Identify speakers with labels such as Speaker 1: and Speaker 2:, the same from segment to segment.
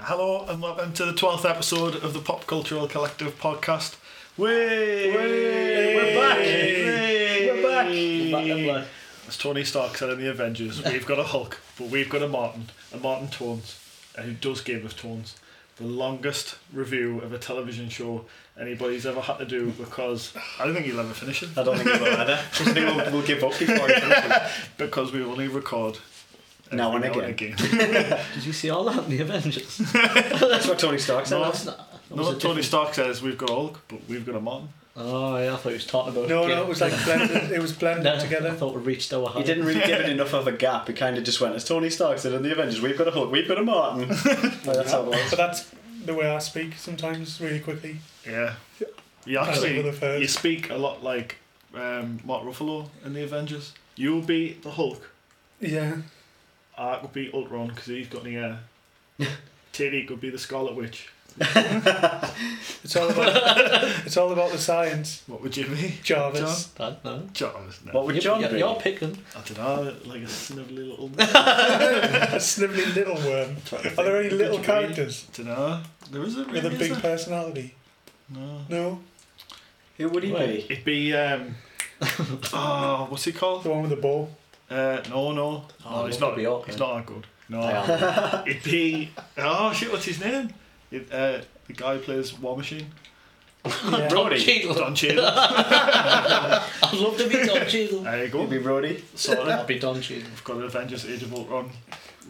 Speaker 1: Hello and welcome to the 12th episode of the Pop Cultural Collective podcast. Way!
Speaker 2: We're back.
Speaker 1: We're
Speaker 2: We're back.
Speaker 1: As Tony Stark said in the Avengers, we've got a Hulk, but we've got a Martin, a Martin Tones, and who does Game of Tones. The longest review of a television show anybody's ever had to do because I don't think he'll ever finish it.
Speaker 2: I don't think it will either. Just think we'll, we'll give up before it finishes.
Speaker 1: Because we only record every
Speaker 2: Now and
Speaker 1: now again.
Speaker 3: Did you see all that in the Avengers?
Speaker 2: That's what Tony Stark said.
Speaker 1: No.
Speaker 2: that's not-
Speaker 1: no, Tony Stark says we've got a Hulk, but we've got a Martin.
Speaker 3: Oh, yeah, I thought he was talking about.
Speaker 4: No,
Speaker 3: Game-
Speaker 4: no, it was like blended. It was blended
Speaker 3: No, I
Speaker 4: together.
Speaker 3: thought we reached our
Speaker 2: He
Speaker 3: height.
Speaker 2: didn't really give it enough of a gap. He kind of just went, as Tony Stark said in the Avengers, we've got a Hulk, we've got a Martin. Like, that's how it was.
Speaker 4: But that's the way I speak sometimes, really quickly.
Speaker 1: Yeah. You
Speaker 4: That's
Speaker 1: actually
Speaker 4: another first.
Speaker 1: you speak a lot like um, Mark Ruffalo in the Avengers. You'll be the Hulk.
Speaker 4: Yeah.
Speaker 1: I could be Ultron because he's got the air. Tilly could be the Scarlet Witch.
Speaker 4: It's all about it's all about the science,
Speaker 1: What would you be?
Speaker 4: Jarvis.
Speaker 3: That, no.
Speaker 1: Jarvis. No.
Speaker 2: What would
Speaker 3: You-
Speaker 2: John
Speaker 3: you're,
Speaker 2: be?
Speaker 3: you're picking.
Speaker 1: I don't know. Like a snivelly little.
Speaker 4: A snivelling little worm. Are there any little characters
Speaker 1: I don't know. There isn't
Speaker 4: with
Speaker 1: really.
Speaker 4: a big
Speaker 1: is there?
Speaker 4: personality?
Speaker 1: No.
Speaker 4: No,
Speaker 2: Who would he
Speaker 3: Wait.
Speaker 2: be?
Speaker 1: It'd be um. oh, what's he called?
Speaker 4: the one with the ball.
Speaker 1: Uh, no, no.
Speaker 3: Oh,
Speaker 1: no, he's
Speaker 3: that
Speaker 1: not.
Speaker 3: could be Hawkman.
Speaker 1: He's not that good. No.
Speaker 3: I am.
Speaker 1: It'd be oh shit, what's his name? It, uh, the guy who plays War Machine,
Speaker 4: Yeah.
Speaker 2: Bro-
Speaker 3: Don Cheadle.
Speaker 1: Don Cheadle.
Speaker 3: I'd love to be Don Cheadle.
Speaker 1: there you
Speaker 2: He'd
Speaker 1: go.
Speaker 2: be Brody.
Speaker 1: Sorry,
Speaker 3: I'd be Don Cheadle.
Speaker 1: I've got an Avengers Age of Ultron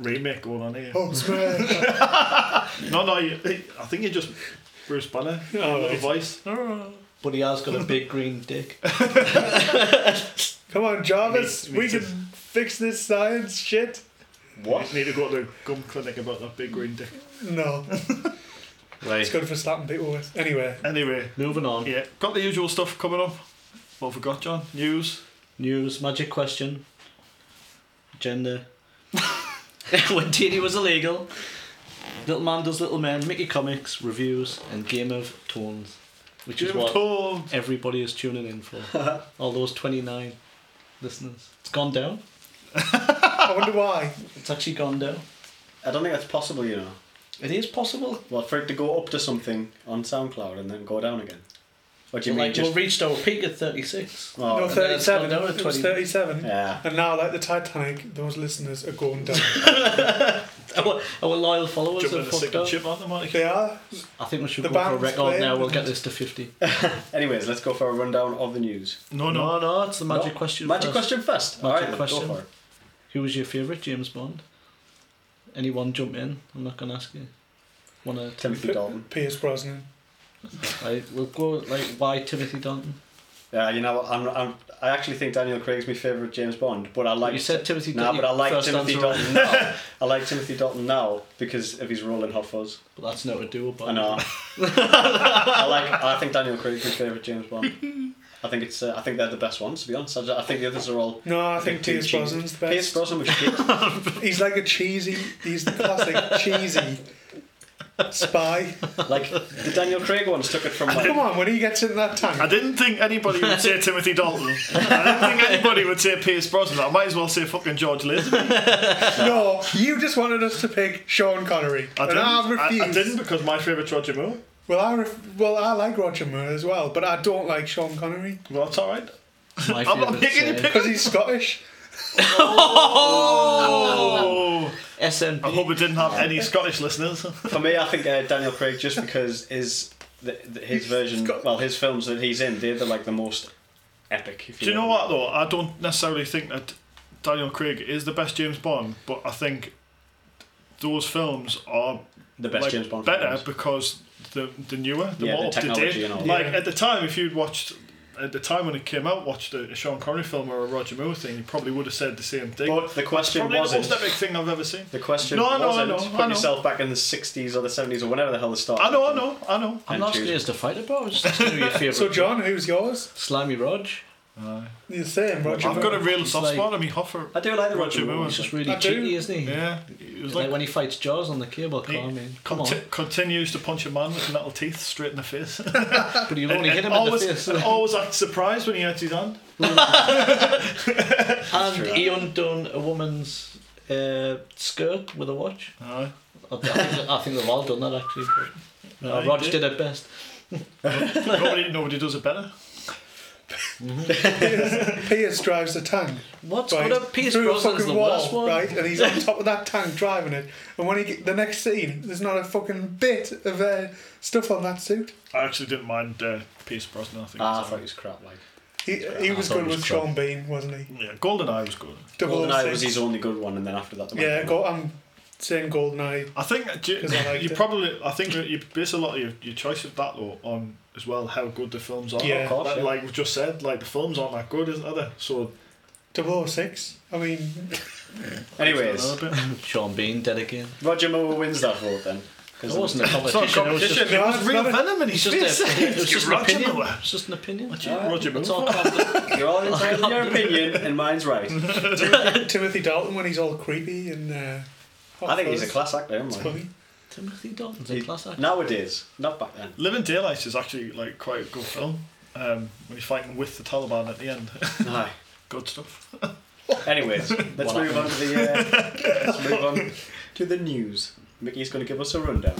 Speaker 1: remake going on here.
Speaker 4: Oh, swear.
Speaker 1: No, no, you, I think you're just Bruce Banner.
Speaker 4: Oh,
Speaker 1: little
Speaker 4: right.
Speaker 1: voice.
Speaker 3: But he has got a big green dick.
Speaker 4: Come on, Jarvis.
Speaker 1: Me- me
Speaker 4: we
Speaker 1: too.
Speaker 4: can fix this science shit.
Speaker 2: What?
Speaker 1: Need to go to the gum clinic about that big green dick.
Speaker 4: No, it's
Speaker 2: Right.
Speaker 4: good for slapping people with. Anyway,
Speaker 1: Anyway,
Speaker 3: Moving on.
Speaker 1: yeah, got the usual stuff coming up. What have we got, John? News.
Speaker 3: News, magic question. Gender. when Tini was illegal. Little Man does Little Men, Mickey Comics, reviews, and Game of Tones. Which is
Speaker 1: Jim
Speaker 3: what
Speaker 1: Tones.
Speaker 3: everybody is tuning in for. All those 29 listeners. It's gone down.
Speaker 4: I wonder why.
Speaker 3: It's actually gone down.
Speaker 2: I don't think that's possible, you know.
Speaker 3: It is possible.
Speaker 2: Well, for it to go up to something on SoundCloud and then go down again. What do you
Speaker 3: But,
Speaker 2: mean?
Speaker 3: like,
Speaker 2: just...
Speaker 3: we've reached our peak at 36.
Speaker 2: Oh,
Speaker 4: no,
Speaker 3: and then it's gone
Speaker 4: thirty-seven.
Speaker 3: down to
Speaker 4: It was
Speaker 3: 20.
Speaker 4: thirty-seven.
Speaker 2: yeah.
Speaker 4: And now, like the Titanic, those listeners are going down.
Speaker 3: Our, our loyal followers
Speaker 1: Jumping
Speaker 3: are
Speaker 1: the
Speaker 3: fucked
Speaker 1: second
Speaker 3: up.
Speaker 1: chip on the mic.
Speaker 4: they are.
Speaker 3: I think we should
Speaker 4: The
Speaker 3: go for a
Speaker 4: band's
Speaker 3: record
Speaker 4: playing.
Speaker 3: now. We'll get this to 50.
Speaker 2: Anyways, let's go for a rundown of the news.
Speaker 1: No, no.
Speaker 3: no, no, it's the magic
Speaker 2: No?
Speaker 3: question.
Speaker 2: Magic
Speaker 3: first.
Speaker 2: question first.
Speaker 3: Magic
Speaker 2: All right,
Speaker 3: question.
Speaker 2: Go for it.
Speaker 3: Who was your favourite James Bond? Anyone jump in? I'm not going to ask you. Wanna?
Speaker 2: Timothy Dalton.
Speaker 4: Pierce Brosnan.
Speaker 3: I we'll go like why Timothy Dalton?
Speaker 2: Yeah, Uh, you know, what, I'm, I'm, I actually think Daniel Craig's my favourite James Bond, but I like.
Speaker 3: you said Timothy
Speaker 2: Nah,
Speaker 3: Dalton.
Speaker 2: but I like
Speaker 3: first
Speaker 2: Timothy
Speaker 3: answer,
Speaker 2: Dalton now. I like Timothy Dalton now because of his role in Hot Fuzz.
Speaker 3: But that's not a doable.
Speaker 2: I know. I like. I think Daniel Craig's my favourite James Bond. I think it's. Uh, I think they're the best ones to be honest. I, ju- I think the others are all.
Speaker 4: No, I think
Speaker 2: too
Speaker 4: Pierce
Speaker 2: cheesy.
Speaker 4: Brosnan's the
Speaker 2: Pierce
Speaker 4: best.
Speaker 2: Brosnan was shit.
Speaker 4: He's like a cheesy, he's the classic cheesy spy.
Speaker 2: like the Daniel Craig ones took it from like.
Speaker 4: Come on, when he gets in that
Speaker 1: I
Speaker 4: tank.
Speaker 1: didn't think anybody would say Timothy Dalton. I didn't think anybody would say Pierce Brosnan. I might as well say fucking George Lazenby.
Speaker 4: No, you just wanted us to pick Sean Connery.
Speaker 1: I
Speaker 4: and
Speaker 1: didn't,
Speaker 4: I refuse.
Speaker 1: I, I didn't because my favourite Roger Moore.
Speaker 4: Well, I ref- well, I like Roger Moore as well, but I don't like Sean Connery
Speaker 1: Well, that's all right.
Speaker 3: My
Speaker 1: I'm not
Speaker 3: favourite,
Speaker 1: making you
Speaker 3: uh,
Speaker 1: pick.
Speaker 4: because he's Scottish.
Speaker 1: Oh,
Speaker 3: SNP.
Speaker 1: I hope we didn't have any Scottish listeners.
Speaker 2: For me, I think uh, Daniel Craig just because his the, the, his version,
Speaker 4: got-
Speaker 2: well, his films that he's in, they're the, like the most epic. If
Speaker 1: Do you know what though? I don't necessarily think that Daniel Craig is the best James Bond, but I think those films are
Speaker 2: The best
Speaker 1: like,
Speaker 2: James Bond.
Speaker 1: better
Speaker 2: films.
Speaker 1: because the the newer, the
Speaker 2: Yeah,
Speaker 1: more
Speaker 2: the
Speaker 1: up to
Speaker 2: technology
Speaker 1: date.
Speaker 2: and all.
Speaker 1: Like
Speaker 4: Yeah.
Speaker 1: at the time, if you'd watched. At the time when it came out, watched a a Sean Connery film or a Roger Moore thing, you probably would have said the same thing.
Speaker 2: But the question
Speaker 1: probably the most
Speaker 2: wasn't.
Speaker 1: epic thing I've ever seen.
Speaker 2: The question
Speaker 1: No, I know, I
Speaker 2: wasn't.
Speaker 1: know, I
Speaker 2: put
Speaker 1: know.
Speaker 2: yourself back in the '60s or the '70s or whenever the hell it started.
Speaker 1: I know, I know, I know.
Speaker 3: I'm
Speaker 2: and
Speaker 3: not
Speaker 2: choose.
Speaker 3: scared to fight about. It's just gonna be your favourite.
Speaker 4: So, John, who's yours?
Speaker 3: Slimy Rog.
Speaker 4: The same, Roger
Speaker 1: I've
Speaker 4: Moore.
Speaker 1: got a real soft
Speaker 3: like-
Speaker 1: spot. I mean, Hoffer.
Speaker 2: I do like the
Speaker 1: Roger
Speaker 2: Roger
Speaker 1: Moore.
Speaker 2: Moore.
Speaker 3: He's just really
Speaker 4: I do.
Speaker 3: cheeky, isn't he?
Speaker 1: Yeah, it was
Speaker 3: Like,
Speaker 1: like,
Speaker 3: when he fights Jaws on the cable car,
Speaker 1: he
Speaker 3: I mean, come on.
Speaker 1: conti- continues to punch a man with metal teeth straight in the face.
Speaker 3: But you've
Speaker 1: And-
Speaker 3: only hit
Speaker 1: and
Speaker 3: him in the
Speaker 1: always,
Speaker 3: face.
Speaker 1: and always act surprised when he hurts his hand.
Speaker 3: And he undone a woman's uh, skirt with a watch.
Speaker 1: Aye.
Speaker 3: I think, I think they've all done that actually. But,
Speaker 1: No,
Speaker 3: uh,
Speaker 1: you
Speaker 3: Rog
Speaker 1: did.
Speaker 3: did it best.
Speaker 1: nobody, nobody does it better.
Speaker 4: Piers, Piers drives the tank.
Speaker 3: What's
Speaker 4: right,
Speaker 3: what up? Pierce
Speaker 4: through a
Speaker 3: Brosnan's
Speaker 4: fucking
Speaker 3: the worst
Speaker 4: wall,
Speaker 3: one.
Speaker 4: right? And he's on top of that tank driving it. And when he get, the next scene, there's not a fucking bit of uh, stuff on that suit.
Speaker 1: I actually didn't mind uh, Pierce Brosnan. I think.
Speaker 2: Ah, I
Speaker 1: so.
Speaker 2: thought it was crap. Like
Speaker 4: He, he
Speaker 3: I
Speaker 4: was
Speaker 3: thought
Speaker 4: good
Speaker 3: he was
Speaker 4: with
Speaker 3: crap.
Speaker 4: Sean Bean, wasn't he?
Speaker 1: Yeah, GoldenEye was good.
Speaker 2: GoldenEye
Speaker 4: 006.
Speaker 2: was his only good one, and then after that, the
Speaker 4: Yeah,
Speaker 2: Mike
Speaker 4: go, I'm saying Goldeneye.
Speaker 1: I think that you,
Speaker 4: 'Cause I liked
Speaker 1: you
Speaker 4: it.
Speaker 1: probably. I think that you base a lot of your, your choice of that though on as well how good the films are.
Speaker 4: Yeah. Of
Speaker 2: course,
Speaker 1: Like-
Speaker 2: yeah.
Speaker 1: like we just said, like the films aren't that good, isn't are they? So
Speaker 4: 006. I mean,
Speaker 2: one. Anyways,
Speaker 1: another bit.
Speaker 3: Sean Bean dead again.
Speaker 2: Roger Moore wins that vote then.
Speaker 3: It
Speaker 2: Because
Speaker 3: wasn't a
Speaker 1: it's not a
Speaker 3: competition.
Speaker 1: competition.
Speaker 3: It was
Speaker 1: It was,
Speaker 3: just,
Speaker 4: No, it's
Speaker 1: real
Speaker 4: not a-
Speaker 1: venom in
Speaker 3: it's
Speaker 1: his
Speaker 3: just,
Speaker 1: face.
Speaker 3: a, it was
Speaker 1: It's
Speaker 3: just an
Speaker 1: Roger
Speaker 3: opinion.
Speaker 1: Moore.
Speaker 3: It's just an opinion.
Speaker 2: Alright.
Speaker 1: Roger
Speaker 3: It's
Speaker 1: Moore.
Speaker 3: all competition.
Speaker 2: You're all entitled to your opinion, and mine's right.
Speaker 4: Timothy Dalton when he's all creepy and. Uh,
Speaker 2: I think he's a
Speaker 4: classic.
Speaker 2: class actor, isn't he?
Speaker 4: funny.
Speaker 3: Timothy Dalton's a
Speaker 2: He-
Speaker 3: class actor.
Speaker 2: Nowadays, not back then.
Speaker 1: Living Daylights is actually like quite a good film. Um, when you're fighting with the Taliban at the end,
Speaker 2: Aye.
Speaker 1: good stuff.
Speaker 2: Anyways, let's
Speaker 3: What
Speaker 2: move on to the uh, let's move on to the news. Mickey's going to give us a rundown.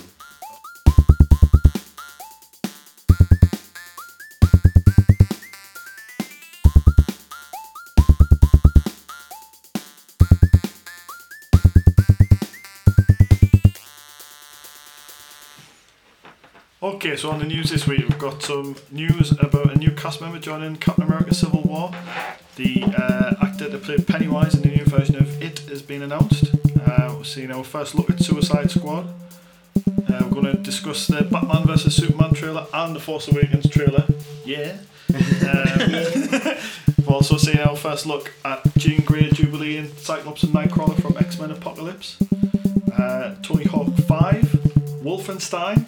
Speaker 1: Okay, so on the news this week, we've got some news about a new cast member joining Captain America: Civil War. The uh, actor that played Pennywise in the new version of It has been announced. Uh, we're seeing our first look at Suicide Squad. Uh, we're going to discuss the Batman vs Superman trailer and the Force Awakens trailer. Yeah. Um, we're also seeing our first look at Jean Grey, Jubilee, and Cyclops and Nightcrawler from X Men Apocalypse. Uh, Tony Hawk 5, Wolfenstein,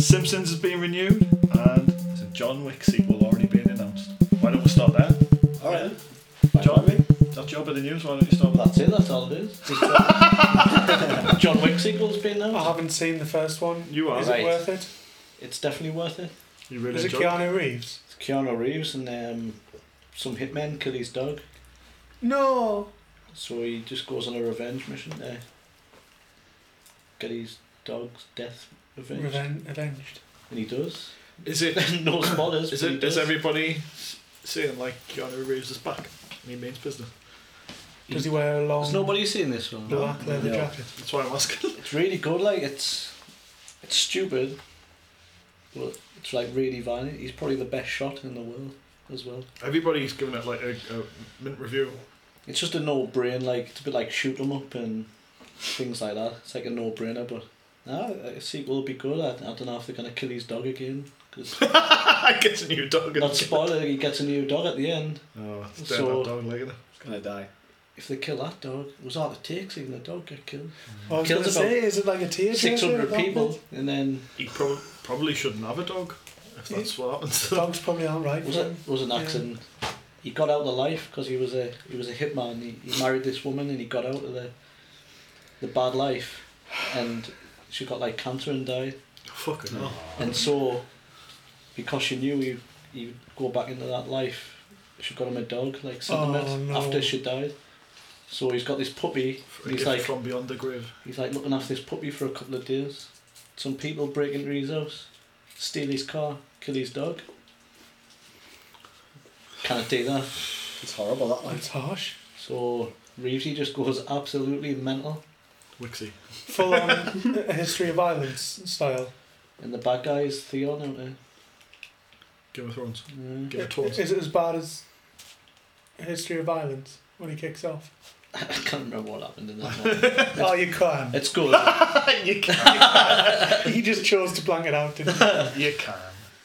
Speaker 1: Simpsons has been renewed, and there's a John Wick sequel already being announced. Why don't we start there?
Speaker 2: All right.
Speaker 1: John, that's your bit of news. Why don't you start with
Speaker 3: That's it, that's all it is. John Wick sequel's been
Speaker 4: I
Speaker 3: announced.
Speaker 4: haven't seen the first one.
Speaker 1: that? You are.
Speaker 4: Is
Speaker 3: Right.
Speaker 4: it worth it?
Speaker 3: It's definitely worth it.
Speaker 1: You really
Speaker 4: Is it
Speaker 1: enjoyed
Speaker 4: Keanu Reeves?
Speaker 3: It's Keanu Reeves and um, some hitmen kill his dog,
Speaker 4: No.
Speaker 3: so he just goes on a revenge mission there. Get his dog's death revenge.
Speaker 4: Reven- avenged.
Speaker 3: And he does.
Speaker 1: Is it?
Speaker 3: no spoilers.
Speaker 1: Is
Speaker 3: but he
Speaker 1: it? Is
Speaker 3: does.
Speaker 1: everybody saying like Keanu Reeves is back? And he means business.
Speaker 4: Does he wear a long
Speaker 3: Has nobody seen this one?
Speaker 4: black leather
Speaker 3: No.
Speaker 4: jacket?
Speaker 1: That's why I'm asking.
Speaker 3: It's really good. Like it's, it's stupid, but it's like really violent. He's probably the best shot in the world as well.
Speaker 1: Everybody's giving it like a, a mint review.
Speaker 3: It's just a no brain. Like it's a bit like shoot 'em up and things like that. It's like a no brainer. But no, a sequel will be good. I, I don't know if they're gonna kill his dog again. 'cause-
Speaker 1: I get a new dog.
Speaker 3: not spoiler. He gets a new dog at the end.
Speaker 1: Oh, it's dead
Speaker 3: So-
Speaker 1: that dog leg.
Speaker 2: He's going to die.
Speaker 3: If they kill that dog, it was all it takes. Even the dog get killed.
Speaker 4: I was
Speaker 3: Kills
Speaker 4: going to
Speaker 3: about
Speaker 4: say, is it like a tear?
Speaker 3: Six hundred people, and then
Speaker 1: He prob- probably shouldn't have a dog if that's what happens.
Speaker 4: Dogs probably aren't right.
Speaker 3: was
Speaker 4: for
Speaker 3: it
Speaker 4: him.
Speaker 3: was an
Speaker 4: Yeah.
Speaker 3: accident. He got out of life because he was a he was a hitman. He, he married this woman and he got out of the the bad life, and she got like cancer and died.
Speaker 1: Fucking hell.
Speaker 3: And so, because she knew he he'd go back into that life, she got him a dog like sent him
Speaker 4: Oh,
Speaker 3: it
Speaker 4: no.
Speaker 3: after she died. So he's got this puppy.
Speaker 1: A
Speaker 3: And he's
Speaker 1: gift
Speaker 3: like
Speaker 1: from beyond the grave.
Speaker 3: he's like looking after this puppy for a couple of days. Some people break into his house, steal his car, kill his dog. Can't do that.
Speaker 2: It's horrible that
Speaker 4: Oh,
Speaker 2: one.
Speaker 4: it's harsh.
Speaker 3: So Reevesy just goes absolutely mental,
Speaker 1: Wixie.
Speaker 4: Full on a history of violence style.
Speaker 3: and the bad guy is Theon out there.
Speaker 1: Game of Thrones.
Speaker 3: Yeah.
Speaker 1: Give it
Speaker 4: I-
Speaker 1: towards.
Speaker 4: Is it as bad as a history of violence when he kicks off?
Speaker 3: I can't remember what happened in that one.
Speaker 4: oh, you can.
Speaker 3: It's good.
Speaker 1: you can.
Speaker 4: he just chose to blank it out, didn't he?
Speaker 1: You can.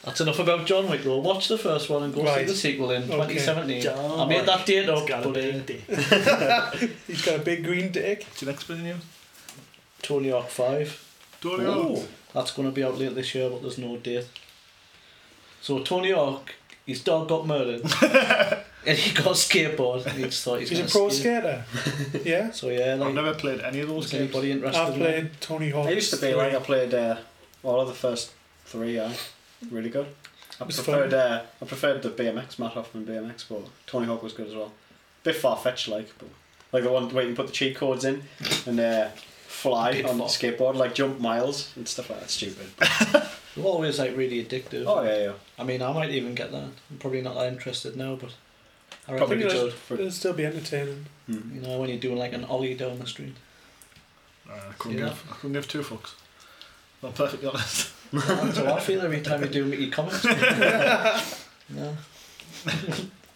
Speaker 3: That's enough about John Wick though. Watch the first one and go see
Speaker 4: Right.
Speaker 3: the sequel in
Speaker 4: Okay.
Speaker 3: 2017.
Speaker 1: John
Speaker 3: I made that date up,
Speaker 1: It's gotta
Speaker 3: but uh,
Speaker 1: be.
Speaker 4: He's got a big green dick.
Speaker 1: What's your next bit of news?
Speaker 3: Tony Hawk 5.
Speaker 1: Don't
Speaker 3: Ooh. That's going to be out later this year, but there's no date. So Tony Hawk, his dog got murdered, and he got a skateboard. And he just thought he's,
Speaker 4: He's a
Speaker 3: gonna
Speaker 4: pro
Speaker 3: skate.
Speaker 4: skater. Yeah?
Speaker 3: So yeah,
Speaker 1: I've
Speaker 3: like
Speaker 1: never played any of those
Speaker 3: is
Speaker 1: games.
Speaker 3: anybody interested?
Speaker 4: I've
Speaker 3: in that?
Speaker 4: played Tony Hawk.
Speaker 2: I used to be
Speaker 4: three.
Speaker 2: like, I played uh, all of the first three, aye. Really good. I
Speaker 4: It's
Speaker 2: preferred, uh, I preferred the BMX, Matt Hoffman BMX, but Tony Hawk was good as well. Bit far fetched like, but like the one where you can put the cheat codes in and uh, fly on the
Speaker 3: Pitfall.
Speaker 2: skateboard, like jump miles and stuff like that. Stupid.
Speaker 3: They're always like really addictive.
Speaker 2: oh yeah, yeah.
Speaker 3: I mean, I might even get that. I'm probably not that interested now, but I
Speaker 2: Probably
Speaker 3: reckon
Speaker 2: be
Speaker 3: you
Speaker 2: good
Speaker 3: should.
Speaker 2: for.
Speaker 4: It'll still be entertaining.
Speaker 2: Hmm.
Speaker 3: You know, when you're doing like an ollie down the street.
Speaker 1: Uh, I, couldn't
Speaker 3: Yeah.
Speaker 1: give, I couldn't give two fucks. I'm perfectly honest.
Speaker 3: That's how I feel every time you do Mickey comics. no,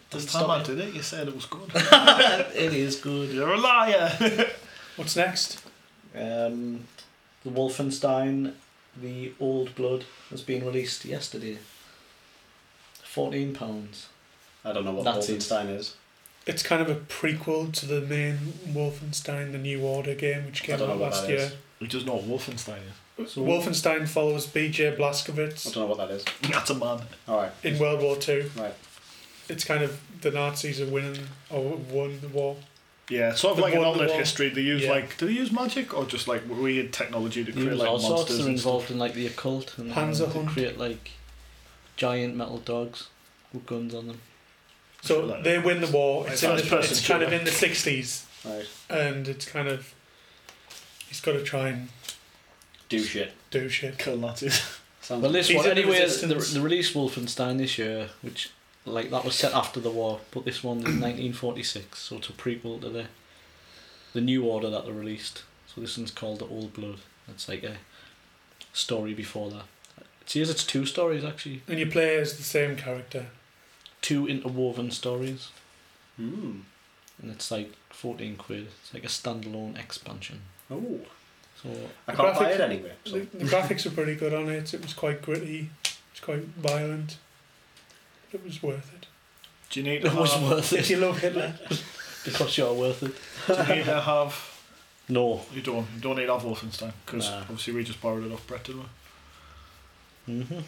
Speaker 1: This
Speaker 3: stop
Speaker 1: time I
Speaker 3: it.
Speaker 1: did it, you said it was good.
Speaker 3: it is good.
Speaker 1: You're a liar!
Speaker 4: What's next?
Speaker 3: Um, the Wolfenstein, the Old Blood, has been released yesterday. Fourteen pounds.
Speaker 2: I don't know what
Speaker 3: Nazis.
Speaker 2: Wolfenstein is.
Speaker 4: It's kind of a prequel to the main Wolfenstein: The New Order game, which
Speaker 2: I
Speaker 4: came
Speaker 2: don't know
Speaker 4: out
Speaker 2: what
Speaker 4: last
Speaker 2: that
Speaker 4: year.
Speaker 2: is.
Speaker 1: He does not Wolfenstein is.
Speaker 3: So-
Speaker 4: Wolfenstein follows B.J.
Speaker 2: I
Speaker 4: Blazkowicz
Speaker 2: don't know what that is.
Speaker 1: That's a man.
Speaker 2: All right.
Speaker 4: in World War Two.
Speaker 2: Right.
Speaker 4: It's kind of the Nazis are winning or won the war.
Speaker 1: Yeah, it's sort of
Speaker 4: The
Speaker 1: like an
Speaker 4: one- the
Speaker 1: alternate
Speaker 4: one-
Speaker 1: history. They use
Speaker 4: yeah.
Speaker 1: like, do they use magic or just like weird technology to
Speaker 3: They
Speaker 1: create
Speaker 3: use
Speaker 1: like
Speaker 3: all sorts.
Speaker 1: monsters?
Speaker 3: They're
Speaker 1: and stuff?
Speaker 3: involved in like the occult and
Speaker 4: Panzer
Speaker 3: uh, they
Speaker 4: Hunt.
Speaker 3: create like giant metal dogs with guns on them.
Speaker 4: So
Speaker 1: Like-
Speaker 4: they win the war. It's,
Speaker 1: Like
Speaker 4: in the,
Speaker 1: first-person
Speaker 4: it's kind of
Speaker 1: shooter.
Speaker 4: in the sixties,
Speaker 2: Right.
Speaker 4: and it's kind of he's got to try and
Speaker 2: Do shit.
Speaker 4: do shit.
Speaker 1: Kill Nazis.
Speaker 2: Sounds
Speaker 3: Well, this
Speaker 4: He's
Speaker 3: one,
Speaker 4: in the
Speaker 3: anyway, the,
Speaker 4: Resistance.
Speaker 3: the release Wolfenstein this year, which like that was set after the war, but this one is 1946, so it's a prequel to the the new order that they released. So this one's called the Old Blood. It's like a story before that. It says it's two stories actually,
Speaker 4: And you play as the same character.
Speaker 3: two interwoven stories,
Speaker 2: Mm.
Speaker 3: and it's like 14 quid. It's like a standalone expansion.
Speaker 2: Oh.
Speaker 3: So
Speaker 2: I
Speaker 4: The
Speaker 2: can't buy
Speaker 4: graphics-
Speaker 2: it anywhere.
Speaker 4: The,
Speaker 2: So.
Speaker 4: the graphics were pretty good on it. It was quite gritty. It's quite violent. It was worth it.
Speaker 1: Do you need to
Speaker 3: it was
Speaker 1: have,
Speaker 3: worth
Speaker 4: If you
Speaker 3: it
Speaker 4: love Hitler,
Speaker 3: because you're worth it.
Speaker 1: do you need to have
Speaker 3: No.
Speaker 1: you don't you don't need to have Wolfenstein because
Speaker 3: Nah.
Speaker 1: obviously we just borrowed it off Brett, didn't we?
Speaker 3: hmm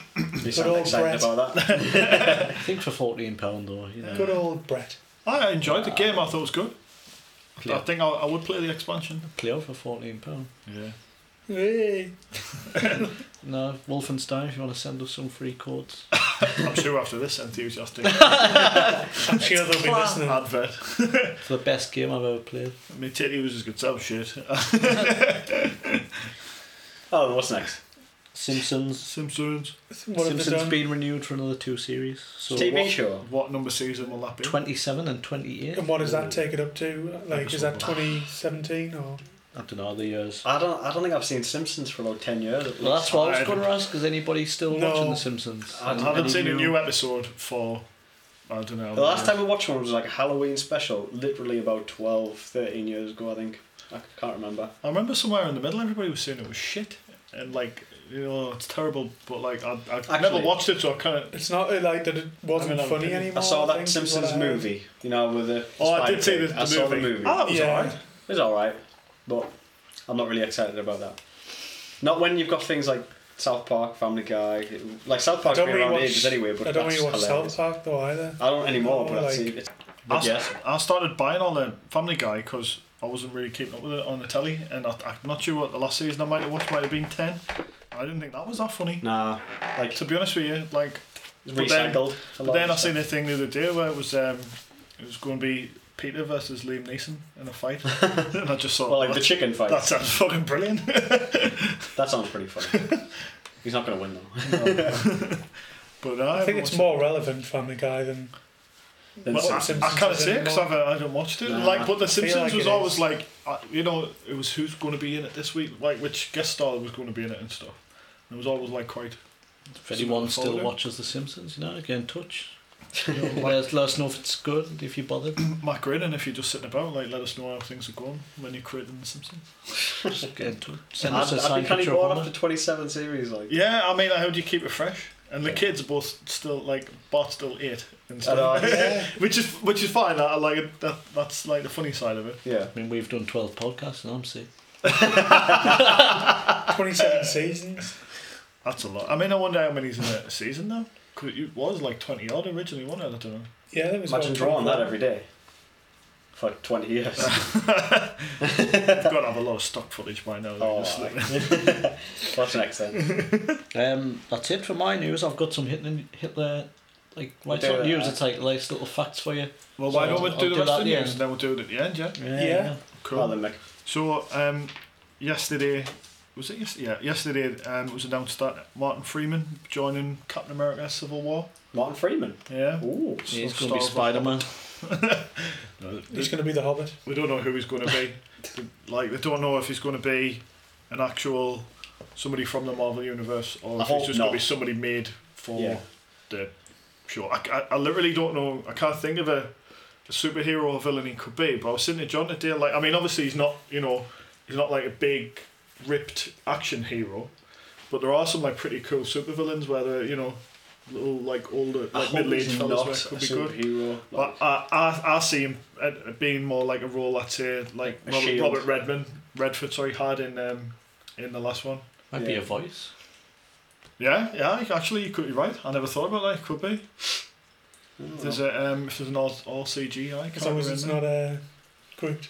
Speaker 2: You
Speaker 4: old
Speaker 2: sound excited
Speaker 4: Brett.
Speaker 2: about that.
Speaker 3: I think for 14 pound though, you know.
Speaker 4: good old Brett.
Speaker 1: I enjoyed the game. I thought it was good. I
Speaker 3: Clear.
Speaker 1: think I, I would play the expansion.
Speaker 3: Clear for 14 pound.
Speaker 1: Yeah.
Speaker 4: Hey.
Speaker 3: No, Wolfenstein, if you want to send us some free codes.
Speaker 1: I'm sure after this enthusiastic
Speaker 4: I'm sure they'll be listening.
Speaker 1: advert,
Speaker 3: It's the best game I've ever played.
Speaker 1: I mean, Titty was as good some shit.
Speaker 2: Oh, and what's next?
Speaker 3: Simpsons.
Speaker 1: Simpsons.
Speaker 4: What have they
Speaker 3: Simpsons
Speaker 4: done?
Speaker 3: being renewed for another two series. So
Speaker 2: TV
Speaker 1: what-
Speaker 2: show.
Speaker 1: What number season will that be?
Speaker 3: 27 and 28.
Speaker 4: And what does that take it up to? Like, is that
Speaker 1: Episode
Speaker 4: 2017 or?
Speaker 3: I don't know, the years.
Speaker 2: I don't. I don't think I've seen Simpsons for about ten years. At
Speaker 3: Well,
Speaker 2: least.
Speaker 3: that's what I
Speaker 1: I
Speaker 3: was going to ask. Is anybody still
Speaker 4: No.
Speaker 3: watching The Simpsons?
Speaker 2: I
Speaker 1: I
Speaker 3: And
Speaker 1: haven't
Speaker 3: any
Speaker 1: seen a
Speaker 3: new-
Speaker 1: new episode for I don't know.
Speaker 2: The last time we watched one was like a Halloween special, literally about 12, 13 years ago, I think. I can't remember.
Speaker 1: I remember somewhere in the middle, everybody was saying it was shit, and like you know it's terrible. But like I I never
Speaker 2: Actually-
Speaker 1: watched it, so I kind of.
Speaker 4: It's not uh, like that. It wasn't
Speaker 1: I mean, I'm
Speaker 4: funny
Speaker 1: kidding.
Speaker 4: anymore.
Speaker 2: I saw that
Speaker 4: think, is what
Speaker 2: Simpsons
Speaker 4: I heard.
Speaker 2: movie, you know, with the.
Speaker 1: Oh, I
Speaker 2: spider
Speaker 1: did see
Speaker 2: pig.
Speaker 1: the, the
Speaker 2: I saw the movie.
Speaker 1: Oh, that was
Speaker 4: Yeah.
Speaker 1: alright.
Speaker 2: It was alright, but I'm not really excited about that. Not when you've got things like South Park, Family Guy. Like, South Park's
Speaker 4: don't
Speaker 2: been
Speaker 4: really
Speaker 2: around
Speaker 4: watch-
Speaker 2: ages anyway, but
Speaker 4: I don't
Speaker 2: that's
Speaker 4: really watch
Speaker 2: hilarious.
Speaker 4: South Park though either.
Speaker 2: I don't anymore, but
Speaker 4: Like-
Speaker 2: that's it. It's-
Speaker 1: I,
Speaker 2: But
Speaker 1: s-
Speaker 2: yes.
Speaker 1: I started buying all the Family Guy because I wasn't really keeping up with it on the telly, and I, I'm not sure what the last season I might have watched might have been ten. I didn't think that was that funny.
Speaker 2: Nah. Like,
Speaker 1: To be honest with you, like
Speaker 2: it's
Speaker 1: but then-
Speaker 2: recycled. a
Speaker 1: But
Speaker 2: lot
Speaker 1: then
Speaker 2: of
Speaker 1: I seen the
Speaker 2: stuff.
Speaker 1: thing the other day where it was um, it was going to be Peter versus Liam Neeson in a fight, and I just thought
Speaker 2: Well, like the
Speaker 1: that,
Speaker 2: chicken fight.
Speaker 1: that sounds fucking brilliant.
Speaker 2: That sounds pretty funny. He's not going to win, though.
Speaker 1: but uh, no,
Speaker 4: I, think it's
Speaker 1: haven't
Speaker 4: more relevant Family Guy than
Speaker 1: watched-
Speaker 2: Then
Speaker 1: Well,
Speaker 2: Simpsons.
Speaker 1: I, I
Speaker 4: Simpsons
Speaker 1: can't
Speaker 4: is
Speaker 1: say
Speaker 4: in
Speaker 1: because
Speaker 4: more.
Speaker 1: I've uh, I haven't watched it.
Speaker 2: Nah.
Speaker 1: like, but the
Speaker 4: feel
Speaker 1: Simpsons
Speaker 4: like
Speaker 1: was
Speaker 4: it
Speaker 1: always
Speaker 4: is.
Speaker 1: like, uh, you know, it was who's going to be in it this week, like which guest star was going to be in it and stuff. And it was always like quite.
Speaker 3: If anyone still
Speaker 1: Folder.
Speaker 3: watches The Simpsons, you know, get in touch. You know, let, us, let us know if it's good, if you bothered.
Speaker 1: Matt Groening, if you're just sitting about, like, let us know how things are going when you're creating The Simpsons.
Speaker 3: Just get in touch. Send
Speaker 2: I'd,
Speaker 3: us a
Speaker 2: I'd
Speaker 3: signed
Speaker 2: be kind of
Speaker 3: picture of
Speaker 2: bored
Speaker 3: Homer.
Speaker 2: after 27 series. Like,
Speaker 1: Yeah, I mean, how do you keep it fresh? And the kids are both still, like, Bart's still eight and
Speaker 2: I
Speaker 1: stuff.
Speaker 2: know, I-
Speaker 4: yeah.
Speaker 1: which is which is fine. I, I like it. That, that's like the funny side of it.
Speaker 2: yeah.
Speaker 3: I mean, we've done 12 podcasts and I'm sick.
Speaker 4: 27 seasons.
Speaker 1: That's a lot. I mean, I wonder how many's in a season now. 'Cause it was like twenty odd originally, wasn't it? I don't know.
Speaker 4: Yeah, that was
Speaker 2: Imagine
Speaker 4: about
Speaker 2: drawing that
Speaker 4: 24.
Speaker 2: every day for 20 years.
Speaker 1: I've got to have a lot of stock footage by now.
Speaker 2: Oh,
Speaker 1: Just like-
Speaker 2: aye. What's next then?
Speaker 3: Um, that's it for my news. I've got some Hitler, Hitler like, well, it's
Speaker 2: We'll
Speaker 3: not
Speaker 2: do it,
Speaker 3: news,
Speaker 2: uh,
Speaker 3: it's like nice little facts for you.
Speaker 1: well, why
Speaker 3: So
Speaker 1: don't we
Speaker 3: I'll
Speaker 1: do the
Speaker 3: do
Speaker 1: rest
Speaker 3: that
Speaker 1: of the
Speaker 3: at the
Speaker 1: news
Speaker 3: end.
Speaker 2: Oh,
Speaker 1: and then we'll do it at the end? Yeah.
Speaker 4: Yeah.
Speaker 1: Cool.
Speaker 2: Rather than make
Speaker 1: So, um, yesterday, was it yesterday? Yeah, yesterday um, it was announced that Martin Freeman joining Captain America Civil War.
Speaker 2: Martin Freeman.
Speaker 1: Yeah.
Speaker 2: Ooh.
Speaker 1: So
Speaker 3: he's going to be
Speaker 1: Star-
Speaker 3: Spider Man.
Speaker 1: No,
Speaker 4: He's
Speaker 1: th-
Speaker 4: going to be the Hobbit.
Speaker 1: we don't know who he's going to be. like, they don't know if he's going to be an actual somebody from the Marvel Universe or
Speaker 2: I
Speaker 1: if he's
Speaker 2: hope
Speaker 1: just going
Speaker 2: not.
Speaker 1: to be somebody made for
Speaker 2: Yeah.
Speaker 1: the show. I, I, I literally don't know. I can't think of a, a superhero or villain he could be. But I was sitting to John today. Like, I mean, obviously he's not. You know, he's not like a big ripped action hero. But there are some like pretty cool supervillains where they're you know little like older
Speaker 2: I
Speaker 1: like
Speaker 2: hope
Speaker 1: middle aged
Speaker 2: he's not
Speaker 1: fellas where it
Speaker 2: a
Speaker 1: could be good.
Speaker 2: superhero.
Speaker 1: But I, I, I see him uh, being more like a role that uh, like
Speaker 2: A
Speaker 1: Robert,
Speaker 2: shield.
Speaker 1: Robert Redman, Redford, sorry, had in um, in the last one.
Speaker 3: Might be
Speaker 2: Yeah.
Speaker 3: a voice.
Speaker 1: Yeah, yeah. he- Actually, you could be right. I never thought about that. It could be.
Speaker 2: Oh,
Speaker 1: If there's a um, if there's an all, all CGI.
Speaker 4: As long as it's not uh, Groot.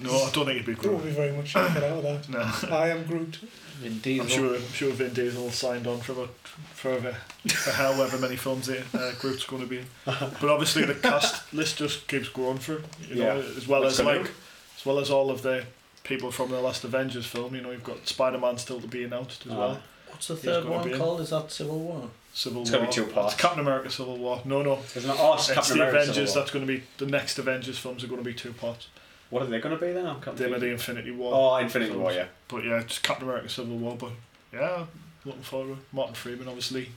Speaker 1: No, I don't think it'd be
Speaker 4: Groot will
Speaker 1: Groot.
Speaker 4: be very much cut out of that.
Speaker 1: No,
Speaker 4: I am Groot.
Speaker 3: Vin Diesel.
Speaker 1: I'm sure. I'm sure Vin Diesel signed on for about for, uh, for however many films the uh, Groot's going to be. in. But obviously, the cast list just keeps growing for you know,
Speaker 2: Yeah.
Speaker 1: as well
Speaker 2: That's
Speaker 1: as
Speaker 2: brilliant.
Speaker 1: like as well as all of the people from the last Avengers film. You know, you've got Spider Man still to be announced as
Speaker 2: Ah.
Speaker 1: well.
Speaker 3: What's the
Speaker 1: He's
Speaker 3: third
Speaker 1: gonna
Speaker 3: one
Speaker 1: be in.
Speaker 3: called? Is that Civil War?
Speaker 1: Civil
Speaker 2: It's
Speaker 1: War.
Speaker 2: gonna be two parts.
Speaker 1: It's Captain America Civil War. No, no.
Speaker 2: Isn't it? Oh, it's
Speaker 1: It's,
Speaker 2: Captain
Speaker 1: the
Speaker 2: America
Speaker 1: Avengers.
Speaker 2: Civil War.
Speaker 1: That's going to be the next Avengers films are going to be two parts.
Speaker 2: What are they going to be then? I'm
Speaker 1: They were
Speaker 2: confused.
Speaker 1: the Infinity War.
Speaker 2: Oh, Infinity War, yeah.
Speaker 1: But yeah, it's Captain America Civil War. But yeah, looking forward. Martin Freeman, obviously,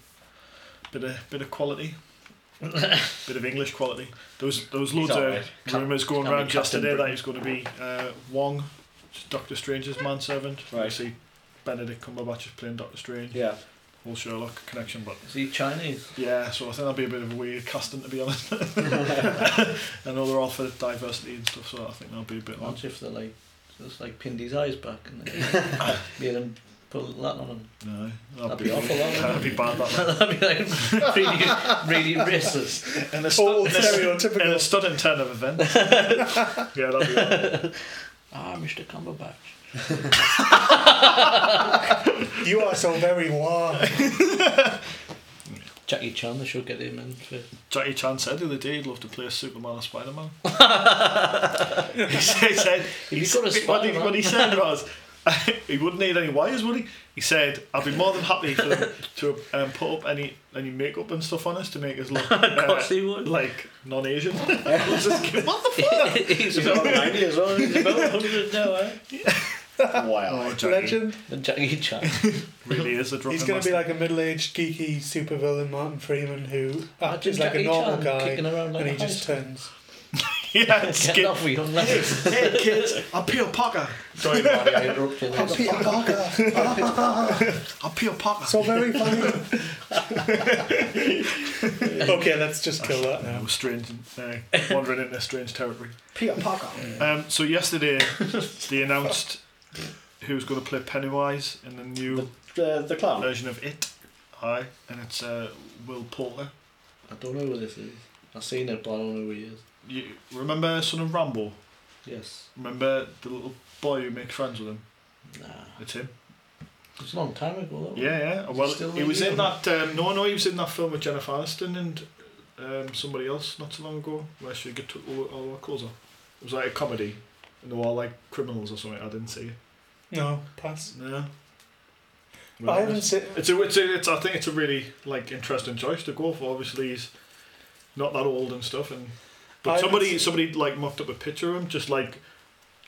Speaker 1: bit of bit of quality, bit of English quality. There was there was
Speaker 2: He's
Speaker 1: loads
Speaker 2: alright.
Speaker 1: of
Speaker 2: Cap-
Speaker 1: rumours going
Speaker 2: can't be
Speaker 1: around
Speaker 2: Captain
Speaker 1: yesterday that
Speaker 2: Britain.
Speaker 1: he's going to be uh, Wong, Doctor Strange's manservant.
Speaker 2: Right.
Speaker 1: Obviously, Benedict Cumberbatch is playing Doctor Strange.
Speaker 2: Yeah.
Speaker 1: Whole Sherlock connection, but
Speaker 3: Is he Chinese?
Speaker 1: yeah. So I think that'll be a bit of a weird casting to be honest. I know they're all for diversity and stuff, so I think that'll be a bit odd.
Speaker 3: Imagine if they like just like pinned his eyes back and they made him put Latin on him.
Speaker 1: No,
Speaker 3: That'd be awful, wouldn't it?
Speaker 1: That'd be bad. That one.
Speaker 3: That'd be like really, really racist.
Speaker 1: and the
Speaker 4: All
Speaker 1: stu- and the
Speaker 4: stereotypical.
Speaker 1: stud and turn of events. yeah, that'd be odd.
Speaker 3: Ah, Mr. Cumberbatch.
Speaker 4: You are so very warm.
Speaker 3: Jackie Chan, they should get him in for.
Speaker 1: Jackie Chan said the other day he'd love to play Superman or Spider Man. he said, he said-
Speaker 3: you got a
Speaker 1: what, he, what he
Speaker 3: Spider-Man.
Speaker 1: said was, he wouldn't need any wires, would he? He said, I'd be more than happy for them to um, put up any any makeup and stuff on us to make us look uh,
Speaker 3: course he would.
Speaker 1: like non Asian. what the fuck?
Speaker 3: He's
Speaker 2: He's about 90 as well. He's about
Speaker 3: 100 now, eh? Oh,
Speaker 2: Wow.
Speaker 4: Legend.
Speaker 3: And Jackie Chan.
Speaker 1: Really is a drop
Speaker 4: He's
Speaker 1: in
Speaker 4: going to be
Speaker 1: master.
Speaker 4: like a middle-aged, geeky supervillain, Martin Freeman, who acts
Speaker 3: Imagine
Speaker 4: as like a
Speaker 3: Jackie
Speaker 4: normal
Speaker 3: Chan
Speaker 4: guy,
Speaker 3: kicking around like
Speaker 4: and he
Speaker 3: a
Speaker 4: just
Speaker 3: house.
Speaker 4: turns.
Speaker 1: yeah, it's
Speaker 3: Get
Speaker 1: good.
Speaker 3: off with young lads.
Speaker 1: Hey kids, I'm Peter Parker.
Speaker 2: Sorry, Marty, I interrupted. you.
Speaker 4: Peter Parker,
Speaker 1: I'm Peter Parker.
Speaker 4: so very funny. okay, let's just kill that
Speaker 1: I
Speaker 4: now.
Speaker 1: was strange, uh, wandering into strange territory.
Speaker 2: Peter Parker.
Speaker 1: Um, so yesterday they announced who's going to play Pennywise in the new
Speaker 2: The, the clown.
Speaker 1: version of It. Hi, and it's uh, Will Porter.
Speaker 3: I don't know who this is. I've seen it, but I don't know who he is.
Speaker 1: You remember Son of Rambo?
Speaker 3: Yes.
Speaker 1: Remember the little boy who makes friends with him?
Speaker 3: Nah.
Speaker 1: It's him. it
Speaker 3: It was a long time ago, though.
Speaker 1: Yeah, yeah. Well,
Speaker 3: Oh. still
Speaker 1: he was
Speaker 3: with
Speaker 1: in
Speaker 3: you?
Speaker 1: that. Um, no, no, he was in that film with Jennifer Aniston and um, somebody else not so long ago where she get took all, all her clothes off. It was like a comedy, and they were all like criminals or something. I didn't see it.
Speaker 4: No, pass.
Speaker 1: No.
Speaker 4: I haven't seen.
Speaker 1: It's a, it's a, it's, I think it's a really like interesting choice to go for. Obviously, he's not that old and stuff, and but
Speaker 4: I
Speaker 1: somebody
Speaker 4: haven't-
Speaker 1: somebody like mocked up a picture of him, just like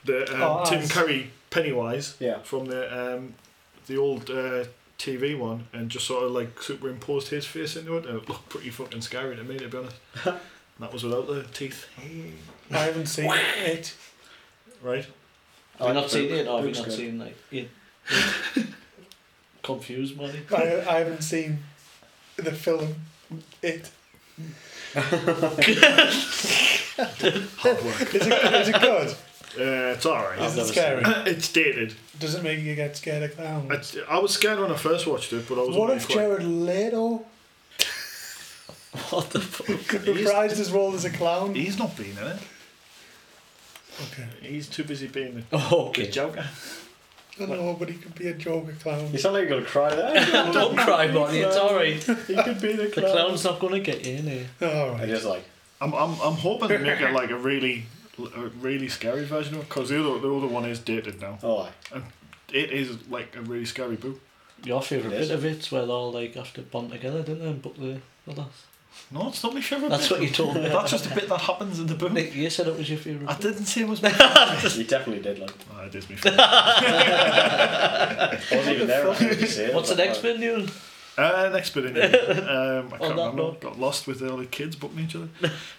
Speaker 1: the um,
Speaker 4: Oh,
Speaker 1: Tim
Speaker 4: nice.
Speaker 1: Curry Pennywise
Speaker 2: Yeah.
Speaker 1: from the um, the old uh, TV one, and just sort of like superimposed his face into it. and It looked pretty fucking scary to me, to be honest. And that was without the teeth,
Speaker 4: I haven't seen it.
Speaker 1: right?
Speaker 3: Have you not seen it? Or have you
Speaker 2: Looks
Speaker 3: not
Speaker 2: good.
Speaker 3: seen, like, it? Confused, money.
Speaker 4: I, I haven't seen the film. It
Speaker 1: Hard work.
Speaker 4: is it, is it good?
Speaker 1: uh, it's alright.
Speaker 3: I've
Speaker 4: Is it
Speaker 3: never
Speaker 4: scary?
Speaker 1: it's dated.
Speaker 4: Does it make you get scared of clowns?
Speaker 1: It's, I was scared when I first watched it, but I was.
Speaker 4: What
Speaker 1: only
Speaker 4: if
Speaker 1: quite-
Speaker 4: Jared Leto
Speaker 3: What the fuck?
Speaker 4: could
Speaker 1: He's-
Speaker 4: reprise his role as a clown?
Speaker 1: He's not been in it.
Speaker 4: Okay.
Speaker 1: He's too busy being the
Speaker 3: Oh,
Speaker 1: the
Speaker 3: okay.
Speaker 1: Joker.
Speaker 4: I don't know, but he could be a Joker clown.
Speaker 2: You sound like you're going to cry there.
Speaker 3: Don't cry, Bonnie. It's alright.
Speaker 1: He could be
Speaker 3: The clown's not going to get you in here.
Speaker 4: All right.
Speaker 2: And just like,
Speaker 1: I'm, I'm, I'm hoping they make it like a really l- a really scary version of it because the other the other one is dated now.
Speaker 2: Oh, aye.
Speaker 1: It is like a really scary book.
Speaker 3: Your favourite
Speaker 2: It is.
Speaker 3: bit of it's where they're all like after bond together, didn't they? And book the, the last.
Speaker 1: No, it's not my favorite.
Speaker 3: That's what you told me.
Speaker 1: That's just a bit that happens in the book.
Speaker 3: Nick, you said it was your favourite.
Speaker 1: I
Speaker 3: bit.
Speaker 1: didn't say it was. My favourite.
Speaker 2: you definitely did, like.
Speaker 1: oh, it is my favorite.
Speaker 2: I wasn't even there. I heard you say it,
Speaker 3: What's the
Speaker 2: but,
Speaker 3: next
Speaker 2: uh,
Speaker 3: bit, Neil?
Speaker 1: Uh, next bit in here. Um, I
Speaker 3: On
Speaker 1: can't
Speaker 3: that
Speaker 1: remember.
Speaker 3: note.
Speaker 1: Got lost with all the kids booking each other.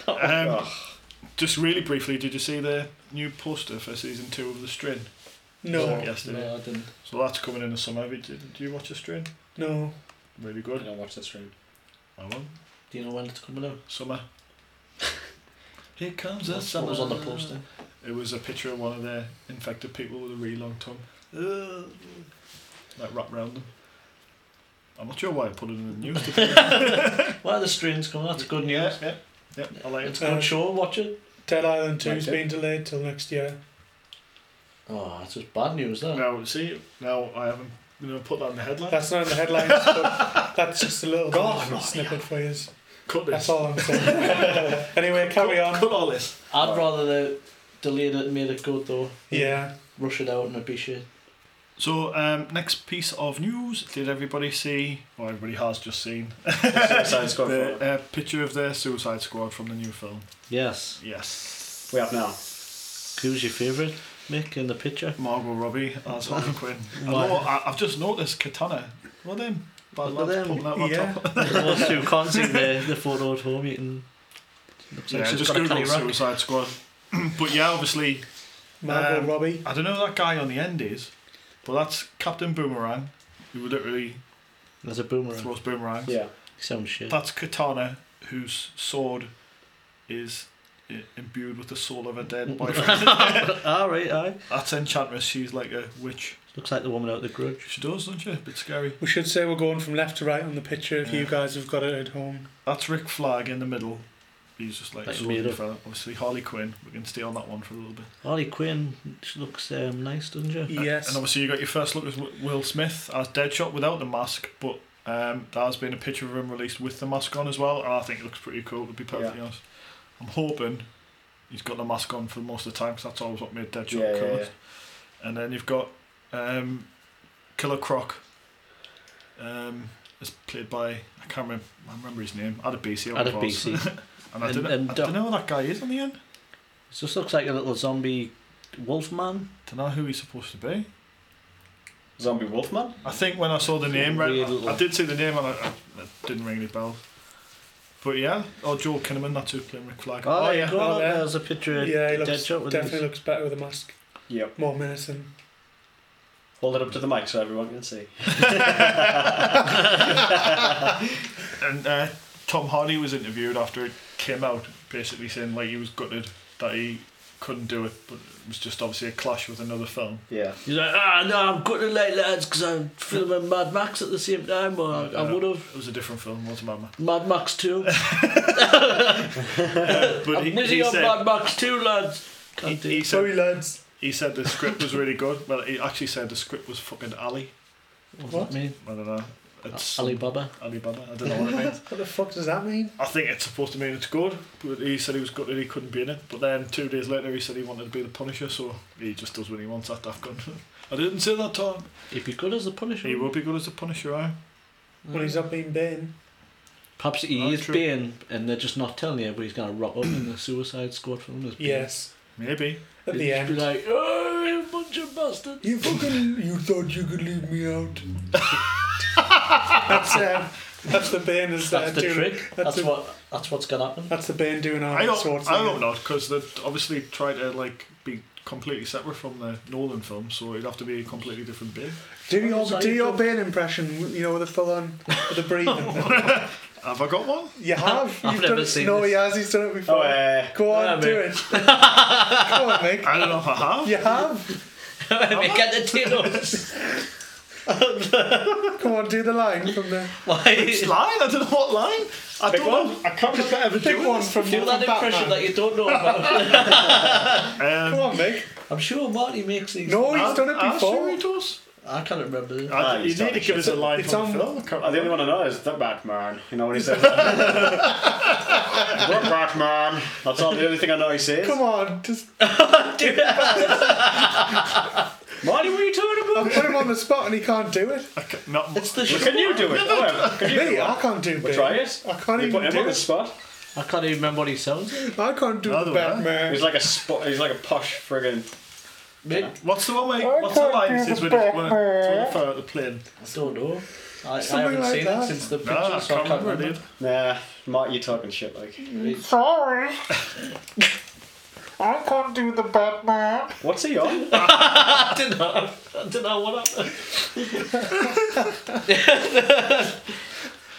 Speaker 1: Um,
Speaker 2: Oh,
Speaker 1: just really briefly, did you see the new poster for season two of The Strain?
Speaker 4: No,
Speaker 1: Sorry. Yesterday.
Speaker 3: No, I didn't.
Speaker 1: So that's coming in the summer. Have you, did, do you watch The Strain?
Speaker 4: no.
Speaker 1: Really
Speaker 2: I
Speaker 1: good.
Speaker 2: don't watch this stream.
Speaker 1: I won.
Speaker 3: Do you know when it's coming out?
Speaker 1: Summer. Here comes the
Speaker 3: What
Speaker 1: summer.
Speaker 3: was on the poster?
Speaker 1: It was a picture of one of the infected people with a really long tongue.
Speaker 3: Uh.
Speaker 1: Ugh. Like wrapped round them. I'm not sure why I put it in the news.
Speaker 3: Why are the strains coming? That's good
Speaker 1: yeah,
Speaker 3: news.
Speaker 1: yeah, yeah. I like
Speaker 3: It's
Speaker 1: it.
Speaker 3: a good show. Watch it.
Speaker 4: Dead Island 2's
Speaker 2: Like it.
Speaker 4: been delayed till next year.
Speaker 3: Oh, that's just bad news, that.
Speaker 1: Now, see, now I haven't. You know, put that in the headline.
Speaker 4: That's not in the headlines, but that's just a little
Speaker 1: God,
Speaker 4: bit of a snippet for you.
Speaker 1: cut this.
Speaker 4: That's all I'm saying. anyway, carry on.
Speaker 1: Cut all this.
Speaker 3: I'd rather they delayed it and made it good though.
Speaker 4: Yeah.
Speaker 3: Rush it out and it'd be shit.
Speaker 1: So, um, next piece of news. Did everybody see? Well, everybody has just seen
Speaker 2: Suicide Squad
Speaker 1: the
Speaker 2: photo.
Speaker 1: uh, picture of the Suicide Squad from the new film.
Speaker 3: Yes.
Speaker 1: Yes.
Speaker 2: We have now.
Speaker 3: Who's your favourite, Mick, in the picture?
Speaker 1: Margot Robbie as Harley Quinn. I
Speaker 3: Why?
Speaker 1: know, I, I've just noticed Katana. Well, them bad
Speaker 3: Look at
Speaker 1: lads
Speaker 3: them.
Speaker 1: pulling out my
Speaker 4: Yeah.
Speaker 1: top.
Speaker 3: Those two can't see the, the photo at home. You can. Looks
Speaker 1: Yeah,
Speaker 3: like she's
Speaker 1: just
Speaker 3: got a
Speaker 1: Google
Speaker 3: caddy rack.
Speaker 1: Suicide Squad. but yeah, obviously,
Speaker 4: Margot
Speaker 1: Um,
Speaker 4: Robbie.
Speaker 1: I don't know who that guy on the end is, but that's Captain Boomerang, who literally
Speaker 3: There's a boomerang.
Speaker 1: throws boomerangs.
Speaker 2: Yeah.
Speaker 3: Some shit.
Speaker 1: That's Katana, whose sword is i- imbued with the soul of a dead boyfriend.
Speaker 3: Alright, aye.
Speaker 1: that's Enchantress. She's like a witch.
Speaker 3: Looks like the woman out of the grudge.
Speaker 1: She does, doesn't she? A bit scary.
Speaker 4: We should say we're going from left to right on the picture if you
Speaker 1: Yeah.
Speaker 4: guys have got it at home.
Speaker 1: That's Rick Flag in the middle. He's just like,
Speaker 3: Like
Speaker 1: soldier
Speaker 3: made up.
Speaker 1: fella. Obviously, Harley Quinn. We can stay on that one for a little bit. Uh,
Speaker 3: Harley Quinn she looks um, nice, doesn't she?
Speaker 1: And
Speaker 4: Yes.
Speaker 1: obviously, you got your first look at Wi- Will Smith as Deadshot without the mask, but um, there has been a picture of him released with the mask on as well, and I think it looks pretty cool, to be perfectly
Speaker 2: Yeah.
Speaker 1: honest. I'm hoping he's got the mask on for most of the time, because that's always what made Deadshot
Speaker 2: Yeah, yeah,
Speaker 1: cool. And then you've got um, Killer Croc, um, is played by, I can't remember, I remember his name, Adebisi.
Speaker 3: Out of BC.
Speaker 1: And I,
Speaker 3: And-
Speaker 1: don't,
Speaker 3: and
Speaker 1: I don't know who that guy is in the end.
Speaker 3: It just looks like a little zombie wolf man.
Speaker 1: don't know who he's supposed to be.
Speaker 2: Zombie Wolfman?
Speaker 1: I think when I saw the name, right,
Speaker 3: Weird little-
Speaker 1: I, I did see the name and I, I, it didn't ring any bells. But yeah, or Joel Kinnaman, that's who's playing Rick Flag.
Speaker 3: Oh,
Speaker 4: Oh,
Speaker 3: yeah,
Speaker 4: yeah, oh, yeah.
Speaker 3: there's a picture of
Speaker 4: yeah, he looks,
Speaker 3: Deadshot with
Speaker 4: definitely
Speaker 3: his
Speaker 4: looks better with a mask.
Speaker 2: Yep.
Speaker 4: More menacing.
Speaker 2: Hold it up to the mic so everyone can see.
Speaker 1: And uh, Tom Hardy was interviewed after it came out, basically saying like he was gutted that he couldn't do it, but it was just obviously a clash with another film.
Speaker 2: Yeah.
Speaker 3: He's like, ah, no, I'm cutting late, lads, because I'm filming Mad Max at the same time, or
Speaker 4: Oh,
Speaker 3: I,
Speaker 1: Uh,
Speaker 3: would have.
Speaker 1: It was a different film, wasn't it, Mama?
Speaker 3: Mad Max 2.
Speaker 1: But
Speaker 3: I'm
Speaker 1: he,
Speaker 3: busy
Speaker 1: he
Speaker 3: on
Speaker 1: said,
Speaker 3: Mad Max 2, lads.
Speaker 1: he,
Speaker 3: Can't do
Speaker 1: he
Speaker 3: it.
Speaker 1: said
Speaker 4: Sorry, lads.
Speaker 1: he said the script was really good. Well, he actually said the script was fucking Ali.
Speaker 3: What's
Speaker 4: What?
Speaker 3: that mean? Uh,
Speaker 1: I don't know. It's
Speaker 4: Uh,
Speaker 3: Alibaba.
Speaker 1: Alibaba. I don't know what it means.
Speaker 4: What the fuck does that mean?
Speaker 1: I think it's supposed to mean it's good, but he said he was gutted he couldn't be in it. But then two days later, he said he wanted to be the Punisher, so he just does what he wants at Daft Gun. I didn't say that, Tom.
Speaker 3: He'd be good as a Punisher.
Speaker 1: He will be good as the Punisher, aye?
Speaker 4: Well,
Speaker 1: Mm.
Speaker 4: he's not being Bane.
Speaker 3: Perhaps he
Speaker 1: Oh,
Speaker 3: is
Speaker 1: true.
Speaker 3: Bane, and they're just not telling you, but he's going to rock up in the Suicide Squad film. as Bane.
Speaker 4: Yes.
Speaker 1: Maybe.
Speaker 4: At
Speaker 3: He'd
Speaker 4: the
Speaker 3: just be
Speaker 4: end.
Speaker 3: like, oh, you bunch of bastards.
Speaker 4: You fucking. You thought you could leave me out. that's um, that's the Bane. Is
Speaker 3: That's
Speaker 4: uh,
Speaker 3: the
Speaker 4: doing,
Speaker 3: trick.
Speaker 4: that's
Speaker 3: That's,
Speaker 4: a-
Speaker 3: what. That's what's going to happen.
Speaker 4: That's the Bane doing
Speaker 1: I
Speaker 4: our
Speaker 1: hope,
Speaker 4: swords.
Speaker 1: I hope not, because they obviously tried to like be completely separate from the Nolan film, so it'd have to be a completely different bit.
Speaker 4: Do your
Speaker 3: Sorry,
Speaker 4: do your
Speaker 3: Tom.
Speaker 4: Bane impression. You know, with the full on, with the breathing.
Speaker 1: Have I got one?
Speaker 4: You have.
Speaker 3: I've
Speaker 4: You've
Speaker 3: never
Speaker 4: done,
Speaker 3: seen
Speaker 4: No,
Speaker 3: this.
Speaker 4: he has. He's done it before.
Speaker 2: Oh, uh,
Speaker 4: Go on,
Speaker 3: Yeah,
Speaker 4: do
Speaker 3: mate.
Speaker 4: it. Go on, Mick.
Speaker 1: I don't know if I have.
Speaker 4: You have.
Speaker 3: Mick and the Thanos.
Speaker 4: Come on, do the line from the.
Speaker 1: Which
Speaker 3: Why?
Speaker 1: line? I don't know what line. I
Speaker 2: Pick
Speaker 1: don't. I can't remember ever
Speaker 4: Pick
Speaker 1: doing
Speaker 4: one
Speaker 1: one.
Speaker 4: from,
Speaker 3: Do
Speaker 4: from
Speaker 3: that impression
Speaker 4: Batman.
Speaker 3: that you don't know about.
Speaker 1: Um,
Speaker 4: Come on, Mick.
Speaker 3: I'm sure Marty makes these.
Speaker 4: No, he's
Speaker 1: I'm-
Speaker 4: done it
Speaker 1: I'm
Speaker 4: before.
Speaker 1: sure he does.
Speaker 3: I can't remember. this.
Speaker 1: I,
Speaker 2: Ah,
Speaker 1: you need
Speaker 2: he's
Speaker 1: to
Speaker 2: talking
Speaker 1: give us a line
Speaker 4: It's
Speaker 1: from
Speaker 4: on-
Speaker 1: the film. I can't
Speaker 2: Uh, the only
Speaker 1: remember.
Speaker 2: one I know is the Batman. You know when he says, "The Batman." That's all. The only thing I know he says.
Speaker 4: Come on, just
Speaker 2: Marty, what are you talking
Speaker 4: I
Speaker 2: about?
Speaker 4: put him on the spot and he can't do it.
Speaker 1: I can't- Not
Speaker 3: It's the
Speaker 2: Well,
Speaker 3: sh-
Speaker 2: can you do it? Oh, can you do
Speaker 4: Me,
Speaker 2: it?
Speaker 4: I can't do
Speaker 2: We'll
Speaker 4: Bane.
Speaker 2: try it.
Speaker 4: I can't
Speaker 2: You
Speaker 4: even
Speaker 2: put him
Speaker 4: do
Speaker 2: on the
Speaker 4: it.
Speaker 2: spot.
Speaker 3: I can't even remember what he sounds like.
Speaker 4: I can't do
Speaker 1: Another
Speaker 4: the
Speaker 1: one, huh?
Speaker 4: Batman.
Speaker 2: He's like a spot. He's like a posh friggin'.
Speaker 3: Mate,
Speaker 1: What's the one where,
Speaker 4: I
Speaker 1: what's the
Speaker 4: can't
Speaker 1: line
Speaker 4: do
Speaker 1: he says
Speaker 4: the
Speaker 1: when he's
Speaker 4: back
Speaker 1: when it's
Speaker 4: there.
Speaker 1: on the phone at the plane? Ah,
Speaker 3: I don't know. I, I
Speaker 4: Something
Speaker 3: haven't
Speaker 4: like
Speaker 3: seen
Speaker 4: that.
Speaker 3: it since the picture,
Speaker 1: Nah, I
Speaker 3: so
Speaker 1: can't remember, dude.
Speaker 2: Nah, Marty, you're talking shit like.
Speaker 4: Sorry. I can't do the Batman.
Speaker 2: What's he on?
Speaker 3: I didn't know. I didn't know what happened.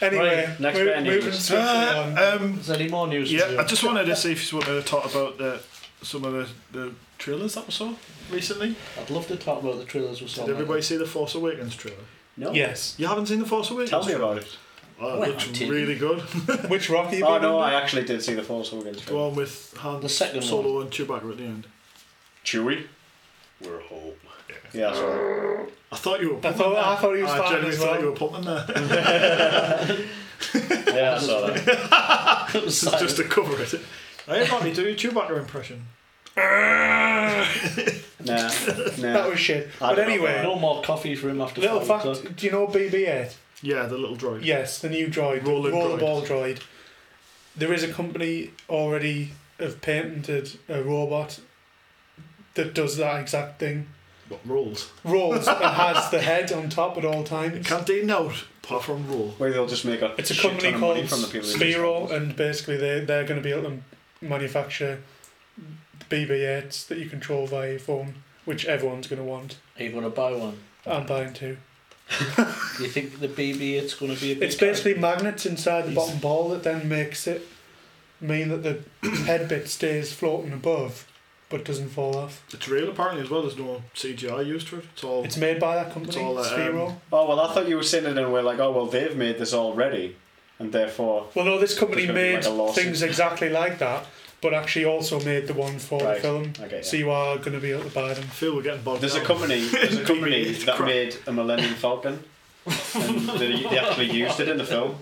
Speaker 4: Anyway,
Speaker 2: Right, next
Speaker 4: mo-
Speaker 2: band you
Speaker 4: moving
Speaker 2: use.
Speaker 4: swiftly on.
Speaker 1: Uh, um,
Speaker 3: Is there any more news? to do?
Speaker 1: Yeah, I just wanted to see if you wanted to talk about the, some of the, the trailers that we saw recently.
Speaker 3: I'd love to talk about the trailers we saw.
Speaker 1: Did everybody see the Force Awakens trailer?
Speaker 2: No.
Speaker 4: yes.
Speaker 1: You haven't seen the Force Awakens?
Speaker 2: Tell me about it.
Speaker 1: Oh, it
Speaker 3: Well, I
Speaker 1: looks
Speaker 3: didn't.
Speaker 1: really good.
Speaker 4: Which Rocky? you
Speaker 2: Oh
Speaker 4: been
Speaker 2: no,
Speaker 4: in?
Speaker 2: I actually did see the Force Awakens.
Speaker 1: The one with Han
Speaker 3: The second
Speaker 1: Solo and Chewbacca at the end.
Speaker 2: Chewy. We're home. Yeah, that's right.
Speaker 1: I thought you were.
Speaker 4: I
Speaker 1: Pumping
Speaker 4: thought
Speaker 1: there.
Speaker 4: I thought he was
Speaker 1: I
Speaker 4: fine
Speaker 1: genuinely
Speaker 4: as
Speaker 1: thought you
Speaker 4: well.
Speaker 1: were pumping there.
Speaker 2: Yeah, I saw that.
Speaker 3: It was
Speaker 1: It's
Speaker 3: silent.
Speaker 1: just to cover it. I probably do a Chewbacca impression.
Speaker 2: Nah, nah.
Speaker 4: Ah, That was shit.
Speaker 2: I don't
Speaker 4: But
Speaker 2: know
Speaker 4: anyway,
Speaker 2: about
Speaker 3: no more coffee for him after
Speaker 4: little
Speaker 3: five
Speaker 4: fact.
Speaker 3: o'clock.
Speaker 4: Do you know BB-8?
Speaker 1: Yeah, the little droid.
Speaker 4: Yes, the new droid,
Speaker 1: Rolling
Speaker 4: rollerball droid. There is a company already have patented a robot that does that exact thing.
Speaker 1: What rolls?
Speaker 4: Rolls and has the head on top at all
Speaker 1: It
Speaker 4: times.
Speaker 1: can't do note apart from roll.
Speaker 2: Where they'll just make a
Speaker 4: It's a
Speaker 2: shit
Speaker 4: company
Speaker 2: ton of money
Speaker 4: called
Speaker 2: from the people who
Speaker 4: Sphero,
Speaker 2: use it.
Speaker 4: and basically they they're going to be able to manufacture BB-8s that you control via your phone, which everyone's going to want.
Speaker 3: Are you going to buy one?
Speaker 4: I'm buying two.
Speaker 3: Do you think the BB it's going to be a big
Speaker 4: It's basically magnets inside the bottom ball that then makes it mean that the head bit stays floating above but doesn't fall off.
Speaker 1: The trail apparently as well. There's no CGI used for it. It's all.
Speaker 4: It's made by that company,
Speaker 1: It's all, uh,
Speaker 4: Sphero.
Speaker 1: um,
Speaker 2: Oh well, I thought you were saying it in a way like, oh well, they've made this already, and therefore,
Speaker 4: well, no, this company
Speaker 2: It's gonna be
Speaker 4: made
Speaker 2: like a lawsuit.
Speaker 4: things exactly like that, but actually also made the one for
Speaker 2: Right,
Speaker 4: the film.
Speaker 2: I get ya.
Speaker 4: So you are going to be able to buy them.
Speaker 1: I feel we're getting bogged
Speaker 2: there's a
Speaker 1: down.
Speaker 2: company, there's a company
Speaker 1: It's
Speaker 2: that
Speaker 1: crap.
Speaker 2: made a Millennium Falcon, and they, they actually used it in the film.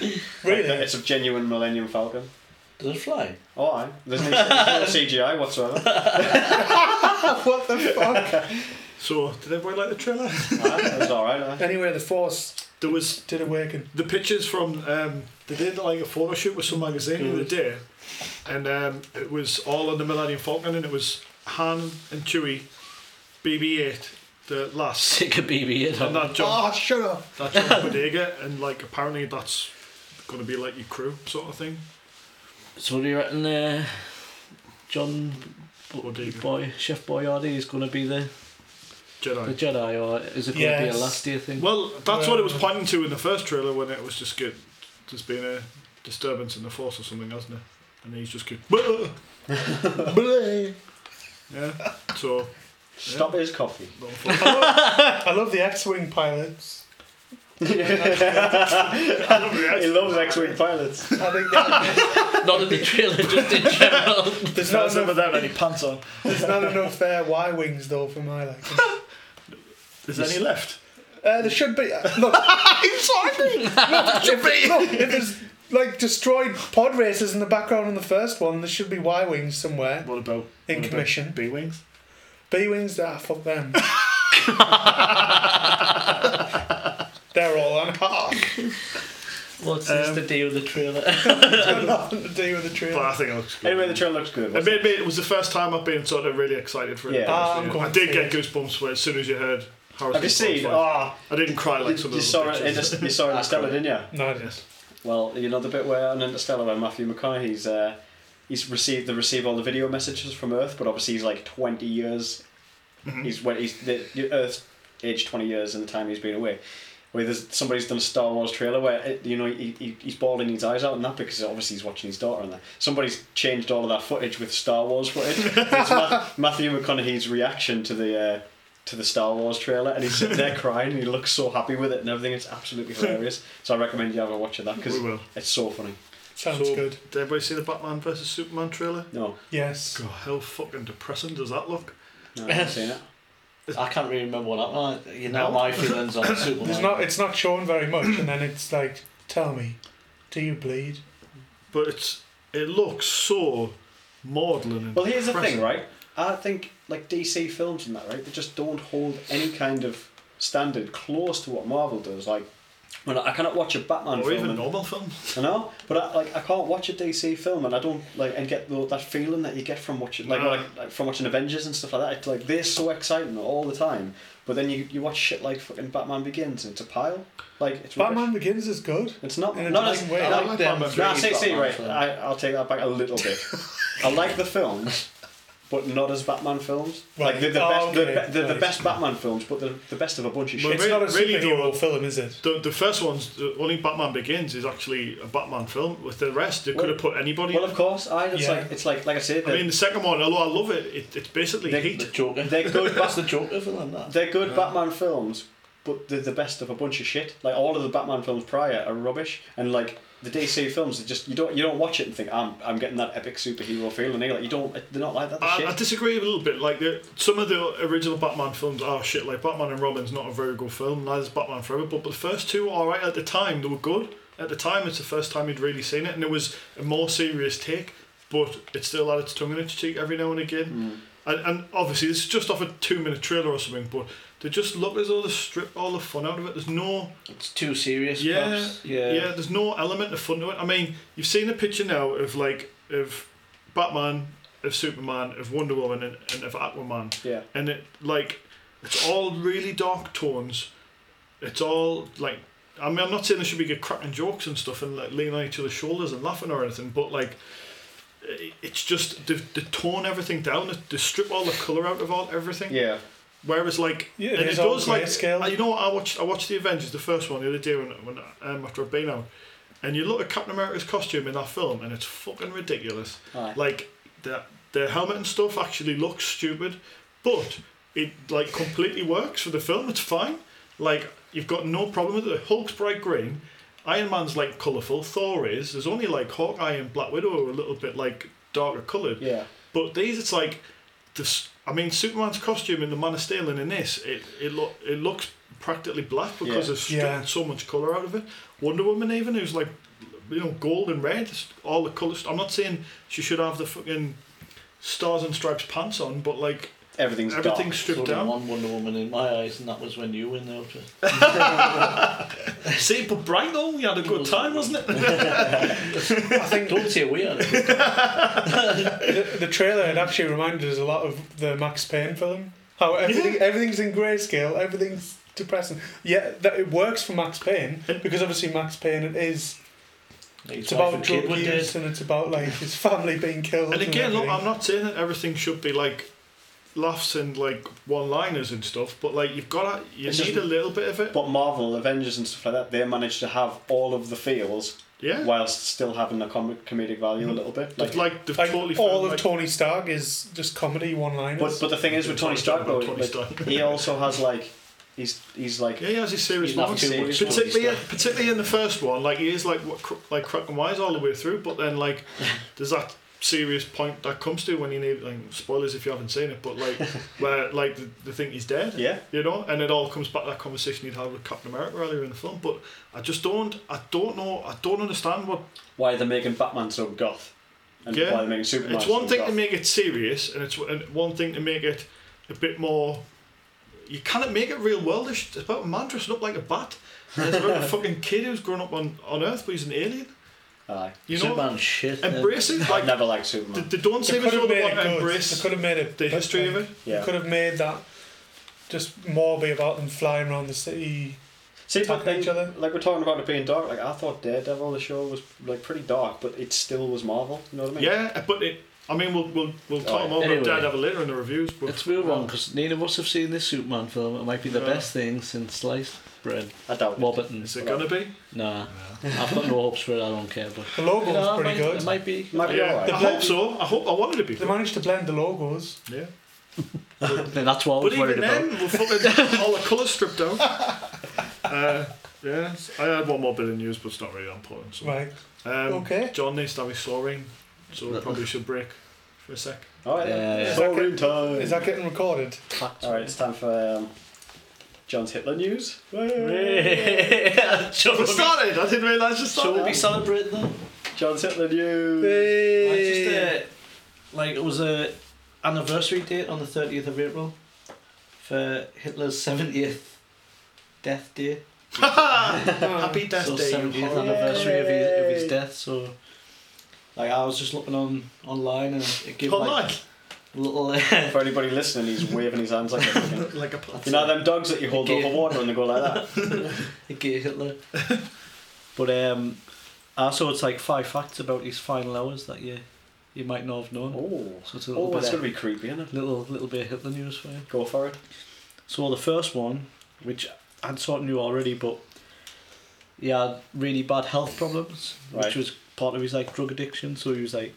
Speaker 2: Like,
Speaker 4: Really?
Speaker 2: it's a genuine Millennium Falcon.
Speaker 3: Does it fly?
Speaker 2: Oh, aye. There's no, there's no CGI whatsoever.
Speaker 4: what the fuck?
Speaker 1: So, did everybody like the trailer?
Speaker 2: Aye, it was all right. Aye.
Speaker 4: anyway, the Force
Speaker 1: There was
Speaker 4: did awaken.
Speaker 1: the pictures from um, they did like a photo shoot with some magazine the other day, and um, it was all on the Millennium Falcon, and it was Han and Chewie, BB-8, the last,
Speaker 3: Stick a BB in.
Speaker 1: and
Speaker 3: on.
Speaker 1: that John,
Speaker 4: Ah, shut up.
Speaker 1: that John Bodega, and like apparently that's gonna be like your crew sort of thing.
Speaker 3: So what do you reckon, uh, John B-
Speaker 1: Bodega.
Speaker 3: Boy Chef Boyardee is going to be the, the
Speaker 1: Jedi.
Speaker 3: Jedi, or is it going to
Speaker 4: Yes.
Speaker 3: be a last year thing?
Speaker 1: Well, that's what it was
Speaker 4: Uh,
Speaker 1: pointing to in the first trailer when it was just good. There's been a disturbance in the force or something, hasn't it? And he's just good. yeah. So.
Speaker 2: Stop his coffee.
Speaker 4: I love the X-wing pilots.
Speaker 2: He loves X-wing pilots.
Speaker 4: I think that-
Speaker 3: Not in the trailer, just in general.
Speaker 4: there's not
Speaker 1: That's
Speaker 4: enough
Speaker 1: never without any pants on.
Speaker 4: There's not enough uh, Y wings though for my liking.
Speaker 1: Is there any left?
Speaker 4: Uh, there should be. uh, Look, if, look, if there's like destroyed pod races in the background on the first one, there should be Y wings somewhere
Speaker 1: What about
Speaker 4: in commission.
Speaker 1: B wings?
Speaker 4: B wings, ah, fuck them. They're all on hard.
Speaker 3: What's
Speaker 1: Um,
Speaker 3: this to do with the trailer?
Speaker 4: It's got nothing to do with the
Speaker 1: But I
Speaker 4: trailer.
Speaker 1: think it looks good.
Speaker 2: Anyway, the trailer looks good.
Speaker 1: it, made me, it was the first time I've been sort of really excited for it.
Speaker 2: Yeah.
Speaker 4: Ah, I'm going
Speaker 1: I
Speaker 4: to
Speaker 1: did
Speaker 4: see
Speaker 1: get goosebumps where as soon as you heard Harrison.
Speaker 2: Have you
Speaker 1: Ford's
Speaker 2: seen?
Speaker 1: voice.
Speaker 2: Ah,
Speaker 1: I didn't cry like
Speaker 2: you,
Speaker 1: some
Speaker 2: you
Speaker 1: of the
Speaker 2: saw
Speaker 1: other
Speaker 2: it. In
Speaker 1: pictures.
Speaker 2: the, you saw it in Interstellar, didn't you?
Speaker 4: No, I didn't.
Speaker 1: Yes.
Speaker 2: Well, you know the bit where on Interstellar where Matthew McConaughey's uh, he's received they receive all the video messages from Earth, but obviously he's like twenty years. He's when he's the, the Earth's aged twenty years in the time he's been away. Where there's somebody's done a Star Wars trailer where it, you know he, he, he's bawling his eyes out and that because obviously he's watching his daughter and that. Somebody's changed all of that footage with Star Wars footage. it's Ma- Matthew McConaughey's reaction to the. Uh, to the Star Wars trailer, and he's sitting there crying, and he looks so happy with it and everything. It's absolutely hilarious. So I recommend you have a watch of that because
Speaker 1: We will.
Speaker 2: it's so funny.
Speaker 4: Sounds
Speaker 1: So,
Speaker 4: good.
Speaker 1: Did everybody see the Batman versus Superman trailer?
Speaker 2: No,
Speaker 4: Yes.
Speaker 1: God, how fucking depressing does that look?
Speaker 2: no I haven't seen it.
Speaker 3: I can't really remember what happened. I- You know
Speaker 1: No.
Speaker 3: my feelings on Superman.
Speaker 4: There's not. It's not shown very much, and then it's like, tell me, do you bleed?
Speaker 1: But it's it looks so maudlin. And
Speaker 2: Well, here's the
Speaker 1: depressing.
Speaker 2: thing, right? I think like DC films and that, right? They just don't hold any kind of standard close to what Marvel does. Like, when I I cannot watch a Batman
Speaker 1: Or
Speaker 2: film,
Speaker 1: even a
Speaker 2: and-
Speaker 1: normal film.
Speaker 2: I know, but I, like I can't watch a DC film and I don't like and get the, that feeling that you get from watching like,
Speaker 1: No.
Speaker 2: like, like from watching Avengers and stuff like that. It's like they're so exciting all the time, but then you, you watch shit like fucking Batman Begins and it's a pile. Like it's rubbish.
Speaker 4: Batman Begins is good.
Speaker 2: It's not.
Speaker 4: In a
Speaker 2: not as-
Speaker 4: different way.
Speaker 2: I
Speaker 4: I
Speaker 2: like
Speaker 3: like
Speaker 2: them.
Speaker 3: Batman
Speaker 2: Nah,
Speaker 3: Begins.
Speaker 2: see, see,
Speaker 3: Batman
Speaker 2: right.
Speaker 3: film.
Speaker 2: I, I'll take that back a little bit. I like the films, but not as Batman films. Like
Speaker 4: Right.
Speaker 2: they're the
Speaker 4: Oh,
Speaker 2: best. They're,
Speaker 4: okay.
Speaker 2: be- they're the
Speaker 4: Right.
Speaker 2: best Batman films, but they're the best of a bunch of
Speaker 1: But
Speaker 2: shit.
Speaker 4: It's
Speaker 1: re-
Speaker 4: not a
Speaker 1: really
Speaker 4: superhero
Speaker 1: though-
Speaker 4: film, is it?
Speaker 1: The, the first one's the only Batman Begins is actually a Batman film. With the rest, they could have put anybody.
Speaker 2: Well, of course, I. It's
Speaker 4: Yeah.
Speaker 2: like it's like like I said.
Speaker 1: I
Speaker 2: they're-
Speaker 1: mean, the second one, although I love it, it it's basically
Speaker 2: They-
Speaker 1: Heat.
Speaker 3: the Joker.
Speaker 2: They're good
Speaker 3: That's the Joker villain. That.
Speaker 2: They're good Batman films, but they're the best of a bunch of shit. Like all of the Batman films prior are rubbish, and like the DC films, are just you don't you don't watch it and think I'm I'm getting that epic superhero feeling. here." Like you don't, they're not like that. They're
Speaker 1: I,
Speaker 2: shit.
Speaker 1: I disagree a little bit. Like the, some of the original Batman films are shit. Like Batman and Robin's not a very good film. Neither is Batman Forever. But, but the first two were alright at the time. They were good at the time. It's the first time you'd really seen it, and it was a more serious take. But it still had its tongue in its cheek every now and
Speaker 2: Hmm.
Speaker 1: again. And, and obviously, this is just off a two-minute trailer or something. But they just look as though they strip all the fun out of it. There's no
Speaker 3: It's too serious.
Speaker 1: yeah,
Speaker 3: perhaps.
Speaker 1: yeah, There's no element of fun to it. I mean, you've seen a picture now of like of Batman, of Superman, of Wonder Woman, and, and of Aquaman,
Speaker 2: yeah.
Speaker 1: and it like it's all really dark tones. It's all like I mean, I'm not saying there should be good cracking jokes and stuff and like leaning on each other's shoulders and laughing or anything, but like. i- It's just they've, they tone everything down. They- They strip all the color out of all everything.
Speaker 2: Yeah.
Speaker 1: Whereas, like,
Speaker 4: Yeah,
Speaker 1: and
Speaker 4: it
Speaker 1: it
Speaker 4: is all
Speaker 1: does like
Speaker 4: grayscale.
Speaker 1: uh, you know what I watched I watched the Avengers the first one the other day when, when um, after I've been out, and you look at Captain America's costume in that film and it's fucking ridiculous.
Speaker 2: Aye.
Speaker 1: Like the the helmet and stuff actually looks stupid, but it like completely works for the film. It's fine. Like you've got no problem with it. Hulk's bright green. Iron Man's like colourful. Thor is. There's only like Hawkeye and Black Widow are a little bit like darker coloured.
Speaker 2: Yeah.
Speaker 1: But these, it's like, this. I mean, Superman's costume in the Man of Steel and in this, it it, lo- it looks practically black because
Speaker 2: Yeah.
Speaker 1: they've stripped
Speaker 4: Yeah.
Speaker 1: so much color out of it. Wonder Woman even who's like, you know, gold and red, it's all the colors. I'm not saying she should have the fucking stars and stripes pants on, but like
Speaker 2: Everything's
Speaker 1: everything's
Speaker 2: Dark.
Speaker 1: stripped
Speaker 3: There's only
Speaker 1: down.
Speaker 3: one Wonder Woman in my eyes, and that was when you were in the outfit.
Speaker 1: See, but bright though, we had a good time, wasn't it?
Speaker 4: I think
Speaker 3: Don't say we had it.
Speaker 4: the, the trailer had actually reminded us a lot of the Max Payne film. How everything
Speaker 1: Yeah.
Speaker 4: everything's in grayscale, everything's depressing. Yeah, that it works for Max Payne because obviously Max Payne it is it's about drug
Speaker 3: kid were
Speaker 4: use
Speaker 3: dead.
Speaker 4: and it's about like his family being killed.
Speaker 1: and again, look,
Speaker 4: everything.
Speaker 1: I'm not saying that everything should be like laughs and like one-liners and stuff, but like you've got to, you
Speaker 2: It's
Speaker 1: need
Speaker 2: just-
Speaker 1: a little bit of it.
Speaker 2: But Marvel, Avengers, and stuff like that, they managed to have all of the feels
Speaker 1: yeah. Mm-hmm.
Speaker 2: whilst still having the comic comedic value a little bit.
Speaker 1: Like,
Speaker 2: Like,
Speaker 1: like they've
Speaker 4: like
Speaker 1: totally
Speaker 4: all
Speaker 1: found,
Speaker 4: of
Speaker 1: like,
Speaker 4: Tony Stark is just comedy one-liners.
Speaker 2: but but the thing is with Tony Stark, though, like, he also has like he's he's like
Speaker 1: Yeah, he has his serious
Speaker 3: You'd love
Speaker 1: moments.
Speaker 3: to
Speaker 2: Serious
Speaker 3: watch Tony
Speaker 1: Particularly,
Speaker 3: Stark.
Speaker 1: particularly in the first one, like he is like what, cr- like cracking wise all the way through. But then like, there's that serious point that comes to when you need like spoilers if you haven't seen it. But like where like the, the thing he's dead.
Speaker 2: yeah.
Speaker 1: You know, and it all comes back to that conversation you'd had with Captain America earlier in the film. But I just don't, I don't know, I don't understand what
Speaker 2: why they're making Batman so goth, and
Speaker 1: Yeah.
Speaker 2: why they're making Superman.
Speaker 1: It's one
Speaker 2: so
Speaker 1: thing
Speaker 2: goth.
Speaker 1: to make it serious, and it's and one thing to make it a bit more. You cannot make it real worldish. It's about a man dressing up like a bat. And it's about a fucking kid who's grown up on, on Earth, but he's an alien.
Speaker 2: Aye.
Speaker 1: You know,
Speaker 3: Superman shit. yeah.
Speaker 1: embrace it.
Speaker 2: I've
Speaker 1: Like
Speaker 2: never liked
Speaker 1: they,
Speaker 2: Superman.
Speaker 1: they don't
Speaker 4: they
Speaker 1: seem as
Speaker 4: could
Speaker 1: though
Speaker 4: have
Speaker 1: they
Speaker 4: made
Speaker 1: want
Speaker 4: it
Speaker 1: to
Speaker 4: good. They
Speaker 1: embrace
Speaker 4: could have made it
Speaker 1: the history of it.
Speaker 4: They
Speaker 2: Yeah.
Speaker 4: could have made that just more be about them flying around the city.
Speaker 2: See, but
Speaker 4: Attacking
Speaker 2: then,
Speaker 4: each other.
Speaker 2: like we're talking about it being dark. Like I thought Daredevil, the show was like pretty dark, but it still was Marvel. You know what I mean?
Speaker 1: Yeah, but it. I mean, we'll we'll we'll talk
Speaker 2: Alright,
Speaker 1: more
Speaker 3: anyway.
Speaker 1: about Daredevil later in the reviews. But
Speaker 3: It's real wrong because neither of us have seen this Superman film. It might be the
Speaker 1: No.
Speaker 3: best thing since sliced bread.
Speaker 2: I doubt it.
Speaker 3: Robert and
Speaker 1: Is it gonna be?
Speaker 3: nah, I've got no hopes for it. I don't care. But
Speaker 4: The logo
Speaker 3: No,
Speaker 4: was
Speaker 3: it
Speaker 4: pretty
Speaker 3: might, It
Speaker 4: good.
Speaker 3: might be.
Speaker 2: Might be
Speaker 1: yeah,
Speaker 2: alright.
Speaker 1: I
Speaker 4: They
Speaker 1: hope so. I hope I wanted it to be.
Speaker 4: They
Speaker 1: good.
Speaker 4: managed to blend the logos.
Speaker 1: Yeah.
Speaker 3: Then that's what I was
Speaker 1: But
Speaker 3: worried
Speaker 1: even then,
Speaker 3: about.
Speaker 1: we're fucking all the colours stripped out. Uh, yeah, I had one more bit of news, but it's not really that important. So.
Speaker 4: Right.
Speaker 1: Um,
Speaker 4: Okay.
Speaker 1: John needs to have his sawing, so we probably should break for a sec.
Speaker 2: All right.
Speaker 3: Yeah,
Speaker 2: then.
Speaker 3: yeah.
Speaker 2: Story time.
Speaker 4: Is that getting recorded?
Speaker 3: Fact.
Speaker 2: All right. It's time for um, John's Hitler news.
Speaker 3: Shall
Speaker 1: It
Speaker 3: we-
Speaker 1: started. I didn't realise it
Speaker 3: shall
Speaker 1: started.
Speaker 3: we be celebrating that?
Speaker 2: John's Hitler news.
Speaker 3: I just uh, like it was a anniversary date on the thirtieth of April for Hitler's seventieth death day.
Speaker 1: Happy Death
Speaker 3: uh, so
Speaker 1: Day. you
Speaker 3: seventieth
Speaker 1: whore.
Speaker 3: anniversary of his, of his
Speaker 2: Yay.
Speaker 3: death. So like I was just looking on online and it gave
Speaker 1: Online.
Speaker 3: like a little. Uh,
Speaker 2: For anybody listening, he's waving his hands like a fucking-
Speaker 1: like a
Speaker 2: You
Speaker 1: plant.
Speaker 2: know them dogs that you hold
Speaker 3: Okay.
Speaker 2: over water and they go like that?
Speaker 3: it gave Hitler. but um, also it's like five facts about his final hours that you you might not have known.
Speaker 2: Oh,
Speaker 3: So it's a little
Speaker 2: oh that's
Speaker 3: bit
Speaker 2: going
Speaker 3: of,
Speaker 2: to be creepy, isn't it?
Speaker 3: little little bit of Hitler news for you.
Speaker 2: Go for it.
Speaker 3: So the first one, which I'd sort of knew already, but he had really bad health problems,
Speaker 2: Right.
Speaker 3: which was part of his like drug addiction. So he was like,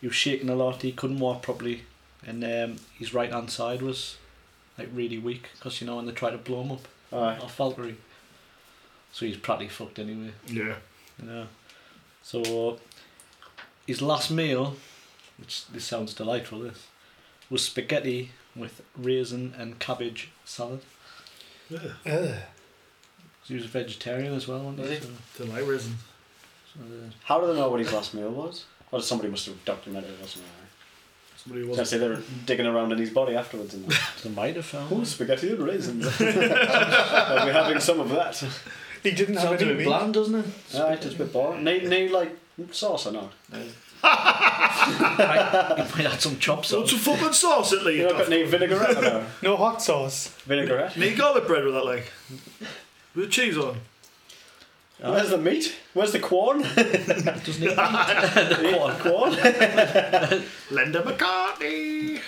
Speaker 3: he was shaking a lot. He couldn't walk properly, and um, his right hand side was like really weak because you know when they try to blow him up
Speaker 2: Alright.
Speaker 3: off Valkyrie. So he's practically fucked anyway.
Speaker 1: Yeah.
Speaker 3: You know. So his last meal, which this sounds delightful, this was spaghetti with raisin and cabbage salad.
Speaker 1: yeah.
Speaker 4: Ugh.
Speaker 3: He was a vegetarian as well, wasn't he?
Speaker 2: Was
Speaker 3: So,
Speaker 1: Didn't like risen.
Speaker 3: so, uh,
Speaker 2: How do they know what his last meal was? Or somebody must have documented it or something. Right?
Speaker 1: Somebody
Speaker 2: I was going to
Speaker 1: was.
Speaker 2: say they were digging around in his body afterwards. And that.
Speaker 3: they might have found.
Speaker 2: oh, spaghetti and raisins. I'll be having some of that.
Speaker 4: He didn't have
Speaker 3: Sounds a
Speaker 4: any
Speaker 3: bit
Speaker 4: meat.
Speaker 3: bland, doesn't it?
Speaker 2: Alright, it's a bit boring. Need, need like sauce or not?
Speaker 3: might, he might have some chops on.
Speaker 1: Lots of fucking sauce at
Speaker 2: You
Speaker 1: least.
Speaker 2: not got any vinaigrette or no?
Speaker 4: No hot sauce.
Speaker 2: Vinaigrette?
Speaker 1: Need garlic bread with that, like. With cheese on.
Speaker 2: Oh. Where's the meat? Where's the corn?
Speaker 3: Doesn't it? the corn.
Speaker 2: corn?
Speaker 1: Linda McCartney.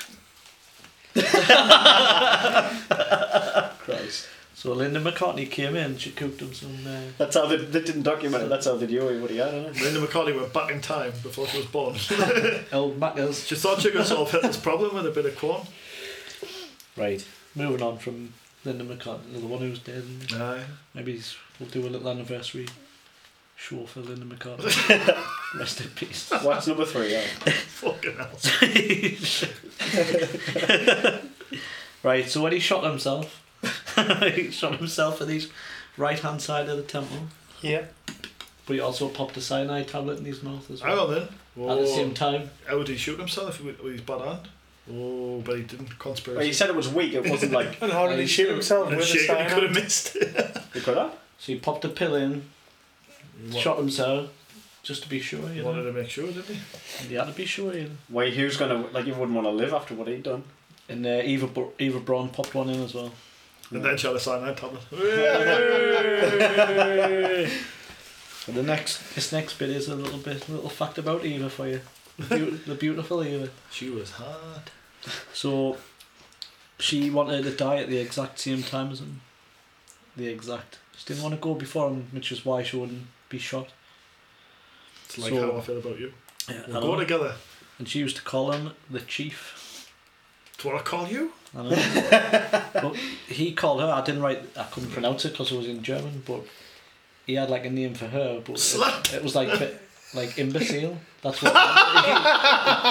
Speaker 2: Christ.
Speaker 3: So Linda McCartney came in. She cooked him some. Uh,
Speaker 2: That's how they, they didn't document it. That's how they knew what he had. Isn't it?
Speaker 1: Linda McCartney went back in time before she was born.
Speaker 3: old Maccas.
Speaker 1: she thought she could solve Hitler's problem with a bit of corn.
Speaker 3: Right. Moving on from Linda McCartney, the one who's dead. isn't it?
Speaker 1: Aye.
Speaker 3: Maybe he's- we'll do a little anniversary show for Linda McCartney. Rest in peace.
Speaker 2: What's number three? Yeah.
Speaker 1: Fucking hell.
Speaker 3: right. So when he shot himself, he shot himself at his right hand side of the temple.
Speaker 4: Yeah.
Speaker 3: But he also popped a cyanide tablet in his mouth as
Speaker 1: Hang
Speaker 3: well.
Speaker 1: on then.
Speaker 3: At the
Speaker 1: Whoa.
Speaker 3: same time,
Speaker 1: How would he shoot himself with, with his bad hand? Oh, but he didn't.
Speaker 2: Well, you
Speaker 1: Conspiracy.
Speaker 2: said it was weak. It wasn't like
Speaker 4: And how did he shoot himself
Speaker 1: And
Speaker 4: with a
Speaker 1: Oh, shit, he could have
Speaker 4: cyanide?
Speaker 1: missed it.
Speaker 2: you could have.
Speaker 3: so he popped a pill in,
Speaker 1: He wa-
Speaker 3: shot himself, just to be sure.
Speaker 1: he
Speaker 3: You
Speaker 1: wanted
Speaker 3: know,
Speaker 1: to make sure, didn't he?
Speaker 3: he had to be sure. You know.
Speaker 2: Why? Who's gonna like? You wouldn't want to live after what he'd done.
Speaker 3: And uh, Eva Br- Eva Braun popped one in as well.
Speaker 1: And then she had a cyanide tablet. Yay!
Speaker 3: But the next, this next bit is a little bit, little fact about Eva for you. The, beau- the beautiful Eva.
Speaker 1: she was hard.
Speaker 3: So, she wanted to die at the exact same time as him. The exact. She didn't want to go before him, which is why she wouldn't be shot.
Speaker 1: It's like
Speaker 3: So-
Speaker 1: how I feel about you.
Speaker 3: Yeah,
Speaker 1: We'll go together.
Speaker 3: and she used to call him the chief.
Speaker 1: Do I call you?
Speaker 3: I know. but he called her. I didn't write. I couldn't pronounce it because it was in German. But he had like a name for her. But
Speaker 1: Slut.
Speaker 3: It, it was like bi- like imbecile. That's what.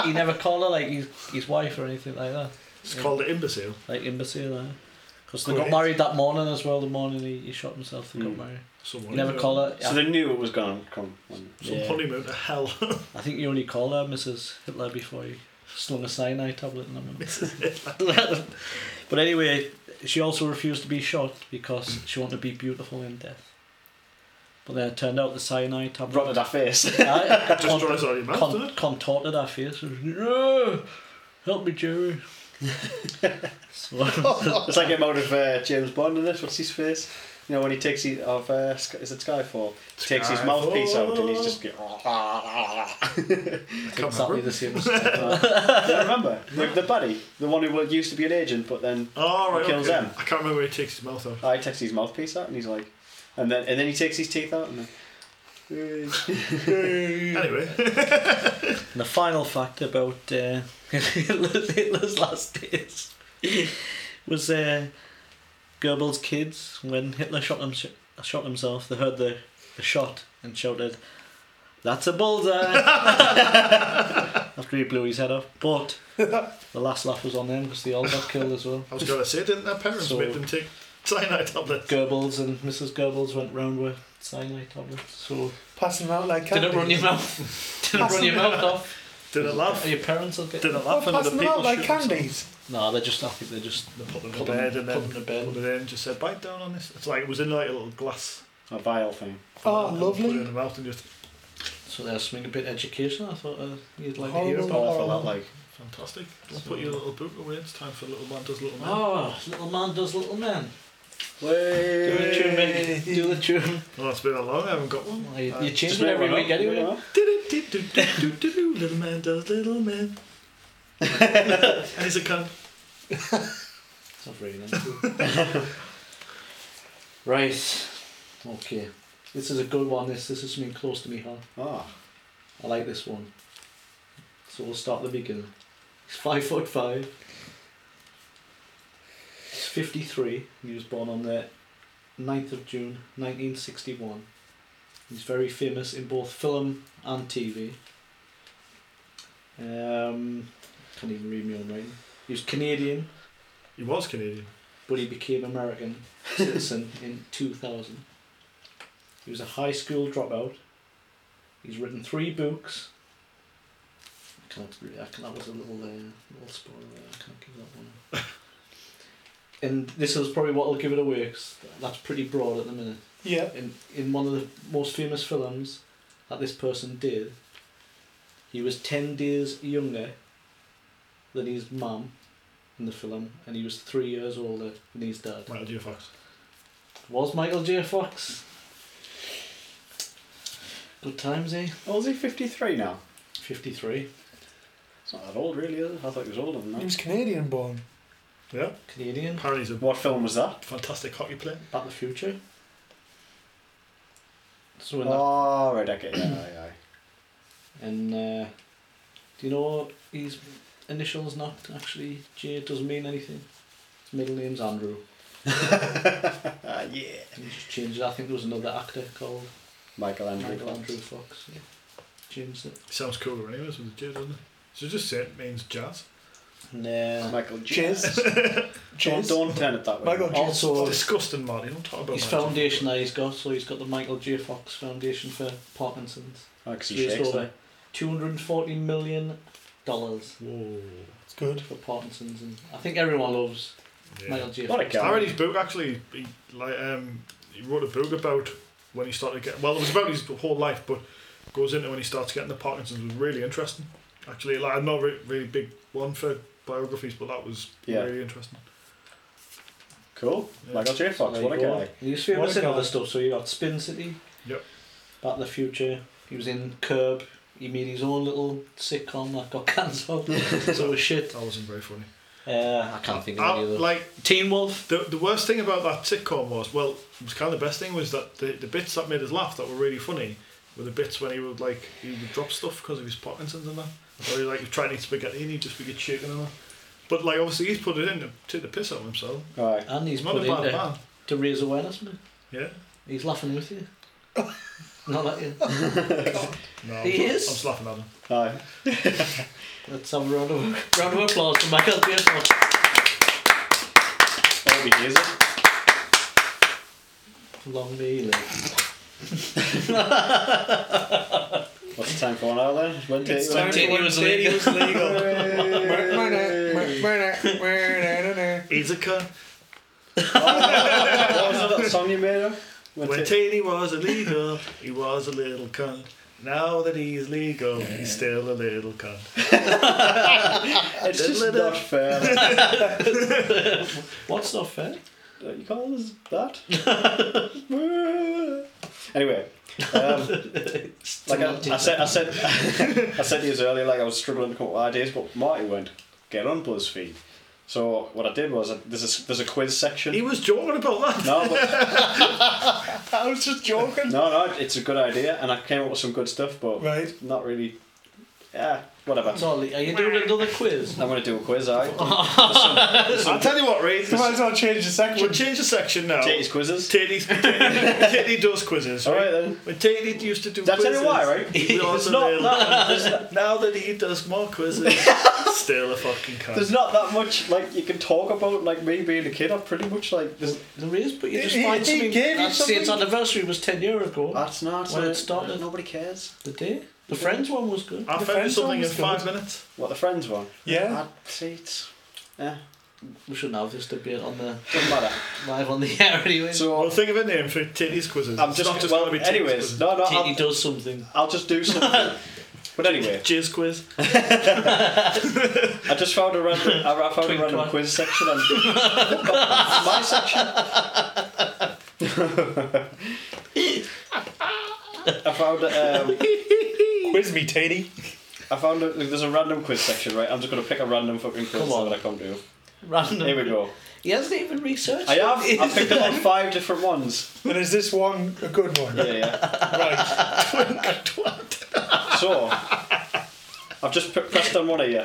Speaker 3: he, he never called her like his his wife or anything like that.
Speaker 1: It's
Speaker 3: Yeah.
Speaker 1: called the imbecile.
Speaker 3: Like imbecile. Because they got
Speaker 1: Great.
Speaker 3: married that morning as well. The morning he, he shot himself, they
Speaker 2: Hmm.
Speaker 3: got married.
Speaker 1: Someone
Speaker 3: You never call her.
Speaker 2: So they knew it was gonna come. When,
Speaker 1: Some
Speaker 3: Yeah.
Speaker 1: honeymoon to hell.
Speaker 3: I think you only call her Mrs. Hitler before you slung a cyanide tablet in her mouth.
Speaker 1: Mrs. Hitler.
Speaker 3: but anyway, she also refused to be shot because she wanted to be beautiful in death. But then it turned out the cyanide tablet
Speaker 2: rotted her face.
Speaker 3: Yeah,
Speaker 1: Just dries out your mouth,
Speaker 3: con-
Speaker 1: doesn't it?
Speaker 3: contorted her face. "Oh, Help me, Jerry. so,
Speaker 2: it's like him out of uh, James Bond in this. What's his face? You know when he takes his of uh, Sk- is it Skyfall? Takes his
Speaker 1: Skyfall.
Speaker 2: mouthpiece out and he's just. Get,
Speaker 1: I can't
Speaker 3: exactly
Speaker 1: remember.
Speaker 3: the same as Santa.
Speaker 2: Do you remember the, the buddy, the one who used to be an agent, but then
Speaker 1: Oh, right,
Speaker 2: Kills
Speaker 1: okay.
Speaker 2: them.
Speaker 1: I can't remember where he takes his mouth out.
Speaker 2: I takes his mouthpiece out and he's like, and then and then he takes his teeth out and then.
Speaker 3: Mm.
Speaker 1: Anyway,
Speaker 3: And the final fact about uh, Hitler's, Hitler's last days was uh, Goebbels' kids, when Hitler shot, him, shot himself, they heard the, the shot and shouted, That's a bullseye! After he blew his head off. But the last laugh was on them because they all got killed as well.
Speaker 5: I was gonna say, didn't their parents
Speaker 3: So-
Speaker 5: make them take cyanide tablets?
Speaker 3: Goebbels and Mrs. Goebbels went round with cyanide tablets. So
Speaker 4: Passing them out like
Speaker 3: did
Speaker 4: candy.
Speaker 3: it run your mouth? did it run your mouth off?
Speaker 5: Did it laugh?
Speaker 3: Your parents will get.
Speaker 5: Did it
Speaker 4: Well,
Speaker 5: laugh? And other
Speaker 4: Oh, passing them
Speaker 5: people
Speaker 4: out like
Speaker 5: shoot themselves?
Speaker 4: candies.
Speaker 3: No, they're just. I think they're just.
Speaker 1: They put them
Speaker 3: Put
Speaker 1: to
Speaker 3: them-
Speaker 1: bed and
Speaker 3: put
Speaker 1: then
Speaker 3: them to bed.
Speaker 1: put them in, just said, bite down on this. It's like it was in like a little glass.
Speaker 2: A vial thing.
Speaker 4: Oh,
Speaker 1: And Put it in
Speaker 4: lovely.
Speaker 1: the mouth and just
Speaker 3: So there's something a bit educational. I thought uh, you'd like to hear
Speaker 4: Horrible.
Speaker 2: It's
Speaker 3: about.
Speaker 2: awful, that, like.
Speaker 1: fantastic. Don't put your little book away. It's time for little man does little man.
Speaker 3: Oh, little man does little man. Do
Speaker 2: Way.
Speaker 3: the tune, mate. Do the tune.
Speaker 1: Well, it's been a long. I haven't got one.
Speaker 3: Well, you,
Speaker 1: Uh,
Speaker 3: you change
Speaker 2: Just
Speaker 3: it
Speaker 2: make
Speaker 3: every
Speaker 2: one
Speaker 3: week
Speaker 2: up, make
Speaker 3: anyway.
Speaker 2: one up.
Speaker 1: Do-do-do-do-do-do-do, little man does little man. and he's a cunt.
Speaker 3: It's not very nice. right. Okay. This is a good one. This this is something close to me heart.
Speaker 2: Ah,
Speaker 3: I like this one. So we'll start at the beginning. He's five foot five. He's fifty three. He was born on the 9th of June, nineteen sixty one. He's very famous in both film and TV. Um, can't even read my own writing. He was Canadian,
Speaker 1: He was Canadian.
Speaker 3: but he became American citizen in 2000. He was a high school dropout. He's written three books. I can't. re- I can, that was a little uh, little spoiler. There. I can't give that one. up. and this is probably what will give it away. 'cause that's pretty broad at the minute
Speaker 4: Yeah.
Speaker 3: in, in one of the most famous films that this person did, he was 10 days younger than his mum in the film, and he was three years older than his dad.
Speaker 1: Michael J. Fox.
Speaker 3: Was Michael J. Fox. Good times, eh?
Speaker 2: oh, is he 53 now?
Speaker 3: 53.
Speaker 2: It's not that old, really, is it? I thought he was older than
Speaker 4: He
Speaker 2: that.
Speaker 4: was Canadian born.
Speaker 1: Yeah.
Speaker 3: Canadian.
Speaker 1: Apparently he's a
Speaker 2: What film was that?
Speaker 1: fantastic hockey player.
Speaker 3: Back to the future. So in that
Speaker 2: Oh, right, okay, yeah, aye, aye.
Speaker 3: And uh, do you know his initials not actually J doesn't mean anything? His middle name's Andrew.
Speaker 2: Ah, yeah.
Speaker 3: He just changed it. I think there was another actor called
Speaker 2: Michael Andrew.
Speaker 3: Michael
Speaker 2: Fox.
Speaker 3: Andrew Fox. Yeah. Changed it.
Speaker 1: He sounds cooler anyways with the J, doesn't he? So just say it means jazz.
Speaker 3: Nah.
Speaker 2: Michael
Speaker 4: Cheers.
Speaker 2: Don't,
Speaker 4: Cheers.
Speaker 2: don't turn it that way. Oh,
Speaker 4: Michael J.
Speaker 1: It's
Speaker 3: Also,
Speaker 1: disgusting, Marty. Don't talk about
Speaker 3: his
Speaker 1: Michael J.
Speaker 3: foundation that he's got, so he's got the Michael J. Fox Foundation for Parkinson's.
Speaker 2: Oh, 'cause
Speaker 3: So
Speaker 2: he
Speaker 3: he's
Speaker 2: shakes
Speaker 3: got
Speaker 2: there.
Speaker 3: over $240 million dollars
Speaker 1: Whoa.
Speaker 4: It's good.
Speaker 3: for Parkinson's. And I think everyone loves
Speaker 1: Yeah.
Speaker 3: Michael J.
Speaker 2: What a
Speaker 3: Fox.
Speaker 2: guy.
Speaker 1: I read his book actually. He like um he wrote a book about when he started getting well. It was about his whole life, but goes into when he starts getting the Parkinson's was really interesting. Actually, like I'm not re- really big one for biographies, but that was
Speaker 2: Yeah.
Speaker 1: really interesting.
Speaker 2: Cool.
Speaker 1: Yeah.
Speaker 2: Michael J. Fox,
Speaker 3: There
Speaker 2: what a
Speaker 3: you go.
Speaker 2: guy.
Speaker 3: He was famous
Speaker 4: What a
Speaker 3: in
Speaker 4: guy.
Speaker 3: other stuff, so you got Spin City.
Speaker 1: Yep.
Speaker 3: Back to the Future. He was in Curb. He made his own little sitcom that got cancelled. so it was shit.
Speaker 1: That wasn't very funny.
Speaker 3: Uh, I can't think
Speaker 1: I-
Speaker 3: of any of them.
Speaker 1: like
Speaker 3: Teen Wolf.
Speaker 1: the the worst thing about that sitcom was well, it was kind of the best thing was that the, the bits that made us laugh that were really funny were the bits when he would like he would drop stuff because of his Parkinson's and that. Or he like would try and eat spaghetti and he'd just be get shaken and that. But like obviously he's put it in to take the piss out of himself.
Speaker 2: Alright.
Speaker 3: And he's
Speaker 1: He's not a
Speaker 3: put in
Speaker 1: bad
Speaker 3: to,
Speaker 1: man.
Speaker 3: to raise awareness, man.
Speaker 1: Yeah.
Speaker 3: He's laughing with you. Not at you.
Speaker 1: No,
Speaker 3: He
Speaker 1: I'm,
Speaker 3: is?
Speaker 1: I'm slapping at him.
Speaker 2: Aye.
Speaker 3: Let's have a round of, round of applause for Michael J. Fox.
Speaker 2: Oh, he hears it.
Speaker 3: Long may he live.
Speaker 2: What's the time for now then? When did
Speaker 4: It's
Speaker 2: when
Speaker 4: time
Speaker 2: did-
Speaker 3: Titty
Speaker 4: for
Speaker 3: was
Speaker 4: when titty
Speaker 3: legal.
Speaker 4: was legal.
Speaker 1: He's a cunt.
Speaker 2: What was that song you made up? When
Speaker 1: When
Speaker 2: did-
Speaker 1: Taney was illegal, he was a little cunt. Now that he's legal, he's still a little cunt.
Speaker 2: It's just
Speaker 1: Diddle-diddle.
Speaker 2: not fair.
Speaker 3: What's not fair?
Speaker 2: Don't you call this that? anyway, um, like I, I said, I said, I said to you earlier, like I was struggling to come up with ideas, but Marty went, "Get on BuzzFeed." So what I did was, I, there's a there's a quiz section.
Speaker 1: He was joking about that.
Speaker 2: No, but,
Speaker 4: I was just joking.
Speaker 2: no, no, it's a good idea, and I came up with some good stuff, but
Speaker 4: Right.
Speaker 2: not really. Yeah, Whatever.
Speaker 3: Sorry, are you doing another quiz?
Speaker 2: I'm going to do a quiz, alright?
Speaker 1: I'll tell you what, Reid.
Speaker 4: You might as well change the
Speaker 1: We'll
Speaker 4: section.
Speaker 1: change the section now.
Speaker 2: Take these quizzes.
Speaker 1: Tatey Tatey does quizzes, right?
Speaker 2: Alright then.
Speaker 1: When Tatey used to do
Speaker 2: That's
Speaker 1: quizzes,
Speaker 2: tell you why, right?
Speaker 1: he was
Speaker 2: It's
Speaker 1: also
Speaker 2: not
Speaker 1: there.
Speaker 2: that,
Speaker 1: Now that he does more quizzes, still a fucking cunt.
Speaker 2: there's not that much like you can talk about like me being a kid. I've pretty much like there's,
Speaker 3: There is, but you just
Speaker 4: He-
Speaker 3: find
Speaker 4: he
Speaker 3: something.
Speaker 4: gave you
Speaker 3: I'd say its
Speaker 4: something.
Speaker 3: anniversary was 10 years ago.
Speaker 2: that's not
Speaker 3: When
Speaker 2: uh,
Speaker 3: it started.
Speaker 2: Nobody cares.
Speaker 3: the day. The Friends one was good.
Speaker 1: I
Speaker 4: The
Speaker 1: found you
Speaker 4: French
Speaker 1: something in
Speaker 4: one's
Speaker 1: five
Speaker 4: good.
Speaker 1: minutes.
Speaker 2: What the friends one?
Speaker 4: Yeah.
Speaker 2: I'd say it's yeah.
Speaker 3: We shouldn't have this debate on the
Speaker 2: Doesn't matter.
Speaker 3: live on the air anyway. So,
Speaker 1: Well,
Speaker 2: So
Speaker 1: think of a name for Tatey's quizzes.
Speaker 2: I'm
Speaker 1: It's
Speaker 2: just,
Speaker 1: not just
Speaker 2: well,
Speaker 1: gonna be Tatey's
Speaker 2: anyways,
Speaker 1: quizzes.
Speaker 2: no, no, I'll,
Speaker 3: does something.
Speaker 2: I'll just do something. but anyway,
Speaker 1: Jizz quiz.
Speaker 2: I just found a random, I I found a
Speaker 3: Twink
Speaker 2: random
Speaker 3: twat.
Speaker 2: quiz section on my section. I found um,
Speaker 4: Quiz me, Tatey.
Speaker 2: I found a, there's a random quiz section, right? I'm just gonna pick a random fucking quiz
Speaker 3: Come on.
Speaker 2: that I come to.
Speaker 3: Random.
Speaker 2: Here we go.
Speaker 3: He hasn't even researched.
Speaker 2: uh, I have
Speaker 3: it.
Speaker 2: I picked up on five different ones.
Speaker 4: And is this one a good one?
Speaker 2: Yeah, yeah.
Speaker 4: Right.
Speaker 2: So I've just put, pressed on one of you.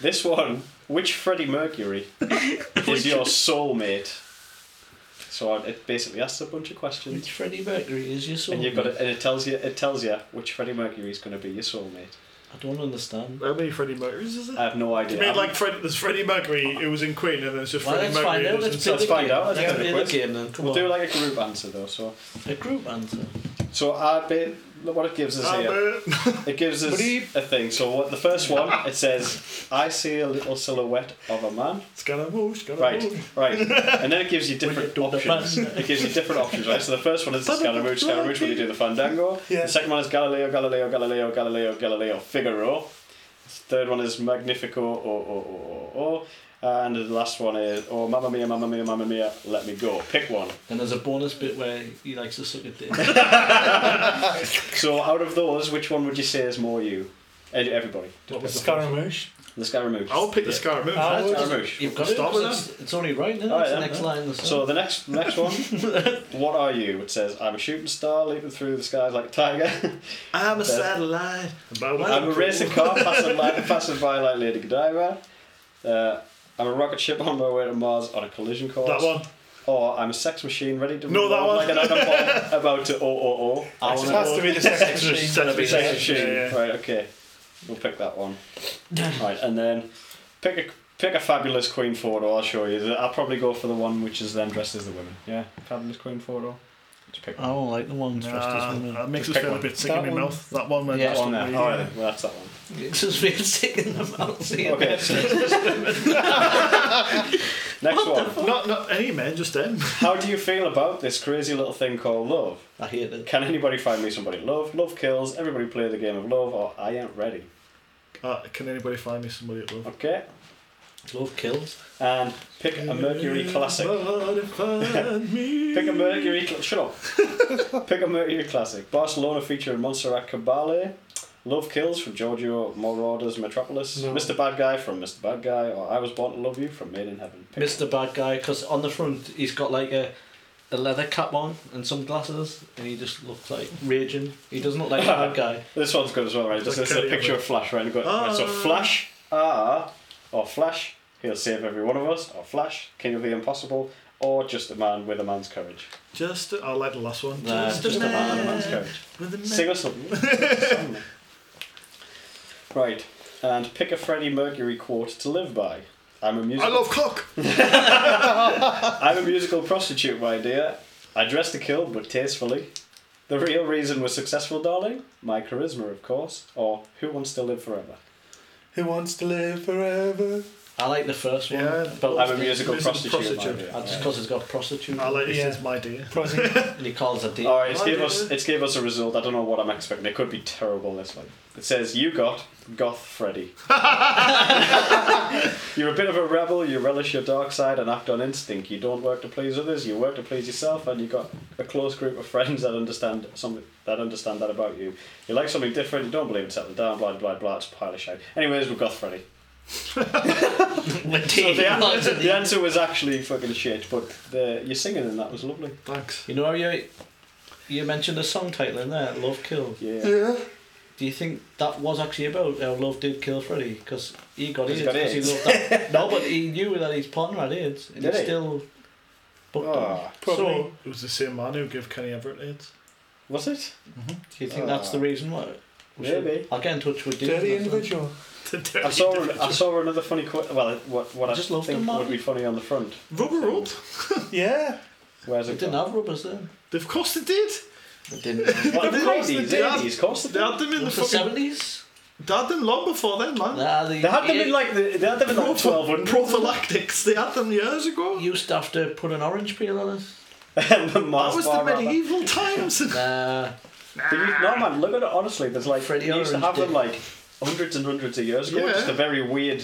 Speaker 2: This one, which Freddie Mercury is your soulmate? So I- it basically asks a bunch of questions.
Speaker 3: Which Freddie Mercury is your soul?
Speaker 2: And you've got it, and it tells you it tells you which Freddie Mercury is going to be your soulmate.
Speaker 3: I don't understand.
Speaker 1: How many Freddie Mercury's is it?
Speaker 2: I have no
Speaker 1: You
Speaker 2: idea.
Speaker 1: mean like Fred, there's Freddie Mercury who was in Queen and there's just
Speaker 3: Well,
Speaker 1: Freddie
Speaker 3: let's find
Speaker 1: Mercury
Speaker 3: out.
Speaker 1: who
Speaker 3: Let's
Speaker 1: was
Speaker 3: play
Speaker 1: in
Speaker 2: Let's
Speaker 3: the
Speaker 2: find
Speaker 3: game.
Speaker 2: out, let's
Speaker 3: Let's
Speaker 2: have a
Speaker 3: play
Speaker 2: quiz.
Speaker 3: the game then. Come
Speaker 2: we'll do
Speaker 3: on.
Speaker 2: like a group answer though. So
Speaker 3: A group answer.
Speaker 2: so I ba- what it gives us here
Speaker 1: Albert.
Speaker 2: it gives us
Speaker 4: Bleep.
Speaker 2: a thing. So what the first one it says I see a little silhouette of a man.
Speaker 1: Scaramouche,
Speaker 2: Right,
Speaker 1: Scaramouche.
Speaker 2: right, and then it gives you different
Speaker 3: do the
Speaker 2: options. It gives you different options, right? So the first one is the Scaramouche, Scaramouche. When you do the Fandango,
Speaker 4: Yeah.
Speaker 2: the second one is Galileo, Galileo, Galileo, Galileo, Galileo, Figaro. Third one is Magnifico, oh, oh, oh, oh, oh. And the last one is, oh, Mamma Mia, Mamma Mia, Mamma Mia, let me go. Pick one.
Speaker 3: And there's a bonus bit where he likes to suck a dick.
Speaker 2: So out of those, which one would you say is more you? Ed- Everybody.
Speaker 1: What was the
Speaker 4: Scaramouche.
Speaker 2: The Scaramouche.
Speaker 1: I'll pick the
Speaker 2: Yeah.
Speaker 1: Scaramouche.
Speaker 4: I would-
Speaker 2: Scaramouche.
Speaker 3: You've got it.
Speaker 1: Stop
Speaker 3: It's, it's only right now.
Speaker 2: Alright,
Speaker 3: it's the
Speaker 2: Oh, yeah,
Speaker 3: next
Speaker 2: yeah.
Speaker 3: line. So,
Speaker 2: So the next next one, what are you? It says, I'm a shooting star leaping through the skies like a tiger.
Speaker 1: I'm a
Speaker 2: Beth.
Speaker 1: satellite.
Speaker 2: I'm a racing car passing, like, passing by like Lady Godiva. Uh, I'm a rocket ship on my way to Mars on a collision course.
Speaker 1: That one.
Speaker 2: Or I'm a sex machine ready to
Speaker 1: No,
Speaker 2: roll
Speaker 1: that one.
Speaker 2: like an atom bomb about to oh oh oh.
Speaker 3: I
Speaker 4: It
Speaker 3: wanna-
Speaker 4: has to be the sex
Speaker 1: Extra
Speaker 4: machine.
Speaker 1: sense of
Speaker 2: Sex
Speaker 1: yeah,
Speaker 2: machine.
Speaker 1: yeah.
Speaker 2: Right, okay. We'll pick that one. right, and then pick a pick a fabulous Queen photo. I'll show you. I'll probably go for the one which is then dressed as the woman. Yeah, fabulous Queen photo. Just
Speaker 1: Oh,
Speaker 2: pick
Speaker 3: I don't like the ones dressed as
Speaker 1: Nah,
Speaker 3: women.
Speaker 1: that makes us
Speaker 2: Just pick
Speaker 1: feel a
Speaker 2: one.
Speaker 1: bit sick in
Speaker 4: That
Speaker 1: my
Speaker 4: one.
Speaker 1: mouth. That one went
Speaker 3: Yeah.
Speaker 2: that
Speaker 1: just
Speaker 2: one there.
Speaker 1: on me.
Speaker 2: All right, then. well, that's that one.
Speaker 3: It's just been sticking them out. seeing
Speaker 2: Okay.
Speaker 3: them.
Speaker 2: Next one.
Speaker 1: Not, not any men, just them.
Speaker 2: How do you feel about this crazy little thing called love?
Speaker 3: I hate it.
Speaker 2: Can anybody find me somebody to love? Love kills. Everybody play the game of love, or I ain't ready.
Speaker 1: Uh, can anybody find me somebody at love?
Speaker 2: Okay.
Speaker 3: Love kills.
Speaker 2: And pick a Mercury classic.
Speaker 1: Somebody find me.
Speaker 2: Pick a Mercury. Cl- Shut up. pick a Mercury classic. Barcelona featuring Montserrat Caballé. Love Kills from Giorgio Moroder's Metropolis.
Speaker 4: No.
Speaker 2: Mr. Bad Guy from Mr. Bad Guy, or I Was Born to Love You from Made in Heaven. Pick
Speaker 3: Mr. Bad Guy, because on the front he's got like a, a leather cap on and sunglasses, and he just looks like raging. He doesn't look like a bad guy.
Speaker 2: This one's good as well, right? This, this is a
Speaker 1: Kelly
Speaker 2: picture of Flash, right? You've got- right, So
Speaker 1: Ah.
Speaker 2: Flash, ah, or Flash, he'll save every one of us, or Flash, King of the Impossible, or just a man with a man's courage.
Speaker 1: Just, I like the last one.
Speaker 3: Nah,
Speaker 2: Just a man with a man's courage.
Speaker 1: with a man.
Speaker 2: Sing us something. Sing us something. right, and pick a Freddie Mercury quote to live by. I'm a
Speaker 1: I
Speaker 2: musical.
Speaker 1: love cock.
Speaker 2: I'm a musical prostitute, my dear. I dress to kill, but tastefully. The real reason we're successful, darling, my charisma, of course, or who wants to live forever.
Speaker 4: Who wants to live forever?
Speaker 3: I like the first one.
Speaker 1: Yeah.
Speaker 3: about-
Speaker 2: I'm a musical
Speaker 1: Musical
Speaker 2: prostitute.
Speaker 1: prostitute.
Speaker 2: my dear.
Speaker 3: uh, just because it's got prostitute,
Speaker 1: I like it
Speaker 4: Yeah.
Speaker 1: since my dear.
Speaker 4: Prostitute.
Speaker 3: and he calls a date.
Speaker 2: All right, it's
Speaker 1: Oh,
Speaker 2: gave
Speaker 1: yeah.
Speaker 2: us it's gave us a result. I don't know what I'm expecting. It could be terrible. This one. It says you got Goth Freddy. You're a bit of a rebel. You relish your dark side and act on instinct. You don't work to please others. You work to please yourself, and you got a close group of friends that understand something that understand that about you. You like something different. You don't believe in settle down. Blah blah blah. It's a pile of shit. Anyways, we're Goth Freddy.
Speaker 3: When
Speaker 2: So
Speaker 3: he
Speaker 2: the,
Speaker 3: calls
Speaker 2: answer,
Speaker 3: a
Speaker 2: the
Speaker 3: date.
Speaker 2: answer was actually fucking shit, but the, your singing in that was lovely.
Speaker 1: Thanks.
Speaker 3: You know how you you mentioned a song title in there, Love Kills.
Speaker 2: Yeah.
Speaker 4: yeah.
Speaker 3: do you think that was actually about how Love did kill Freddy? Because he got
Speaker 2: 'Cause
Speaker 3: AIDS
Speaker 2: he got
Speaker 3: because he
Speaker 2: AIDS.
Speaker 3: loved that. no, but he knew that his partner had AIDS, and
Speaker 2: Did
Speaker 3: he
Speaker 2: he?
Speaker 3: still. booked him.
Speaker 2: Oh,
Speaker 4: Probably.
Speaker 3: So,
Speaker 6: It was the same man who gave Kenny Everett AIDS.
Speaker 2: was it?
Speaker 3: do you think that's the reason why? we should-
Speaker 2: Ah. Maybe.
Speaker 3: I'll get in touch with Dave.
Speaker 4: dirty
Speaker 3: and that's
Speaker 4: individual.
Speaker 2: I saw I saw another funny qu- well what what I,
Speaker 3: I just love
Speaker 2: think
Speaker 3: them,
Speaker 2: would
Speaker 3: Martin.
Speaker 2: be funny on the front.
Speaker 1: Rubber rolled.
Speaker 4: Yeah.
Speaker 2: Where's
Speaker 3: it.
Speaker 2: it?
Speaker 3: They didn't
Speaker 2: gone?
Speaker 3: have rubbers then.
Speaker 1: Of course they did.
Speaker 3: They didn't.
Speaker 2: Well,
Speaker 1: Of
Speaker 2: the
Speaker 1: course
Speaker 2: nineties,
Speaker 1: they did.
Speaker 2: eighties, of course. They,
Speaker 1: They
Speaker 2: did.
Speaker 1: had them in the
Speaker 3: Was the
Speaker 1: fucking.
Speaker 3: 70s?
Speaker 1: They had them long before then, man.
Speaker 3: Nah, they,
Speaker 2: they had them in
Speaker 3: you-
Speaker 2: like the, they had them in like twelve hundred.
Speaker 1: Prophylactics. They had them years ago.
Speaker 3: Used to have to put an orange peel on it.
Speaker 1: That was the medieval times.
Speaker 3: Nah.
Speaker 2: No man, look at it honestly. There's like
Speaker 3: Freddie
Speaker 2: they used to
Speaker 3: Orange
Speaker 2: have them
Speaker 3: did.
Speaker 2: like hundreds and hundreds of years ago.
Speaker 1: Yeah.
Speaker 2: Just a very weird,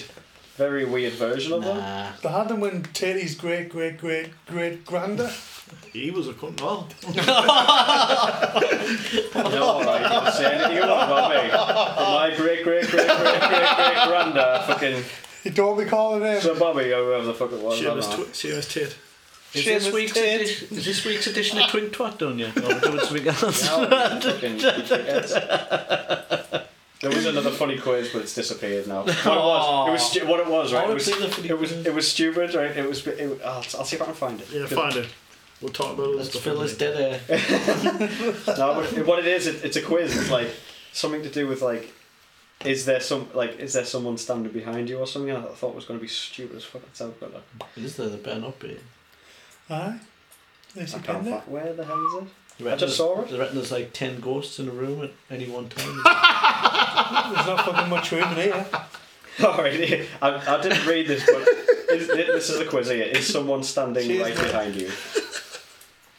Speaker 2: very weird version of them.
Speaker 3: Nah.
Speaker 4: They had them when Teddy's great, great, great, great grander.
Speaker 1: he was a cunt. Well,
Speaker 2: No, all right, you can say anything you want about me. But my great, great, great, great, great, great granddad, fucking
Speaker 4: You don't be calling him.
Speaker 2: Sir Bobby or whoever the fuck it was. I don't
Speaker 1: Seamus
Speaker 2: know.
Speaker 1: Twi- Seamus Tate.
Speaker 3: Is
Speaker 4: Shame
Speaker 3: this,
Speaker 4: it's
Speaker 3: week's
Speaker 4: dead.
Speaker 3: edi- is this week's edition of Twink Twat done yet? Or do it something else?
Speaker 2: Yeah, fucking- There was another funny quiz, but it's disappeared now. What it was, it was stu- what it was,
Speaker 3: I
Speaker 2: right? It
Speaker 3: wanna
Speaker 2: was,
Speaker 3: play the funny
Speaker 2: it was,
Speaker 3: quiz.
Speaker 2: it was stupid, right? It was. It, was- I'll, I'll see if I can find it.
Speaker 1: Yeah, find it. We'll talk about all this stuff.
Speaker 3: Let's fill
Speaker 1: in a
Speaker 3: this
Speaker 1: minute.
Speaker 3: dead air.
Speaker 2: No, but it- what it is, it, it's a quiz. It's like something to do with like, is there some like, is there someone standing behind you or something? I thought it was going to be stupid as fuck. That's how I've got it.
Speaker 3: Is there? There better not be.
Speaker 4: Aye. There's
Speaker 2: I
Speaker 4: your
Speaker 2: can't
Speaker 4: pen there.
Speaker 2: find. Where the hell is it?
Speaker 3: You
Speaker 2: I
Speaker 3: reckon
Speaker 2: just saw
Speaker 3: there's-
Speaker 2: it.
Speaker 3: I reckon there's like 10 ghosts in a room at any one time.
Speaker 4: There's not fucking much room in here.
Speaker 2: Alright, Oh, I, I didn't read this, but is, this is a quiz here. Is someone standing
Speaker 4: Cheers,
Speaker 2: right
Speaker 4: mate.
Speaker 2: behind you?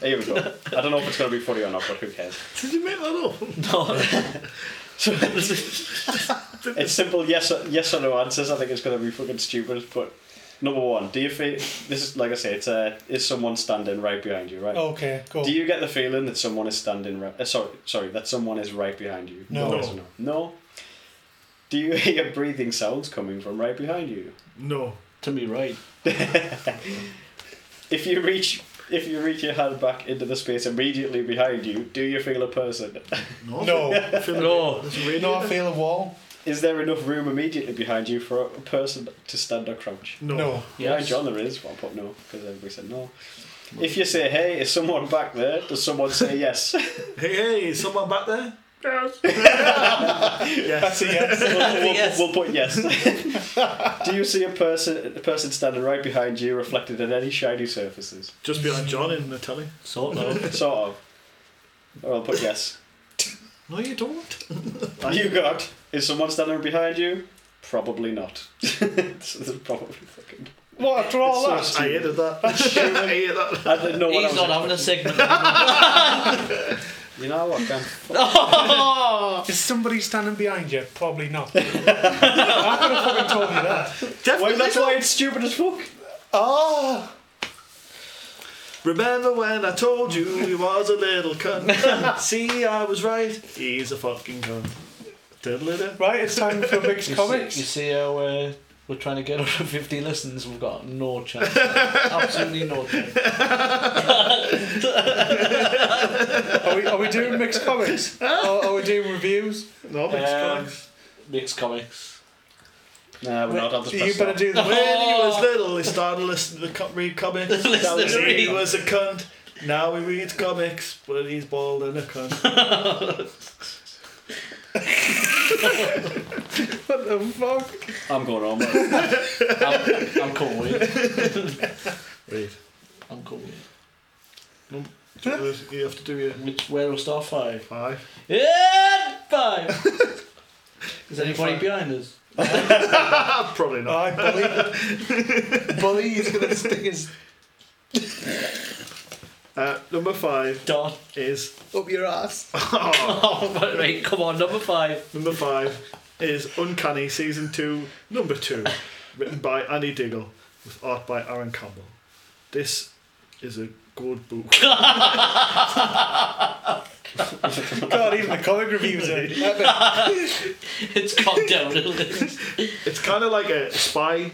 Speaker 2: Here we go. I don't know if it's going to be funny or not, but who cares?
Speaker 1: Did you make that up?
Speaker 3: no.
Speaker 2: It's simple yes or, yes or no answers. I think it's going to be fucking stupid, but. Number one, do you feel this is like I say? It's uh, is someone standing right behind you, right?
Speaker 4: Okay, cool.
Speaker 2: Do you get the feeling that someone is standing right? Uh, sorry, sorry, that someone is right behind you.
Speaker 4: No.
Speaker 2: yes or no. No. Do you hear breathing sounds coming from right behind you?
Speaker 1: No.
Speaker 3: to me, right.
Speaker 2: If you reach, if you reach your hand back into the space immediately behind you, do you feel a person?
Speaker 1: No.
Speaker 4: No.
Speaker 1: I feel a
Speaker 3: No.
Speaker 1: bit- there's a radio.
Speaker 4: no, I feel a wall.
Speaker 2: Is there enough room immediately behind you for a person to stand or crouch?
Speaker 1: No.
Speaker 4: No.
Speaker 2: Yeah, John, there is. Well, I put no because everybody said no. If you say, "Hey, is someone back there?" Does someone say yes?
Speaker 1: Hey, hey, is someone back there?
Speaker 4: That's a yes.
Speaker 2: we'll, we'll-
Speaker 3: Yes.
Speaker 2: we'll put yes. Do you see a person a person standing right behind you reflected in any shiny surfaces?
Speaker 1: Just behind John in the telly.
Speaker 3: Sort of.
Speaker 2: Sort of. Or I'll put yes.
Speaker 1: No, you don't.
Speaker 2: you got is someone standing behind you? Probably not. this is probably fucking.
Speaker 4: what, after all that?
Speaker 2: It's so
Speaker 1: I
Speaker 2: stupid.
Speaker 1: hated that. I hated that.
Speaker 2: I didn't know what I
Speaker 3: He's
Speaker 2: was
Speaker 3: not having a segment.
Speaker 2: expecting. You know what? Dan?
Speaker 4: Is somebody standing behind you? Probably not. I could have fucking told you that.
Speaker 2: Well, that's why it's stupid as fuck.
Speaker 4: Oh,
Speaker 1: Remember when I told you he was a little cunt? See, I was right. He's a fucking cunt. Diddle-diddle.
Speaker 4: right, it's time for mixed
Speaker 3: you, See, you
Speaker 4: comics.
Speaker 3: see how uh, we're trying to get over 50 listens? We've got no chance. Absolutely no chance.
Speaker 4: Are we, are we doing mixed comics? Or are we doing reviews?
Speaker 1: No, it's
Speaker 3: Um,
Speaker 1: cunt.
Speaker 3: Mixed comics.
Speaker 2: Nah, we're not. I'll just
Speaker 4: You
Speaker 2: press
Speaker 4: better
Speaker 2: stop.
Speaker 4: do the.
Speaker 1: When he was little, he started listening to co- read comics.
Speaker 3: Listeners
Speaker 1: he
Speaker 3: read.
Speaker 1: was a cunt. Now he reads comics, but he's bald and a cunt.
Speaker 4: What the fuck?
Speaker 2: I'm going on. mate.
Speaker 3: I'm, I'm cool with it.
Speaker 1: Read.
Speaker 3: I'm cool with it.
Speaker 1: You have to do your
Speaker 3: Which, where was star five?
Speaker 1: five.
Speaker 3: Yeah, five. Is anybody behind us?
Speaker 1: Ah, probably not.
Speaker 4: I bully. bully is going to stick his
Speaker 1: Uh, number five
Speaker 3: Dot.
Speaker 1: is
Speaker 4: up your ass.
Speaker 3: Oh, right, come on, number five.
Speaker 1: number five is Uncanny season two number two, written by Annie Diggle with art by Aaron Campbell. This is a good book.
Speaker 4: God, even the comic reviews are. epic.
Speaker 3: It's gone down a list.
Speaker 1: It's kind of like a spy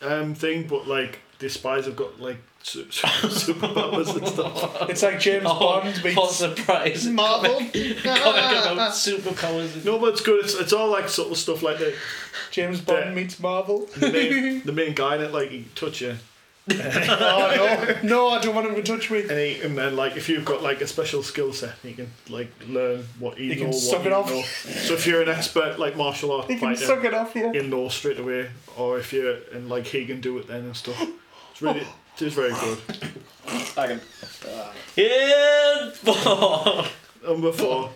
Speaker 1: um, thing, but like the spies have got like su- su- superpowers and stuff.
Speaker 4: It's like James Bond
Speaker 3: Oh, what
Speaker 4: beats
Speaker 3: surprise!
Speaker 5: Marvel?
Speaker 3: Comic about superpowers.
Speaker 1: No, but it's good. It's, it's all like subtle stuff like the,
Speaker 4: James
Speaker 1: Yeah.
Speaker 4: Bond meets Marvel.
Speaker 1: the, main, the main guy in it, like he touch you,
Speaker 4: oh no, no, I don't want him to touch me.
Speaker 1: and he, and then like if you've got like a special skill set, you can like learn what you,
Speaker 4: You
Speaker 1: know,
Speaker 4: can
Speaker 1: what
Speaker 4: suck it
Speaker 1: you
Speaker 4: off.
Speaker 1: know. So if you're an expert like martial art
Speaker 4: He can
Speaker 1: fighter,
Speaker 4: suck it off you.
Speaker 1: you know straight away, or if you're and like he can do it then and stuff. It's really, it is very good.
Speaker 2: I can.
Speaker 3: Yeah, Bob.
Speaker 1: Number four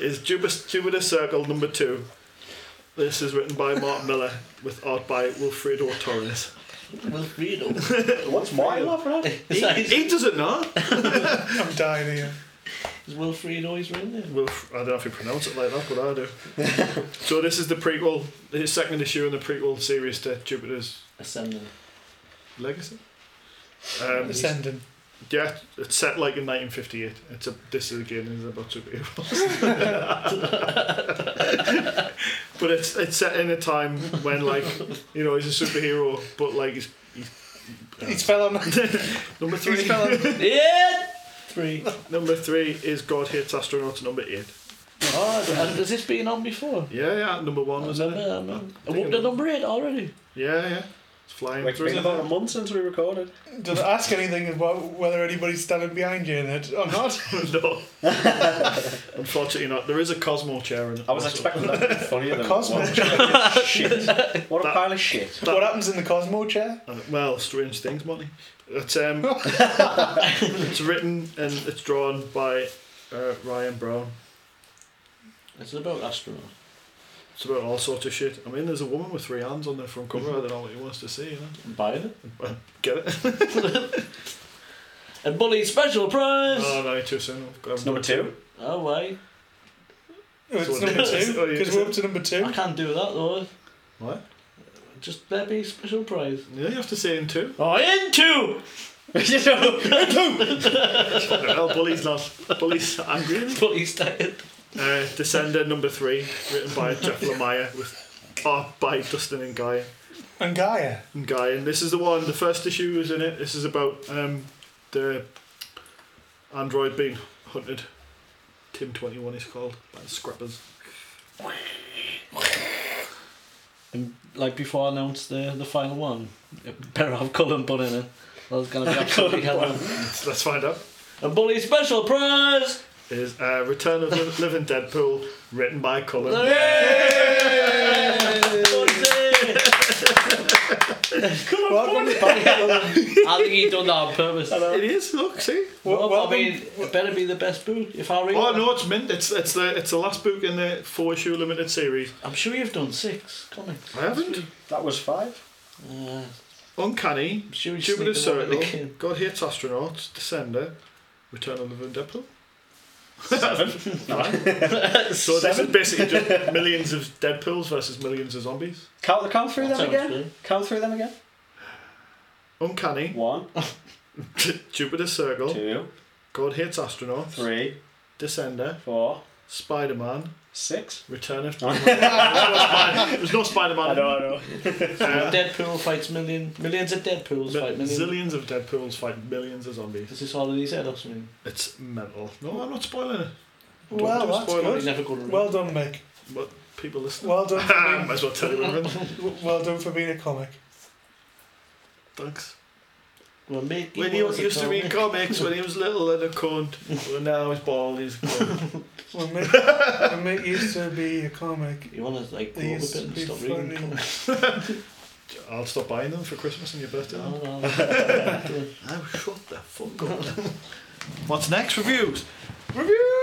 Speaker 1: is Jupiter, Jupiter Circle. Number two. This is written by Mark Miller with art by Wilfredo Torres.
Speaker 3: Wilfredo.
Speaker 2: What's Martin laughing at?
Speaker 1: He,
Speaker 3: Is that his,
Speaker 1: he doesn't know.
Speaker 4: I'm dying here.
Speaker 3: is Wilfredo his real name?
Speaker 1: Wilf, I don't know if you pronounce it like that, but I do. so this is the prequel, his second issue in the prequel series to Jupiter's
Speaker 3: Ascending.
Speaker 1: Legacy. Um,
Speaker 4: Ascending.
Speaker 1: yeah, it's set like in 1958. It's a this is again is about superheroes, but it's it's set in a time when like you know he's a superhero, but like he's uh,
Speaker 4: He's fell on.
Speaker 1: number three.
Speaker 4: He's fell on.
Speaker 3: Yeah. Three.
Speaker 1: Number three is God hates astronauts. Number eight.
Speaker 3: Oh, and has this been on before?
Speaker 1: Yeah, yeah. Number
Speaker 3: Oh,
Speaker 1: one was in it.
Speaker 3: Yeah, man. I whooped at number eight already.
Speaker 1: Yeah, yeah. It's flying.
Speaker 2: It's been about a month since we recorded.
Speaker 4: Does it ask anything about whether anybody's standing behind you in it Oh,
Speaker 2: Oh,
Speaker 4: or not?
Speaker 1: no. Unfortunately not. There is a Cosmo chair in it.
Speaker 2: I was
Speaker 1: also.
Speaker 2: expecting that to be funnier than
Speaker 4: Cosmo
Speaker 2: what a shit. What a
Speaker 1: That-
Speaker 2: pile of shit.
Speaker 4: What happens in the Cosmo chair?
Speaker 1: Uh, well, strange things, Monty. It's, um, it's written and it's drawn by uh, Ryan Brown.
Speaker 3: It's about astronaut.
Speaker 1: It's about all sorts of shit. I mean, there's a woman with three hands on the front cover. I don't know what he wants to see. You know?
Speaker 3: Buying it.
Speaker 1: Get it?
Speaker 3: And bully special prize.
Speaker 1: Oh, no, too soon. I've got-
Speaker 2: It's number two.
Speaker 3: oh why?
Speaker 4: Oh, it's
Speaker 1: So
Speaker 4: number
Speaker 1: it is.
Speaker 4: two.
Speaker 1: Oh, yeah.
Speaker 4: Because we're up to number
Speaker 3: I
Speaker 4: two.
Speaker 3: can't do that though.
Speaker 1: What?
Speaker 3: Just there be special prize.
Speaker 1: Yeah, you have to say in two.
Speaker 3: Oh, in two. you know,
Speaker 1: well, Bully's not. Bully's angry. isn't he?
Speaker 3: but he's tired.
Speaker 1: Uh, Descender number three, written by Jeff Lemire with art by Dustin and Guy.
Speaker 4: And Gaia.
Speaker 1: and guy, and this is the one. The first issue was in it. This is about um, the android being hunted. Tim Twenty One is called by the scrappers.
Speaker 3: And like before I announced the the final one, it better have Cullen Bunn in it. That was gonna be absolutely hell.
Speaker 1: Let's let's find out.
Speaker 3: A bully special prize.
Speaker 1: Is uh, Return of the Living Deadpool, written by Cullen.
Speaker 3: I
Speaker 4: Welcome back.
Speaker 3: think he done that on purpose.
Speaker 1: It is. Look, see.
Speaker 3: Well,
Speaker 4: Welcome-
Speaker 3: I mean, it better be the best boot if I read.
Speaker 1: Oh
Speaker 3: it.
Speaker 1: no, it's mint. It's it's the it's the last book in the four issue limited series.
Speaker 3: I'm sure you've done six comics.
Speaker 1: I haven't.
Speaker 2: That was five.
Speaker 3: Uh,
Speaker 1: Uncanny.
Speaker 3: I'm sure you
Speaker 1: Jupiter
Speaker 3: sneaked them up at the
Speaker 1: Circle.
Speaker 3: kid.
Speaker 1: God hates astronauts. Descender. Return of the Living Deadpool. So this is basically just millions of Deadpools versus millions of zombies.
Speaker 2: Count, count through
Speaker 3: That
Speaker 2: them
Speaker 3: sounds
Speaker 2: again.
Speaker 3: good.
Speaker 2: Count through them again.
Speaker 1: Uncanny,
Speaker 2: One,
Speaker 1: Jupiter Circle,
Speaker 2: two,
Speaker 1: God Hates Astronauts,
Speaker 2: three,
Speaker 1: Descender,
Speaker 2: four,
Speaker 1: Spider Man,
Speaker 2: six.
Speaker 1: Return of. There's no Spider Man.
Speaker 2: know.
Speaker 3: uh, Deadpool fights million, millions of Deadpools fight millions.
Speaker 1: Zillions of Deadpools fight millions of zombies.
Speaker 3: Is this all in his head or something?
Speaker 1: It's mental. No, I'm not spoiling it. Don't
Speaker 4: Well,
Speaker 1: do
Speaker 4: that's
Speaker 1: spoilers.
Speaker 3: He's
Speaker 4: good.
Speaker 3: never going to read.
Speaker 4: Well done, Mick.
Speaker 1: But people listen.
Speaker 4: Well done.
Speaker 1: Might
Speaker 4: For
Speaker 1: as well tell you everything.
Speaker 4: being, well done for being a comic.
Speaker 1: Thanks.
Speaker 3: Well, Mickey
Speaker 1: When he
Speaker 3: was a
Speaker 1: used to read
Speaker 3: comic.
Speaker 1: comics, when he was little and a cunt, well, now he's bald, he's a cunt.
Speaker 4: When Mick, when Mick used to be a comic,
Speaker 3: You want to like
Speaker 4: he
Speaker 3: grow up a
Speaker 4: used
Speaker 3: bit
Speaker 4: to
Speaker 3: and
Speaker 4: be
Speaker 3: stop reading
Speaker 4: funny.
Speaker 3: comics?
Speaker 1: I'll stop buying them for Christmas and your birthday.
Speaker 3: No, no, no.
Speaker 1: Now Oh, shut the fuck up. What's next? Reviews. Review.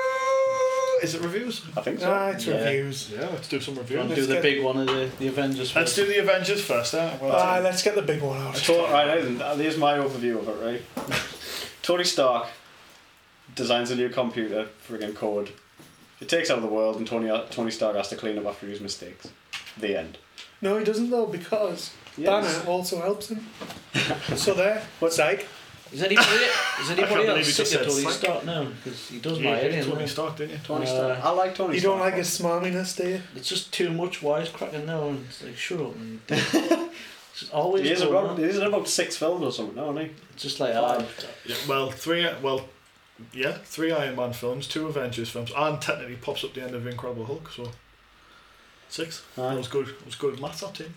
Speaker 1: Is it reviews?
Speaker 2: I think so.
Speaker 4: Ah, it's
Speaker 3: Yeah.
Speaker 4: reviews.
Speaker 1: Yeah, let's do some
Speaker 3: Go and
Speaker 1: reviews.
Speaker 4: Let's
Speaker 3: do the
Speaker 4: get-
Speaker 3: big one of the, the
Speaker 1: Let's
Speaker 3: Avengers. First.
Speaker 1: do the Avengers first, huh? Well,
Speaker 4: Ah, let's get the big one
Speaker 2: I
Speaker 4: out.
Speaker 2: thought, right, now, here's my overview of it, right? Tony Stark designs a new computer, friggin' code. It takes over the world, and Tony, Tony Stark has to clean up after his mistakes. The end.
Speaker 4: No, he doesn't though because
Speaker 2: Yes.
Speaker 4: Banner also helps him. so there. What's like?
Speaker 3: Is anybody, is anybody
Speaker 1: believe
Speaker 3: else
Speaker 1: you just
Speaker 3: sick of
Speaker 1: said
Speaker 3: Tony
Speaker 1: psych.
Speaker 3: Stark now? Because he does
Speaker 1: you
Speaker 3: my head
Speaker 1: hated
Speaker 3: in.
Speaker 1: Tony
Speaker 3: doesn't
Speaker 1: Stark, didn't you?
Speaker 2: Tony
Speaker 3: Uh,
Speaker 2: Stark. I like Tony
Speaker 4: You
Speaker 2: Stark.
Speaker 4: don't like his smarminess, do you?
Speaker 3: he? It's just too much wisecracking now, and it's like, sure.
Speaker 5: Just always.
Speaker 2: He's
Speaker 5: going
Speaker 2: about,
Speaker 5: on.
Speaker 2: he's in about six films or something, aren't he?
Speaker 5: Just like
Speaker 3: ah,
Speaker 5: that.
Speaker 1: Yeah, well, three. Well, yeah, three Iron Man films, two Avengers films, and technically pops up the end of Incredible Hulk. So six. That
Speaker 2: Aye.
Speaker 1: was good. That was good maths that team.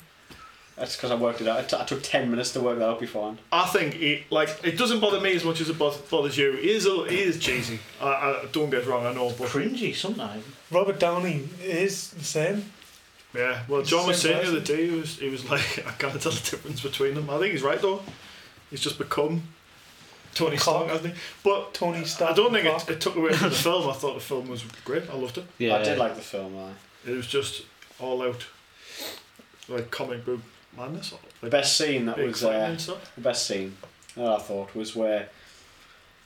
Speaker 2: That's because I worked it out. I, t- I took ten minutes to work that out beforehand.
Speaker 1: I think it like it doesn't bother me as much as it bo- bothers you. It is a, it is cheesy. I, I don't get us wrong. I know, but
Speaker 5: Cringy sometimes.
Speaker 4: Robert Downey is the same.
Speaker 1: yeah. Well, John was
Speaker 4: Same
Speaker 1: saying the other
Speaker 4: person.
Speaker 1: day, he was he was like, I can't tell the difference between them. I think he's right though. He's just become Tony Stark, I think. But
Speaker 4: Tony Stark.
Speaker 1: I don't think
Speaker 4: Clark.
Speaker 1: it, it took away from the film. I thought the film was great. I loved it.
Speaker 5: Yeah.
Speaker 2: I did like the film. Aye.
Speaker 1: It was just all out, like comic book madness.
Speaker 2: The
Speaker 1: Like
Speaker 2: best scene that
Speaker 1: big
Speaker 2: was
Speaker 1: fighting
Speaker 2: uh,
Speaker 1: and stuff.
Speaker 2: the best scene that I thought was where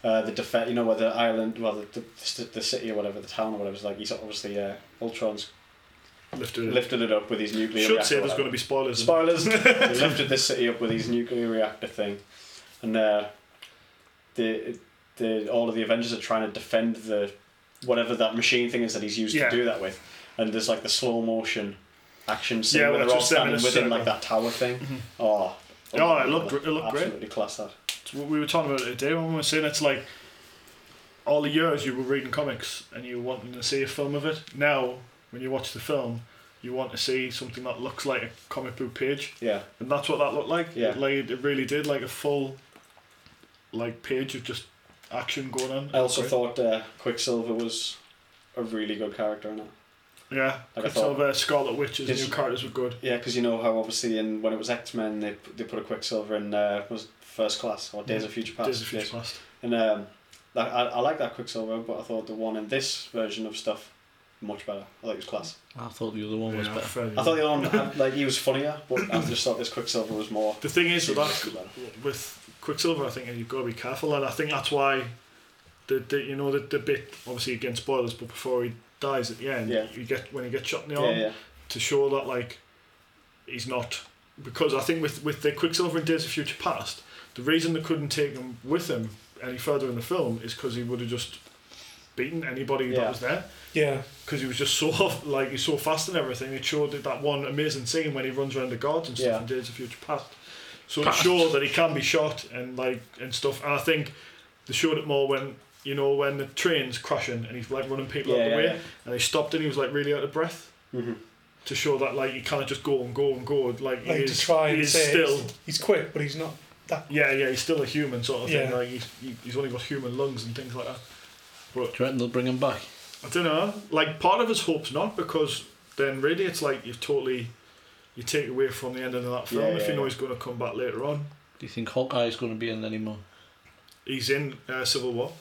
Speaker 2: uh, the defense, you know, where the island, well, the, the, the city or whatever, the town or whatever, is like he's obviously uh, Ultron's
Speaker 1: Lifted. Lift.
Speaker 2: lifted it up with his nuclear.
Speaker 1: Mm. Should
Speaker 2: reactor
Speaker 1: say
Speaker 2: or
Speaker 1: there's
Speaker 2: whatever.
Speaker 1: going to be spoilers. in it.
Speaker 2: Spoilers. he lifted this city up with his nuclear reactor thing, and uh, the the all of the Avengers are trying to defend the whatever that machine thing is that he's used
Speaker 1: Yeah.
Speaker 2: to do that with, and there's like the slow motion action scene
Speaker 1: Yeah,
Speaker 2: where
Speaker 1: where
Speaker 2: they're all
Speaker 1: it's just them in
Speaker 2: standing
Speaker 1: a
Speaker 2: within like
Speaker 1: circle.
Speaker 2: that tower thing. Oh,
Speaker 1: Yeah, it looked gr- it looked great.
Speaker 2: absolutely class that.
Speaker 1: we were talking about it today when we were saying it's like all the years you were reading comics and you wanted to see a film of it. Now, when you watch the film, you want to see something that looks like a comic book page,
Speaker 2: Yeah,
Speaker 1: and that's what that looked like.
Speaker 2: Yeah.
Speaker 1: like it really did, like a full, like page of just action going on.
Speaker 2: I also
Speaker 1: Great.
Speaker 2: thought uh, Quicksilver was a really good character in it.
Speaker 1: yeah,
Speaker 2: I thought-
Speaker 1: Quicksilver, Scarlet Witches,
Speaker 2: His-
Speaker 1: new characters were good.
Speaker 2: Yeah, because you know how obviously in when it was X Men they they put a Quicksilver in uh, was First Class or Days of Future Past.
Speaker 1: Days of Future Past.
Speaker 2: And um, like, I, I like that Quicksilver, but I thought the one in this version of stuff much better. I thought it was class.
Speaker 5: I thought the other one was
Speaker 1: Yeah,
Speaker 5: better.
Speaker 1: fair
Speaker 2: I
Speaker 1: enough.
Speaker 2: thought the other one had, like he was funnier, but I just thought this Quicksilver was more.
Speaker 1: The thing is with that,
Speaker 2: seriously better.
Speaker 1: with Quicksilver, I think you've got to be careful, and I think that's why the, the you know the, the bit obviously again spoilers, but before he dies at the end,
Speaker 2: Yeah.
Speaker 1: you get when he gets shot in the arm
Speaker 2: Yeah, yeah,
Speaker 1: to show that like he's not because I think with with the Quicksilver in Days of Future Past, the reason they couldn't take him with him any further in the film is because he would have just beaten anybody
Speaker 2: Yeah.
Speaker 1: that was there
Speaker 4: Yeah.
Speaker 1: because he was just so like he's so fast and everything. It showed that, that one amazing scene when he runs around the guards and stuff
Speaker 2: Yeah.
Speaker 1: in Days of Future Past. So it showed that he can be shot and like and stuff. And I think they showed it more when you know when the train's crashing and he's like running people out
Speaker 2: yeah,
Speaker 1: the
Speaker 2: yeah,
Speaker 1: way
Speaker 2: yeah.
Speaker 1: and he stopped and he was like really out of breath
Speaker 2: hmm
Speaker 1: to show that like you can't just go and go and go like, he
Speaker 4: Like
Speaker 1: is,
Speaker 4: to try
Speaker 1: he
Speaker 4: and
Speaker 1: is
Speaker 4: say
Speaker 1: still
Speaker 4: he's, he's quick, but he's not that.
Speaker 1: yeah yeah he's still a human sort of thing
Speaker 4: Yeah.
Speaker 1: like he's, he- he's only got human lungs and things like that. But
Speaker 5: Do you reckon they'll bring him back?
Speaker 1: I don't know. Like part of us hopes not because then really it's like you've totally you take away from the end of that film
Speaker 2: Yeah,
Speaker 1: if
Speaker 2: yeah,
Speaker 1: you know
Speaker 2: yeah.
Speaker 1: he's going to come back later on.
Speaker 5: Do you think Hawkeye's going to be in anymore?
Speaker 1: He's in uh, Civil War.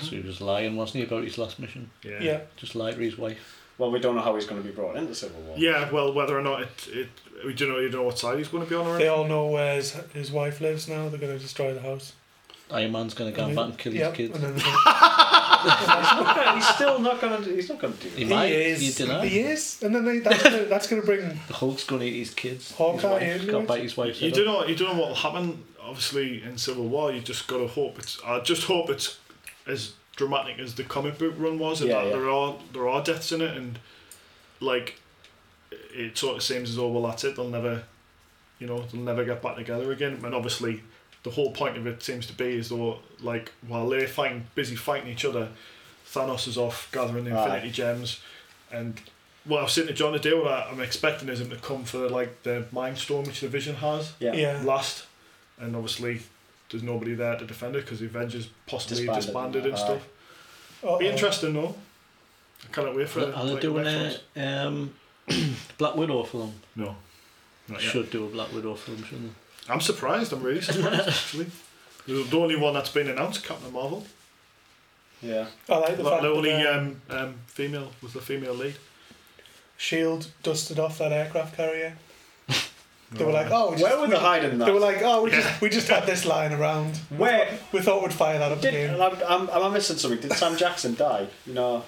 Speaker 5: So he was lying, wasn't he, about his last mission?
Speaker 1: Yeah.
Speaker 4: Yeah.
Speaker 5: Just lied to his wife.
Speaker 2: Well, we don't know how he's going to be brought into Civil War.
Speaker 1: Yeah, Well, whether or not it, it we don't know. You don't know what side he's going to be on or
Speaker 4: They
Speaker 1: anything.
Speaker 4: all know where his, his wife lives now. They're going to destroy the house.
Speaker 5: Iron Man's going to come
Speaker 4: And
Speaker 5: back
Speaker 4: then-
Speaker 5: and kill
Speaker 4: yep,
Speaker 5: his kids.
Speaker 4: and then they're
Speaker 2: he's still not going to. He's not going to do
Speaker 5: He
Speaker 2: that.
Speaker 4: gonna-
Speaker 5: might.
Speaker 4: he is.
Speaker 5: You dunno.
Speaker 4: He is. And then they, that's going to that's gonna bring.
Speaker 5: The Hulk's going to eat his kids.
Speaker 4: Hawkeye,
Speaker 5: his
Speaker 4: isn't
Speaker 5: wife, got
Speaker 4: it?
Speaker 5: bite his wife's
Speaker 1: You
Speaker 5: head
Speaker 1: don't
Speaker 5: off.
Speaker 1: know. You don't know what will happen. Obviously, in Civil War, you just got to hope it's. I just hope it's as dramatic as the comic book run was, and
Speaker 2: Yeah,
Speaker 1: that
Speaker 2: yeah.
Speaker 1: there are there are deaths in it, and like it sort of seems as though well that's it. They'll never, you know, they'll never get back together again. And obviously, the whole point of it seems to be is though like while they're fighting, busy fighting each other, Thanos is off gathering the
Speaker 2: Aye.
Speaker 1: Infinity Gems, and what I've seen to John today, what I, I'm expecting is him to come for like the Mind Storm which the Vision has
Speaker 2: Yeah.
Speaker 4: Yeah.
Speaker 1: last, and obviously there's nobody there to defend it because the Avengers possibly
Speaker 2: Disbanded
Speaker 1: disbanded, and
Speaker 2: and that,
Speaker 1: stuff.
Speaker 4: Uh-oh.
Speaker 1: Be interesting though. I cannot wait for it.
Speaker 5: Are they
Speaker 1: like,
Speaker 5: doing
Speaker 4: uh,
Speaker 1: next
Speaker 5: a
Speaker 1: ones.
Speaker 5: um, Black Widow film?
Speaker 1: No. Not yet.
Speaker 5: Should do a Black Widow film, shouldn't they?
Speaker 1: I'm surprised. I'm really surprised actually. The the only one that's been announced, Captain Marvel.
Speaker 2: Yeah.
Speaker 4: I like
Speaker 1: The,
Speaker 4: the fact
Speaker 1: the only
Speaker 4: that uh,
Speaker 1: um, um, female was the female lead.
Speaker 4: Shield dusted off that aircraft carrier. They were like,
Speaker 1: Um,
Speaker 4: oh, we just,
Speaker 2: Where were they hiding
Speaker 4: They
Speaker 2: that?
Speaker 4: were like, oh, we just we just had this lying around.
Speaker 2: Where
Speaker 4: We thought we'd fire that up
Speaker 2: did?
Speaker 4: again.
Speaker 2: and I'm, I'm, am I missing something? Did Sam Jackson die? You know,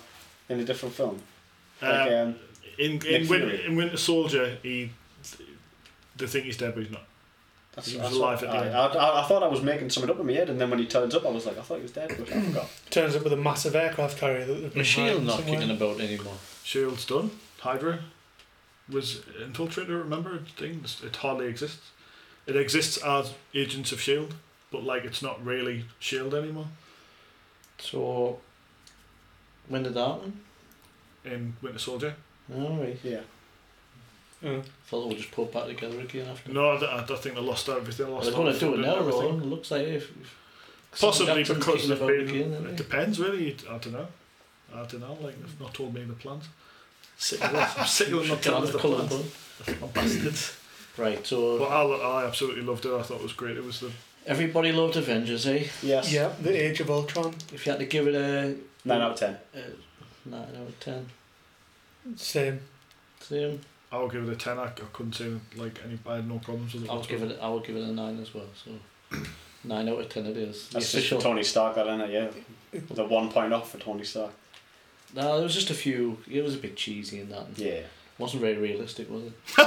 Speaker 2: in a different film.
Speaker 4: "Oh,
Speaker 2: Like,
Speaker 1: Um,
Speaker 2: um,
Speaker 1: in in,
Speaker 2: Nick
Speaker 1: Win-
Speaker 2: Fury.
Speaker 1: in Winter Soldier, he they think he's dead, but he's not.
Speaker 2: That's,
Speaker 1: He was
Speaker 2: that's
Speaker 1: alive at
Speaker 2: what-
Speaker 1: the
Speaker 2: I,
Speaker 1: end.
Speaker 2: I, I, I thought I was making something up in my head, and then when he turns up, I was like, I thought he was dead, but I forgot.
Speaker 4: Turns up with a massive aircraft carrier. That they've been
Speaker 5: Is Shield
Speaker 4: hiding
Speaker 5: not
Speaker 4: somewhere.
Speaker 5: kicking about anymore?
Speaker 1: E Shield's done. Hydra was infiltrated. Remember, thing it hardly exists. It exists as Agents of Shield, E but like it's not really Shield E anymore
Speaker 3: So, when did that happen?
Speaker 1: in Winter Soldier.
Speaker 3: Alright.
Speaker 2: Yeah.
Speaker 4: Uh,
Speaker 3: Thought we'll just put back together again after.
Speaker 1: No, I, don't- I don't think they lost everything.
Speaker 3: I
Speaker 1: Lost
Speaker 3: was going to
Speaker 1: all the
Speaker 3: do it now,
Speaker 1: funding,
Speaker 3: though.
Speaker 1: everything.
Speaker 3: It looks like if. if
Speaker 1: Possibly
Speaker 3: Southampton's
Speaker 1: because
Speaker 3: kicking
Speaker 1: they've
Speaker 3: about
Speaker 1: been.
Speaker 3: again, haven't
Speaker 1: it
Speaker 3: they?
Speaker 1: depends, really. I don't know. I don't know. Like they've not told me the plans. Sick of them. I'm sick of them
Speaker 3: Should
Speaker 1: not
Speaker 3: get on
Speaker 1: telling us
Speaker 3: the
Speaker 1: the
Speaker 3: colour
Speaker 1: plans.
Speaker 3: button.
Speaker 1: I'm bastards.
Speaker 3: Right, so
Speaker 1: But I, I absolutely loved it. I thought it was great. It was the
Speaker 3: everybody loved Avengers, eh?
Speaker 2: Yes.
Speaker 4: yeah, the Age of Ultron.
Speaker 3: If you had to give it a,
Speaker 2: Nine out of ten.
Speaker 3: a 9 out of 10,
Speaker 4: Same.
Speaker 3: same,
Speaker 1: I would give it a ten. I, I couldn't say like any. I had no problems with it.
Speaker 3: I would give it I would give it a 9 as well, so 9 out of 10 it is. The
Speaker 2: That's
Speaker 3: official.
Speaker 2: just Tony Stark, that isn't it? Yeah. The one point off for Tony Stark.
Speaker 3: No, there was just a few. It was a bit cheesy in that.
Speaker 2: Yeah.
Speaker 3: wasn't very realistic, was it? but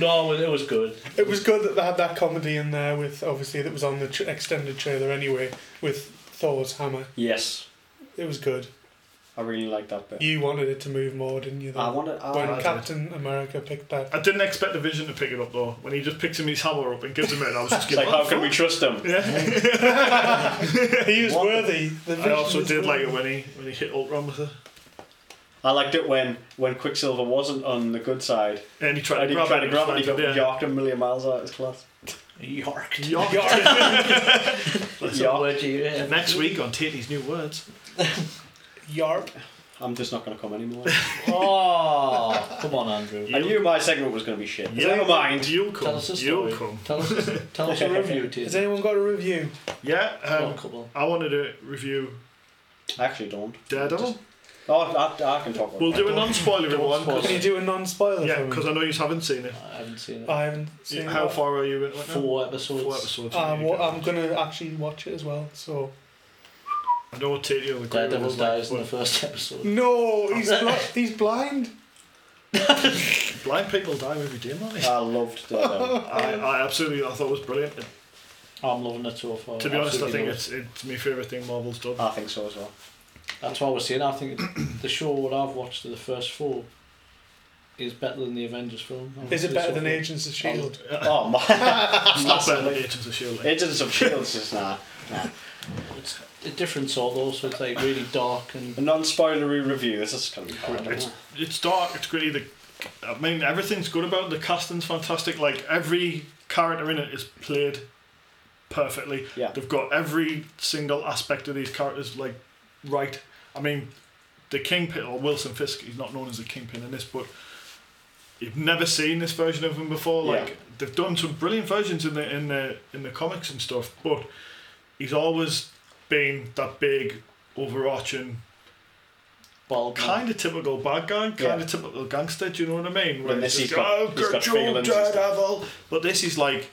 Speaker 3: no, it was good.
Speaker 4: It was good that they had that comedy in there with obviously that was on the tr- extended trailer anyway with Thor's hammer.
Speaker 2: Yes.
Speaker 4: It was good.
Speaker 2: I really like that bit.
Speaker 4: You wanted it to move more, didn't you? Though?
Speaker 2: I wanted. I,
Speaker 4: when
Speaker 1: I did.
Speaker 4: Captain America picked that.
Speaker 1: I didn't expect the Vision to pick it up though. When he just picks him his hammer up and gives him it, I was just
Speaker 2: it's
Speaker 1: like,
Speaker 2: like, how can we trust him?
Speaker 4: he is
Speaker 2: What the-
Speaker 4: worthy. The
Speaker 1: I also
Speaker 4: vision is
Speaker 1: did like
Speaker 4: worthy.
Speaker 1: it when he when he hit Ultron with it,
Speaker 2: I liked it when when Quicksilver wasn't on the good side.
Speaker 1: and he tried
Speaker 2: I
Speaker 1: to
Speaker 2: did
Speaker 1: grab
Speaker 2: try
Speaker 1: it.
Speaker 2: to grab it. He
Speaker 1: and
Speaker 2: got
Speaker 1: it yeah.
Speaker 2: yarked a million miles out of his class.
Speaker 3: York.
Speaker 1: Yark.
Speaker 2: Yark.
Speaker 3: Word you yeah.
Speaker 1: Next week on Titty's new words.
Speaker 4: Yarp.
Speaker 2: I'm just not going to come anymore.
Speaker 3: Oh, come on, Andrew.
Speaker 2: I knew my segment was going to be shit. Never mind.
Speaker 1: You'll
Speaker 3: Tell
Speaker 1: come.
Speaker 3: us a story.
Speaker 1: You'll come.
Speaker 3: Tell us, tell us a review, Tim.
Speaker 4: Has anyone got a review?
Speaker 1: Yeah.
Speaker 3: Oh,
Speaker 1: Um,
Speaker 3: come on.
Speaker 1: I wanted to review
Speaker 2: I actually don't.
Speaker 1: Daredevil.
Speaker 2: Oh, I, I can talk about
Speaker 1: We'll
Speaker 2: that.
Speaker 1: do a non-spoiler
Speaker 3: don't
Speaker 1: one.
Speaker 3: spoil
Speaker 1: Cause,
Speaker 4: Can you do a non-spoiler
Speaker 1: yeah,
Speaker 4: for me?
Speaker 1: because I know you haven't seen it.
Speaker 3: I haven't seen it.
Speaker 4: I haven't seen
Speaker 1: How
Speaker 4: it.
Speaker 1: far are you in? Right now?
Speaker 3: Four episodes.
Speaker 1: Four episodes.
Speaker 4: Uh,
Speaker 1: You
Speaker 4: well,
Speaker 1: go.
Speaker 4: I'm gonna actually watch it as well. So
Speaker 1: I know Titty will agree with
Speaker 3: Daredevil
Speaker 1: us, like,
Speaker 3: dies in the first
Speaker 4: Mm.
Speaker 3: episode.
Speaker 4: no, he's bli- he's blind.
Speaker 1: but Blind people die every day, don't they?
Speaker 2: I loved um, Daredevil.
Speaker 1: I, I absolutely I thought it was brilliant.
Speaker 3: I'm loving it so far.
Speaker 1: To be honest, I
Speaker 3: Absolutely Uh,
Speaker 1: think
Speaker 3: love it.
Speaker 1: it's it's my favourite thing Marvel's done.
Speaker 2: I think so as well.
Speaker 3: That's what I was saying. I think the show what I've watched of the first four is better than the Avengers film.
Speaker 4: Is it better than
Speaker 3: Agent?
Speaker 4: Agents of
Speaker 1: E
Speaker 4: Shield?
Speaker 2: Oh my!
Speaker 1: It's not better than Agents of Shield. eh?
Speaker 2: Agents of Shields is nah. nah.
Speaker 3: It's a different sort though, so it's like really dark and
Speaker 2: A non-spoilery review. This is gonna be hard.
Speaker 1: It's it's dark. It's gritty. The I mean everything's good about it. The casting's fantastic. Like every character in it is played perfectly.
Speaker 2: Yeah.
Speaker 1: They've got every single aspect of these characters like right. I mean, the Kingpin or Wilson Fisk. He's not known as the Kingpin in this, but you've never seen this version of him before. Like
Speaker 2: Yeah.
Speaker 1: they've done some brilliant versions in the in the in the comics and stuff, but he's always been that big overarching
Speaker 3: bald.
Speaker 1: kind of typical bad guy, kind
Speaker 2: Yeah.
Speaker 1: of typical gangster. Do you know what I mean?
Speaker 2: But this
Speaker 1: it's
Speaker 2: he's
Speaker 1: just,
Speaker 2: got-
Speaker 1: oh,
Speaker 2: he's
Speaker 1: good
Speaker 2: got
Speaker 1: job,
Speaker 2: feelings and stuff."
Speaker 1: Daredevil. But this is like,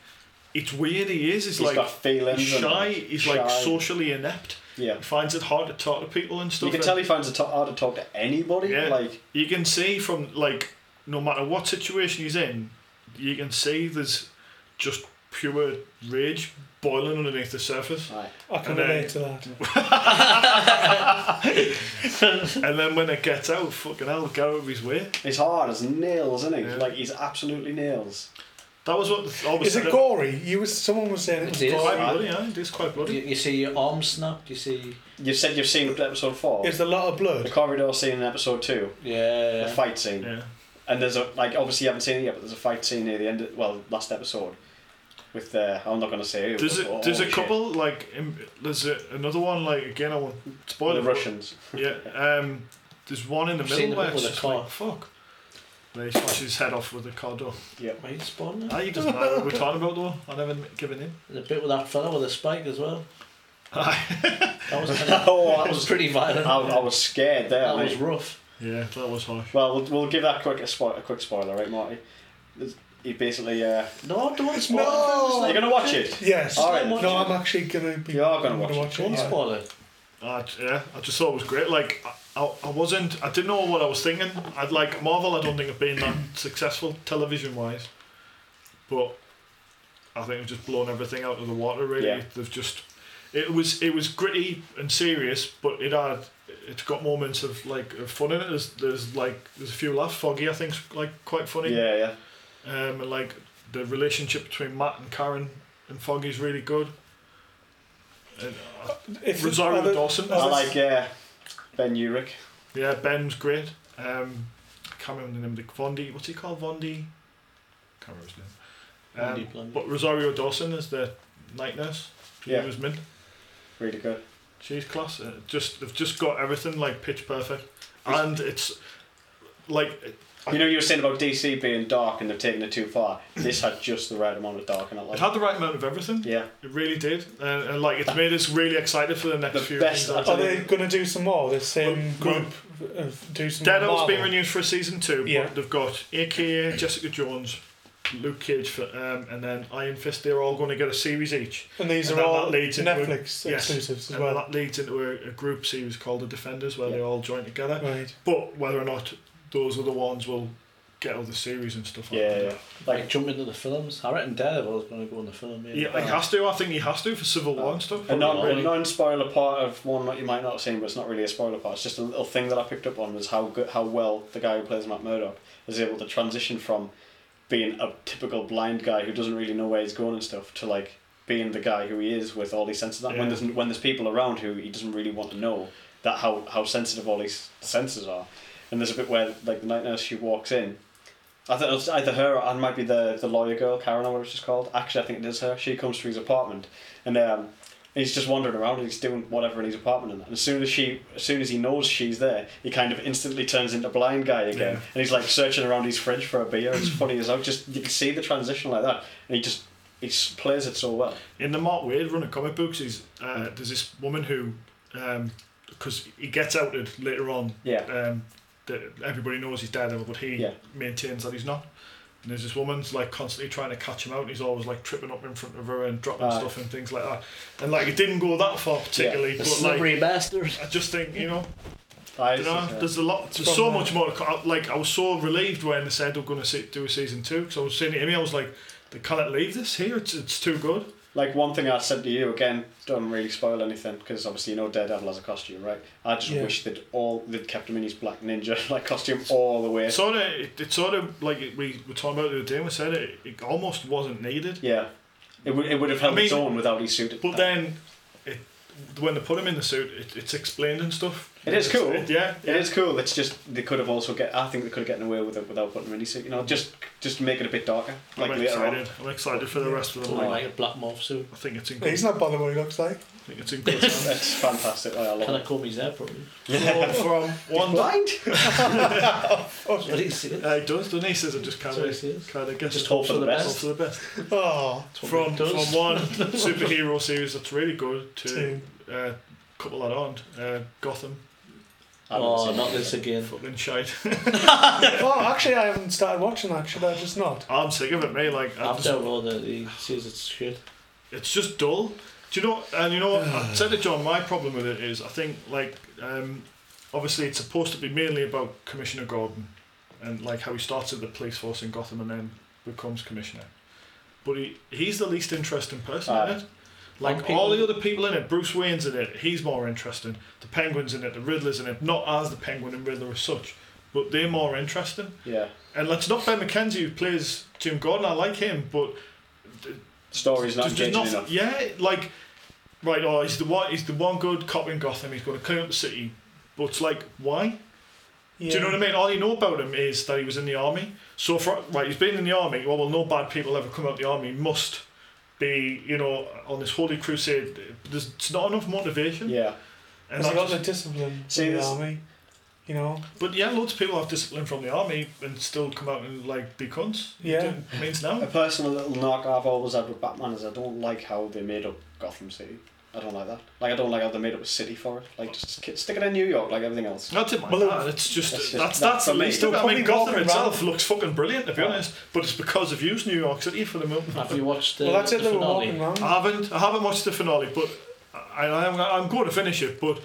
Speaker 1: it's weird. He is. He's
Speaker 2: He's
Speaker 1: like
Speaker 2: got feelings.
Speaker 1: he's shy.
Speaker 2: And,
Speaker 1: He's
Speaker 2: shy.
Speaker 1: like socially inept.
Speaker 2: yeah.
Speaker 1: He finds it hard to talk to people and stuff.
Speaker 2: You can
Speaker 1: and
Speaker 2: tell he finds it to- hard to talk to anybody.
Speaker 1: Yeah.
Speaker 2: Like
Speaker 1: you can see from like no matter what situation he's in, you can see there's just pure rage boiling underneath the surface.
Speaker 2: aye.
Speaker 4: I can
Speaker 1: And then-
Speaker 4: relate to that.
Speaker 1: And then when it gets out, fucking hell, get out of his way.
Speaker 2: he's hard as nails, isn't he?
Speaker 1: Yeah.
Speaker 2: Like he's absolutely nails.
Speaker 1: That was what the, always
Speaker 4: Is it gory? You was someone was saying it was
Speaker 3: It is.
Speaker 1: Quite
Speaker 4: gory.
Speaker 1: bloody, yeah. It is quite bloody.
Speaker 3: You, you see your arm snapped. You see
Speaker 2: You said you've seen episode four.
Speaker 4: Is there a lot of
Speaker 2: the
Speaker 4: blood?
Speaker 2: corridor scene in episode two, the
Speaker 3: yeah.
Speaker 2: fight scene,
Speaker 1: Yeah.
Speaker 2: and there's a like obviously you haven't seen it yet, but there's a fight scene near the end. Of, well, last episode. With the, I'm not gonna say who.
Speaker 1: There's
Speaker 2: but
Speaker 1: a,
Speaker 2: holy
Speaker 1: there's a
Speaker 2: shit.
Speaker 1: couple like um, there's a, another one like again I won't spoil
Speaker 2: The
Speaker 1: it.
Speaker 2: Russians.
Speaker 1: but- Yeah. Um. There's one in the
Speaker 3: I've seen
Speaker 1: middle
Speaker 3: the
Speaker 1: where
Speaker 3: bit
Speaker 1: it's
Speaker 3: with the
Speaker 1: just
Speaker 3: car.
Speaker 1: like fuck. And he smashes his head off with a car door.
Speaker 2: Yeah.
Speaker 3: Why are you spawning?
Speaker 1: Ah, he doesn't know what we're talking about though. I never given in.
Speaker 3: The bit with that fella with the spike as well.
Speaker 1: Aye.
Speaker 3: That was
Speaker 2: oh, I
Speaker 3: that was
Speaker 2: was,
Speaker 3: pretty
Speaker 2: I,
Speaker 3: violent.
Speaker 2: I was scared there.
Speaker 3: that
Speaker 2: mate.
Speaker 3: was rough.
Speaker 1: yeah, that was harsh.
Speaker 2: Well, we'll, we'll give that quick a, spo- a quick spoiler, right, Marty? It's- He basically. Uh,
Speaker 3: No, don't spoil.
Speaker 4: No!
Speaker 3: it.
Speaker 2: you're gonna watch it.
Speaker 4: Yes.
Speaker 2: All right.
Speaker 4: No, I'm actually gonna be.
Speaker 2: You are gonna watch it.
Speaker 3: Don't
Speaker 4: yeah.
Speaker 3: spoil it.
Speaker 1: I, yeah, I just thought it was great. Like I, I, I wasn't. I didn't know what I was thinking. I'd like Marvel. I don't think have been that successful television wise, but I think they've just blown everything out of the water. Really,
Speaker 2: Yeah.
Speaker 1: they've just. It was it was gritty and serious, but it had it's got moments of like of fun in it. There's, there's like there's a few laughs. Foggy I think's like quite funny.
Speaker 2: Yeah, yeah.
Speaker 1: Um, and like the relationship between Matt and Karen and Foggy's really good. And, uh,
Speaker 4: If
Speaker 1: Rosario
Speaker 4: other-
Speaker 1: Dawson.
Speaker 2: I
Speaker 4: Oh, that's-
Speaker 2: like uh, Ben Urich.
Speaker 1: yeah, Ben's great. Um, I can't remember the name of the Vondi. What's he called? Vondi. Can't remember his name. Um,
Speaker 3: Vondi Blondie.
Speaker 1: but Rosario Dawson is the night nurse. She
Speaker 2: Yeah.
Speaker 1: was mint.
Speaker 2: Really good.
Speaker 1: She's class. Uh, just they've just got everything like pitch perfect, and it's like it,
Speaker 2: You know, you were saying about DC being dark and they've taken it too far. This had just the right amount of dark, and I
Speaker 1: it
Speaker 2: like.
Speaker 1: had the right amount of everything.
Speaker 2: Yeah,
Speaker 1: It really did, Uh, and, and like it's made us really excited for the next
Speaker 2: The
Speaker 1: few.
Speaker 2: best
Speaker 1: things.
Speaker 2: I-
Speaker 4: Are they going to do some more? The same
Speaker 1: Well,
Speaker 4: group of do some more.
Speaker 1: Daredevil's been
Speaker 4: Marvel?
Speaker 1: renewed for a season two,
Speaker 4: Yeah.
Speaker 1: but they've got AKA Jessica Jones, Luke Cage, for, um, and then Iron Fist. They're all going to get a series each,
Speaker 4: And these
Speaker 1: and
Speaker 4: are
Speaker 1: that-
Speaker 4: all
Speaker 1: that leads into-
Speaker 4: Netflix
Speaker 1: yes,
Speaker 4: exclusives as
Speaker 1: and well,
Speaker 4: well.
Speaker 1: that leads into a, a group series called The Defenders, where they
Speaker 2: Yeah.
Speaker 1: all join together.
Speaker 4: Right.
Speaker 1: But whether or not those are the ones will get other series and stuff like
Speaker 2: yeah,
Speaker 1: that.
Speaker 2: yeah.
Speaker 3: Like,
Speaker 2: Like,
Speaker 3: jump into the films. I reckon Daredevil's going to go in the film.
Speaker 1: Yeah, he has to. I think he has to for Civil War and stuff.
Speaker 2: a non,
Speaker 3: Probably.
Speaker 2: a non-spoiler part of one that you might not have seen, but it's not really a spoiler part. It's just a little thing that I picked up on was how good, how well the guy who plays Matt Murdock is able to transition from being a typical blind guy who doesn't really know where he's going and stuff to like being the guy who he is with all these senses. That when
Speaker 1: Yeah.
Speaker 2: there's when there's people around who he doesn't really want to know that how how sensitive all these senses are. And there's a bit where like the night nurse she walks in. I think it's either her or it might be the, the lawyer girl, Karen or whatever she's called. Actually I think it is her. She comes to his apartment and um he's just wandering around and he's doing whatever in his apartment and, that. and as soon as she as soon as he knows she's there, he kind of instantly turns into blind guy again.
Speaker 1: Yeah.
Speaker 2: And he's like searching around his fridge for a beer. It's funny as out just you can see the transition like that. And he just he s- plays it so well.
Speaker 1: In the Mark Wade run of comic books, he's, uh, there's this woman who, because he gets outed later on,
Speaker 2: Yeah.
Speaker 1: um, that everybody knows he's Daredevil, but he
Speaker 2: Yeah.
Speaker 1: maintains that he's not. And there's this woman's like constantly trying to catch him out, and he's always like tripping up in front of her and dropping
Speaker 2: Aye.
Speaker 1: stuff and things like that. And like it didn't go that far particularly,
Speaker 3: The
Speaker 1: but like
Speaker 3: slippery bastard.
Speaker 1: I just think you know
Speaker 2: I,
Speaker 1: You know,
Speaker 2: yeah.
Speaker 1: there's a lot. There's
Speaker 4: from
Speaker 1: so
Speaker 4: there.
Speaker 1: much more. to co- I- Like I was so relieved when they said they're going to do a season two. Because I was saying to Amy, I was like, they cannot leave this here. It's it's too good.
Speaker 2: Like one thing I said to you again, don't really spoil anything because obviously you know Daredevil has a costume, right? I just
Speaker 4: Yeah.
Speaker 2: wish they'd all they'd kept him in his black ninja like costume all the way.
Speaker 1: It's sort of it, it's sort of like it- we were talking about the other day. and We said it. It almost wasn't needed.
Speaker 2: yeah, it would it would have held
Speaker 1: I
Speaker 2: its
Speaker 1: mean-
Speaker 2: own without his suit.
Speaker 1: But then, it when they put him in the suit, it, it's explained and stuff.
Speaker 2: It is
Speaker 1: It's-
Speaker 2: cool.
Speaker 1: it- yeah,
Speaker 2: it is cool. It's just they could have also get. I think they could have gotten away with it without putting him in his suit. You know, just just make it a bit darker. Like
Speaker 1: I'm
Speaker 2: later on.
Speaker 1: excited. I'm excited for the rest of the
Speaker 3: Like,
Speaker 1: line.
Speaker 3: like a black morph suit.
Speaker 1: I think it's in. Good,
Speaker 4: He's not bothered what he looks like.
Speaker 1: I think it's in good hands.
Speaker 2: That's fantastic. Like, I
Speaker 3: Can I
Speaker 2: love it.
Speaker 3: comb his hair properly?
Speaker 1: So from one,
Speaker 2: Blind.
Speaker 3: What do you see? it?
Speaker 1: uh, he does. Doesn't he? He says it just kind
Speaker 3: So he
Speaker 1: of
Speaker 3: says.
Speaker 1: kind of gets
Speaker 2: Just hope for the best.
Speaker 1: for the best.
Speaker 4: Oh,
Speaker 1: from
Speaker 3: That's what
Speaker 1: from
Speaker 3: it
Speaker 1: one superhero series that's really good to
Speaker 4: two.
Speaker 1: a uh, couple that aren't. Uh, Gotham,
Speaker 2: I don't
Speaker 3: Oh,
Speaker 2: see
Speaker 3: not
Speaker 2: it.
Speaker 3: this again.
Speaker 1: fucking shite.
Speaker 4: oh, actually, I haven't started watching that. Should I just not?
Speaker 1: I'm sick of it, mate. Like, I
Speaker 3: After
Speaker 1: just,
Speaker 3: all that, he says it's shit.
Speaker 1: it's just dull. Do you know? And you know, what? I said to John, my problem with it is, I think like, um, obviously, it's supposed to be mainly about Commissioner Gordon, and like how he starts at the police force in Gotham and then becomes commissioner. But he, he's the least interesting person
Speaker 2: Aye.
Speaker 1: in it. Like
Speaker 3: Some people-
Speaker 1: all the other people in it, Bruce Wayne's in it. He's more interesting. The Penguin's in it. The Riddler's in it. Not as the Penguin and Riddler as such, but they're more interesting.
Speaker 2: Yeah,
Speaker 1: And let's not Ben McKenzie who plays Jim Gordon. I like him, but
Speaker 2: story's not
Speaker 1: there's just
Speaker 2: engaging
Speaker 1: nothing-
Speaker 2: enough.
Speaker 1: Yeah, like right. Oh, he's the one. He's the one good cop in Gotham. He's going to clean up the city. But it's like, why?
Speaker 4: Yeah.
Speaker 1: Do you know what I mean? All you know about him is that he was in the army. So for right, he's been in the army. Well, well, no bad people ever come out of the army. He Must be, you know, on this holy crusade. There's it's not enough motivation.
Speaker 2: Yeah,
Speaker 1: And
Speaker 4: Has he
Speaker 1: I
Speaker 4: got
Speaker 1: just-
Speaker 4: the discipline
Speaker 2: See,
Speaker 4: in the
Speaker 2: this-
Speaker 4: army? You know,
Speaker 1: but yeah, loads of people have discipline from the army and still come out and like be cunts.
Speaker 4: Yeah.
Speaker 1: It means
Speaker 2: a
Speaker 1: now.
Speaker 2: personal little knock I've always had with Batman is I don't like how they made up Gotham City. I don't like that. Like I don't like how they made up a city for it. Like just k- stick it in New York, like everything else.
Speaker 1: That's it,
Speaker 4: Well,
Speaker 1: man. It's just
Speaker 2: that's just-
Speaker 1: that's
Speaker 2: that's
Speaker 1: that's the
Speaker 2: for me.
Speaker 1: least of it. I
Speaker 4: Probably
Speaker 1: mean, Gotham
Speaker 4: walking
Speaker 1: itself looks fucking brilliant to be
Speaker 2: Yeah.
Speaker 1: honest, but it's because of you, New York City, for the moment.
Speaker 3: Have you watched uh,
Speaker 4: well, that's
Speaker 3: the
Speaker 4: it. They were
Speaker 3: finale?
Speaker 4: walking around.
Speaker 1: I haven't. I haven't watched the finale, but I, I am, I'm going to finish it. But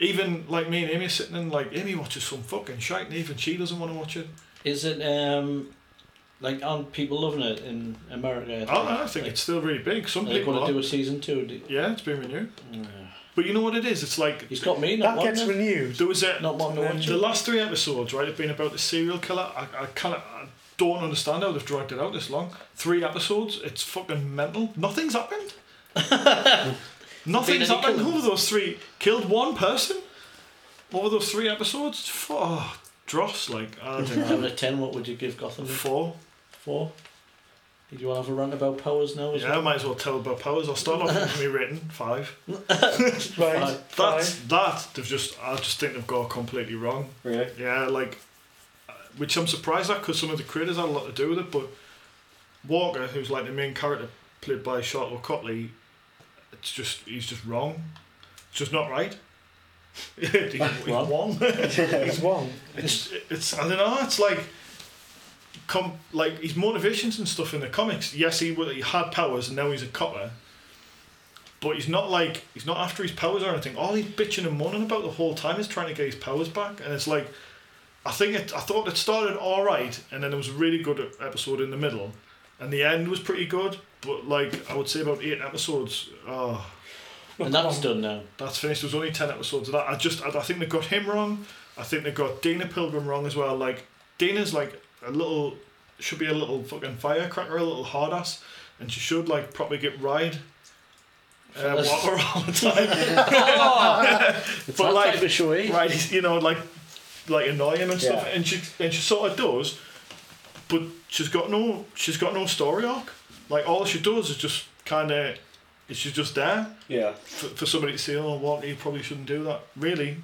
Speaker 1: even like me and Amy are sitting in, like Amy watches some fucking shite, and even she doesn't want to watch it.
Speaker 3: Is it um like aren't people loving it in America?
Speaker 1: Oh, I, I think
Speaker 3: Like,
Speaker 1: it's still really big. Some
Speaker 3: Are they
Speaker 1: people
Speaker 3: going
Speaker 1: are.
Speaker 3: to do a season two? Do-
Speaker 1: Yeah, it's been renewed. But you know what it is? It's like
Speaker 3: He's got me. Not
Speaker 4: That
Speaker 3: wanting
Speaker 4: gets
Speaker 3: it.
Speaker 4: renewed.
Speaker 1: there was a
Speaker 3: Not wanting to
Speaker 4: And
Speaker 3: watch
Speaker 1: the
Speaker 3: it.
Speaker 1: last three episodes, right, have been about the serial killer. I, I kind of I don't understand how they've dragged it out this long. Three episodes, it's fucking mental. Nothing's happened. Nothing's
Speaker 3: Been any
Speaker 1: happened. Who
Speaker 3: killings?
Speaker 1: were those three? Killed one person? Over those three episodes? F- Oh, dross, like, I don't
Speaker 3: Out
Speaker 1: know.
Speaker 3: of ten, what would you give Gotham?
Speaker 1: Four.
Speaker 3: Four. Do you want to have a rant about powers now? As
Speaker 1: Yeah, I might as well tell about powers. I'll start off with me rating five.
Speaker 4: Right.
Speaker 3: Five.
Speaker 1: That's that. They've just, I just think they've got completely wrong.
Speaker 2: Really?
Speaker 1: Yeah, like, uh, which I'm surprised at because some of the creators had a lot to do with it, but Walker, who's like the main character played by Charlotte Cotley, it's just, he's just wrong. It's just not right. he's, he's
Speaker 3: Well.
Speaker 1: wrong.
Speaker 4: He's one.
Speaker 1: It's, it's, I don't know, it's like, com- like his motivations and stuff in the comics. Yes, he, wa- he had powers and now he's a copper. But he's not like he's not after his powers or anything. All he's bitching and moaning about the whole time is trying to get his powers back, and it's like, I think it, I thought it started all right, and then there was a really good episode in the middle, and the end was pretty good. But like I would say, about eight episodes, oh,
Speaker 3: And that's done now.
Speaker 1: that's finished. There's only ten episodes of that. I just I, I think they got him wrong. I think they got Dana Pilgrim wrong as well. Like Dana's like a little should be a little fucking firecracker, a little hard ass, and she should like probably get ride. Uh,
Speaker 3: Fellas.
Speaker 1: walk her all the time,
Speaker 3: It's
Speaker 1: But
Speaker 3: that
Speaker 1: like-
Speaker 3: type of show, eh?
Speaker 1: right? he's, You know, like like annoy him and stuff,
Speaker 2: Yeah.
Speaker 1: and she and she sort of does, but she's got no she's got no story arc. Like all she does is just kind of she's just there.
Speaker 2: Yeah.
Speaker 1: for, for somebody to say, oh, what, you probably shouldn't do that. Really,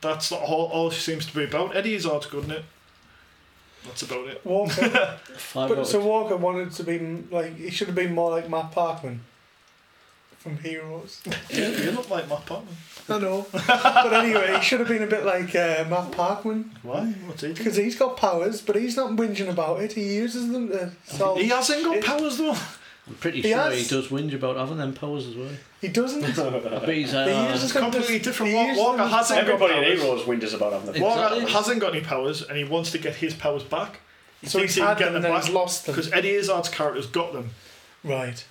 Speaker 1: that's not all, all she seems to be about. Eddie is hard, couldn't it? That's about it.
Speaker 4: Walker.
Speaker 3: Five out
Speaker 4: but
Speaker 3: of
Speaker 4: so Walker wanted to be m- like he should have been more like Matt Parkman from Heroes.
Speaker 1: Yeah, you look like Matt Patton.
Speaker 4: I know. but anyway, he should have been a bit like uh, Matt Parkman
Speaker 1: Why? What's he doing?
Speaker 4: because he's got powers, but he's not whinging about it. He uses them to solve.
Speaker 1: He
Speaker 4: He,
Speaker 1: hasn't got
Speaker 4: It-
Speaker 1: powers though.
Speaker 3: I'm pretty
Speaker 4: He
Speaker 3: sure
Speaker 4: has-
Speaker 3: he does whinge about having them powers as well.
Speaker 4: doesn't.
Speaker 3: I
Speaker 1: Uh,
Speaker 3: bet he's like,
Speaker 4: He
Speaker 3: "Ah,
Speaker 4: uses
Speaker 1: It's
Speaker 4: them to-
Speaker 1: completely different.
Speaker 4: he
Speaker 1: Wa-
Speaker 4: uses
Speaker 1: Walker
Speaker 4: them to-
Speaker 1: hasn't got
Speaker 2: Everybody in
Speaker 1: powers.
Speaker 2: Heroes whinges about having the
Speaker 1: Walker
Speaker 3: Exactly.
Speaker 1: hasn't got any powers, and he wants to get his powers back. He
Speaker 4: So
Speaker 1: thinks
Speaker 4: he's
Speaker 1: he can
Speaker 4: had
Speaker 1: get
Speaker 4: them
Speaker 1: them
Speaker 4: and then he's
Speaker 1: back
Speaker 4: lost them.
Speaker 1: because Eddie Izzard's character's got them.
Speaker 4: Right.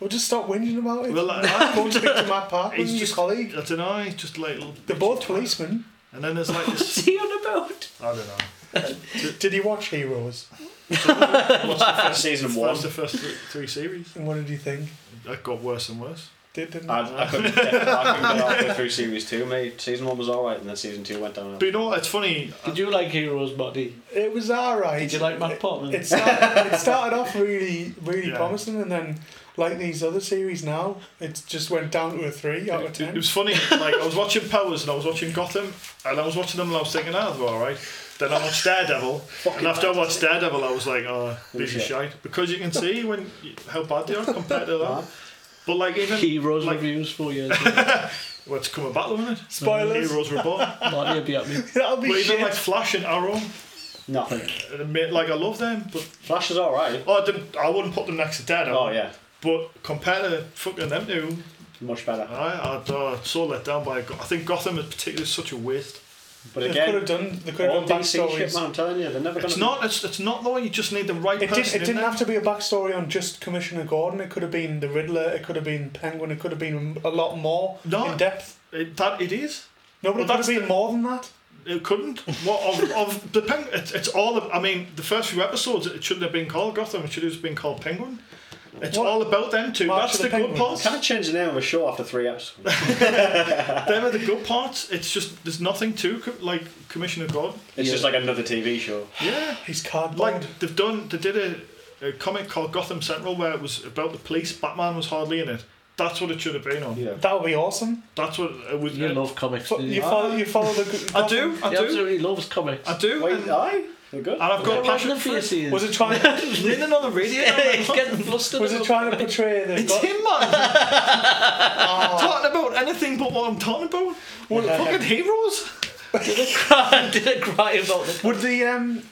Speaker 4: Well, just stop whinging about it.
Speaker 1: Well, I-
Speaker 4: Go and speak to Matt Parkman,
Speaker 1: He's
Speaker 4: your
Speaker 1: just- I
Speaker 4: colleague.
Speaker 1: don't know. He's just like little
Speaker 4: They're both policemen.
Speaker 1: And then there's like
Speaker 3: What's
Speaker 1: this.
Speaker 3: he on about?
Speaker 1: I don't know.
Speaker 4: Did he watch Heroes?
Speaker 1: What's the first,
Speaker 2: Season one.
Speaker 1: what's the first three, three series?
Speaker 4: And what did he think?
Speaker 1: That got worse and worse.
Speaker 4: Did didn't?
Speaker 2: I, I couldn't get, I couldn't get halfway through series two, mate. Season one was alright, and then season two went downhill.
Speaker 1: But you know what? It's funny.
Speaker 3: Did you like Heroes, buddy?
Speaker 4: it was alright.
Speaker 3: Did you like Matt Portman?
Speaker 4: It started, it started off really, really
Speaker 1: Yeah.
Speaker 4: promising, and then like these other series now, it just went down to a three out of
Speaker 1: It, it
Speaker 4: ten.
Speaker 1: was funny. Like I was watching Powers and I was watching Gotham, and I was watching them and I was thinking, ah, they're all right. Then I watched Daredevil, and after I watched Daredevil, I was like, oh, these are
Speaker 2: Yeah.
Speaker 1: shite because you can see when how bad they are compared to that. But like even
Speaker 3: Heroes
Speaker 1: like-
Speaker 3: reviews four years ago.
Speaker 1: well, it's come a battle, isn't it?
Speaker 4: Spoilers.
Speaker 1: Heroes Reborn.
Speaker 3: Marty would be at me.
Speaker 4: That'll
Speaker 1: But
Speaker 4: be
Speaker 1: even
Speaker 4: shit.
Speaker 1: like Flash and Arrow,
Speaker 2: Nothing.
Speaker 1: and admit- like I love them, but
Speaker 2: Flash is alright.
Speaker 1: oh, I, didn't, I wouldn't put them next to Daredevil.
Speaker 2: Oh, yeah.
Speaker 1: But compared to fucking them two,
Speaker 2: Much better.
Speaker 1: I I uh, so let down by. Go- I think Gotham is particularly such a waste.
Speaker 2: But
Speaker 4: they
Speaker 2: again,
Speaker 4: could have done. They could
Speaker 2: all
Speaker 4: have done
Speaker 2: DC shit,
Speaker 4: backstories.
Speaker 2: man, I'm telling you, they're never going
Speaker 1: It's
Speaker 2: to
Speaker 1: not. It's, it's not though. You just need the right
Speaker 4: It, did,
Speaker 1: person. in
Speaker 4: it didn't
Speaker 1: there.
Speaker 4: have to be a backstory on just Commissioner Gordon. It could have been the Riddler. It could have been Penguin. It could have been a lot more
Speaker 1: No.
Speaker 4: in depth.
Speaker 1: It, that it is.
Speaker 4: No, but
Speaker 1: Well,
Speaker 4: it could
Speaker 1: that's
Speaker 4: have
Speaker 1: the-
Speaker 4: been more than that.
Speaker 1: It couldn't. What of of the penguin? It's, it's all. Of, I mean, the first few episodes. It shouldn't have been called Gotham. It should have just been called Penguin. It's
Speaker 4: What?
Speaker 1: all about them two.
Speaker 4: March
Speaker 1: That's
Speaker 4: of
Speaker 1: the,
Speaker 4: the
Speaker 1: good parts.
Speaker 4: Penguins.
Speaker 2: Can't change the name of a show after three episodes.
Speaker 1: Them are the good parts. It's just there's nothing to co- like Commissioner Gordon.
Speaker 2: It's
Speaker 3: Yeah.
Speaker 2: just like another TV show.
Speaker 1: Yeah.
Speaker 4: He's cardboard.
Speaker 1: Like they've done. They did a, a comic called Gotham Central where it was about the police. Batman was hardly in it. That's what it should have been on.
Speaker 2: Yeah.
Speaker 4: that would be awesome.
Speaker 1: That's what it was.
Speaker 3: You love comics.
Speaker 4: Fo-
Speaker 3: do
Speaker 4: You follow. You follow the. g-
Speaker 1: I do. I
Speaker 3: He
Speaker 1: do.
Speaker 3: absolutely loves comics.
Speaker 1: I do.
Speaker 2: Wait,
Speaker 1: and,
Speaker 2: aye? They're good.
Speaker 1: and I've got a
Speaker 3: Right in
Speaker 1: passion
Speaker 3: the
Speaker 1: for it.
Speaker 3: face he is.
Speaker 4: Was it trying? To,
Speaker 1: Leaning on the radio.
Speaker 3: He's getting flustered.
Speaker 4: was it trying to portray the?
Speaker 1: It's
Speaker 4: Go-
Speaker 1: him, man.
Speaker 5: Ah.
Speaker 1: talking about anything but what I'm talking about. Well,
Speaker 5: Uh-huh.
Speaker 1: fucking heroes.
Speaker 3: Did it cry about the
Speaker 4: Would the um,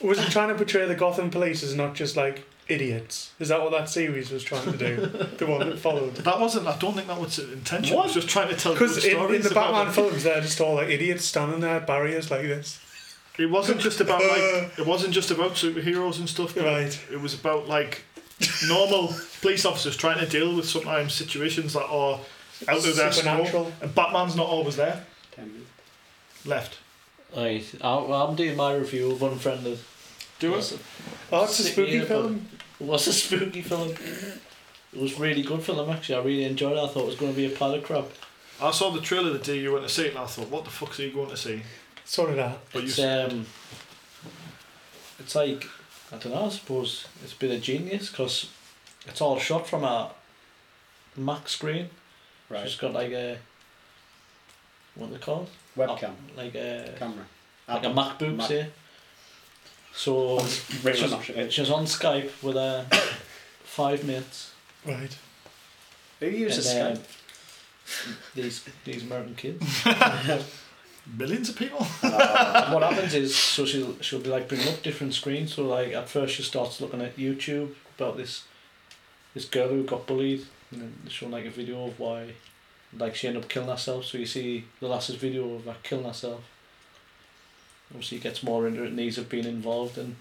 Speaker 4: was it trying to portray the Gotham police as not just like idiots? Is that what that series was trying to do? the one that followed.
Speaker 1: That wasn't. I don't think that was the intention. I was just trying to tell good
Speaker 4: Because in, in
Speaker 1: stories
Speaker 4: the
Speaker 1: about
Speaker 4: Batman
Speaker 1: it.
Speaker 4: films, they're just all like idiots standing there, at barriers like this.
Speaker 1: It wasn't just about like. It wasn't just about superheroes and stuff. but
Speaker 4: Right.
Speaker 1: It was about like normal police officers trying to deal with sometimes situations that are
Speaker 5: out of their snow.
Speaker 4: supernatural.
Speaker 5: And Batman's not always there. Left.
Speaker 3: Right, I'll, I'm doing my review of Unfriended.
Speaker 1: Do
Speaker 3: What's
Speaker 1: it.
Speaker 3: a,
Speaker 4: Oh, it's a
Speaker 3: Sit
Speaker 4: spooky
Speaker 3: here,
Speaker 4: film.
Speaker 3: was a spooky film. It was really good film actually. I really enjoyed it. I thought it was going to be a pile of crap.
Speaker 5: I saw the trailer the day you went to see it, and I thought, what the fuck's are you going to see?
Speaker 4: Sort of that.
Speaker 5: But you
Speaker 3: it's um, it's like I don't know. I suppose it's a bit of genius because it's all shot from a Mac screen.
Speaker 2: Right.
Speaker 3: It's got like a what they call
Speaker 2: Webcam.
Speaker 3: like a
Speaker 2: Camera.
Speaker 3: like a
Speaker 2: Apple.
Speaker 3: MacBook,
Speaker 2: Mac.
Speaker 3: say. So
Speaker 2: Really
Speaker 3: she's,
Speaker 2: not sure.
Speaker 3: she's on Skype with her five mates.
Speaker 4: Right.
Speaker 2: Who uses
Speaker 3: and,
Speaker 2: Skype?
Speaker 3: um, these these American kids.
Speaker 5: millions of people.
Speaker 3: And what happens is, so she'll she'll be like bringing up different screens. So like at first she starts looking at YouTube about this this girl who got bullied, and then they're showing like a video of why, like she ended up killing herself. So you see the lass's video of her killing herself. Obviously, he gets more into it. Needs of being involved in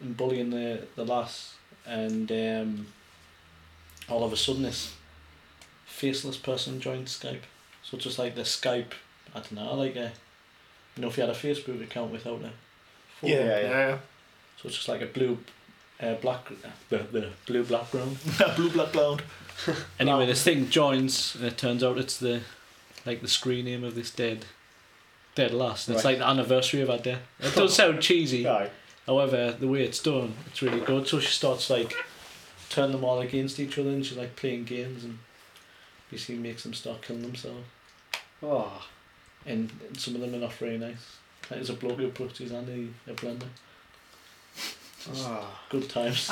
Speaker 3: in bullying the the lass, and um, all of a sudden this faceless person joined Skype. So just like the Skype, I don't know, like uh, a you know, if you had a Facebook account without a photo.
Speaker 4: Yeah.
Speaker 2: yeah.
Speaker 5: Yeah.
Speaker 3: So it's just like a blue, uh, black, uh, blah, blah, blue background.
Speaker 5: Blue, black, blonde.
Speaker 3: Anyway, this thing joins, and it turns out it's the, like the screen name of this dead, dead lass. And It's
Speaker 2: Right.
Speaker 3: like the anniversary of her death. It does sound cheesy.
Speaker 2: Right.
Speaker 3: However, the way it's done, it's really good. So she starts like, turn them all against each other, and she's like playing games, and basically makes them start killing themselves.
Speaker 2: Oh,
Speaker 3: And some of them are not very nice. Like, there's a bloke who puts his hand in a blender.
Speaker 2: oh.
Speaker 3: Good times.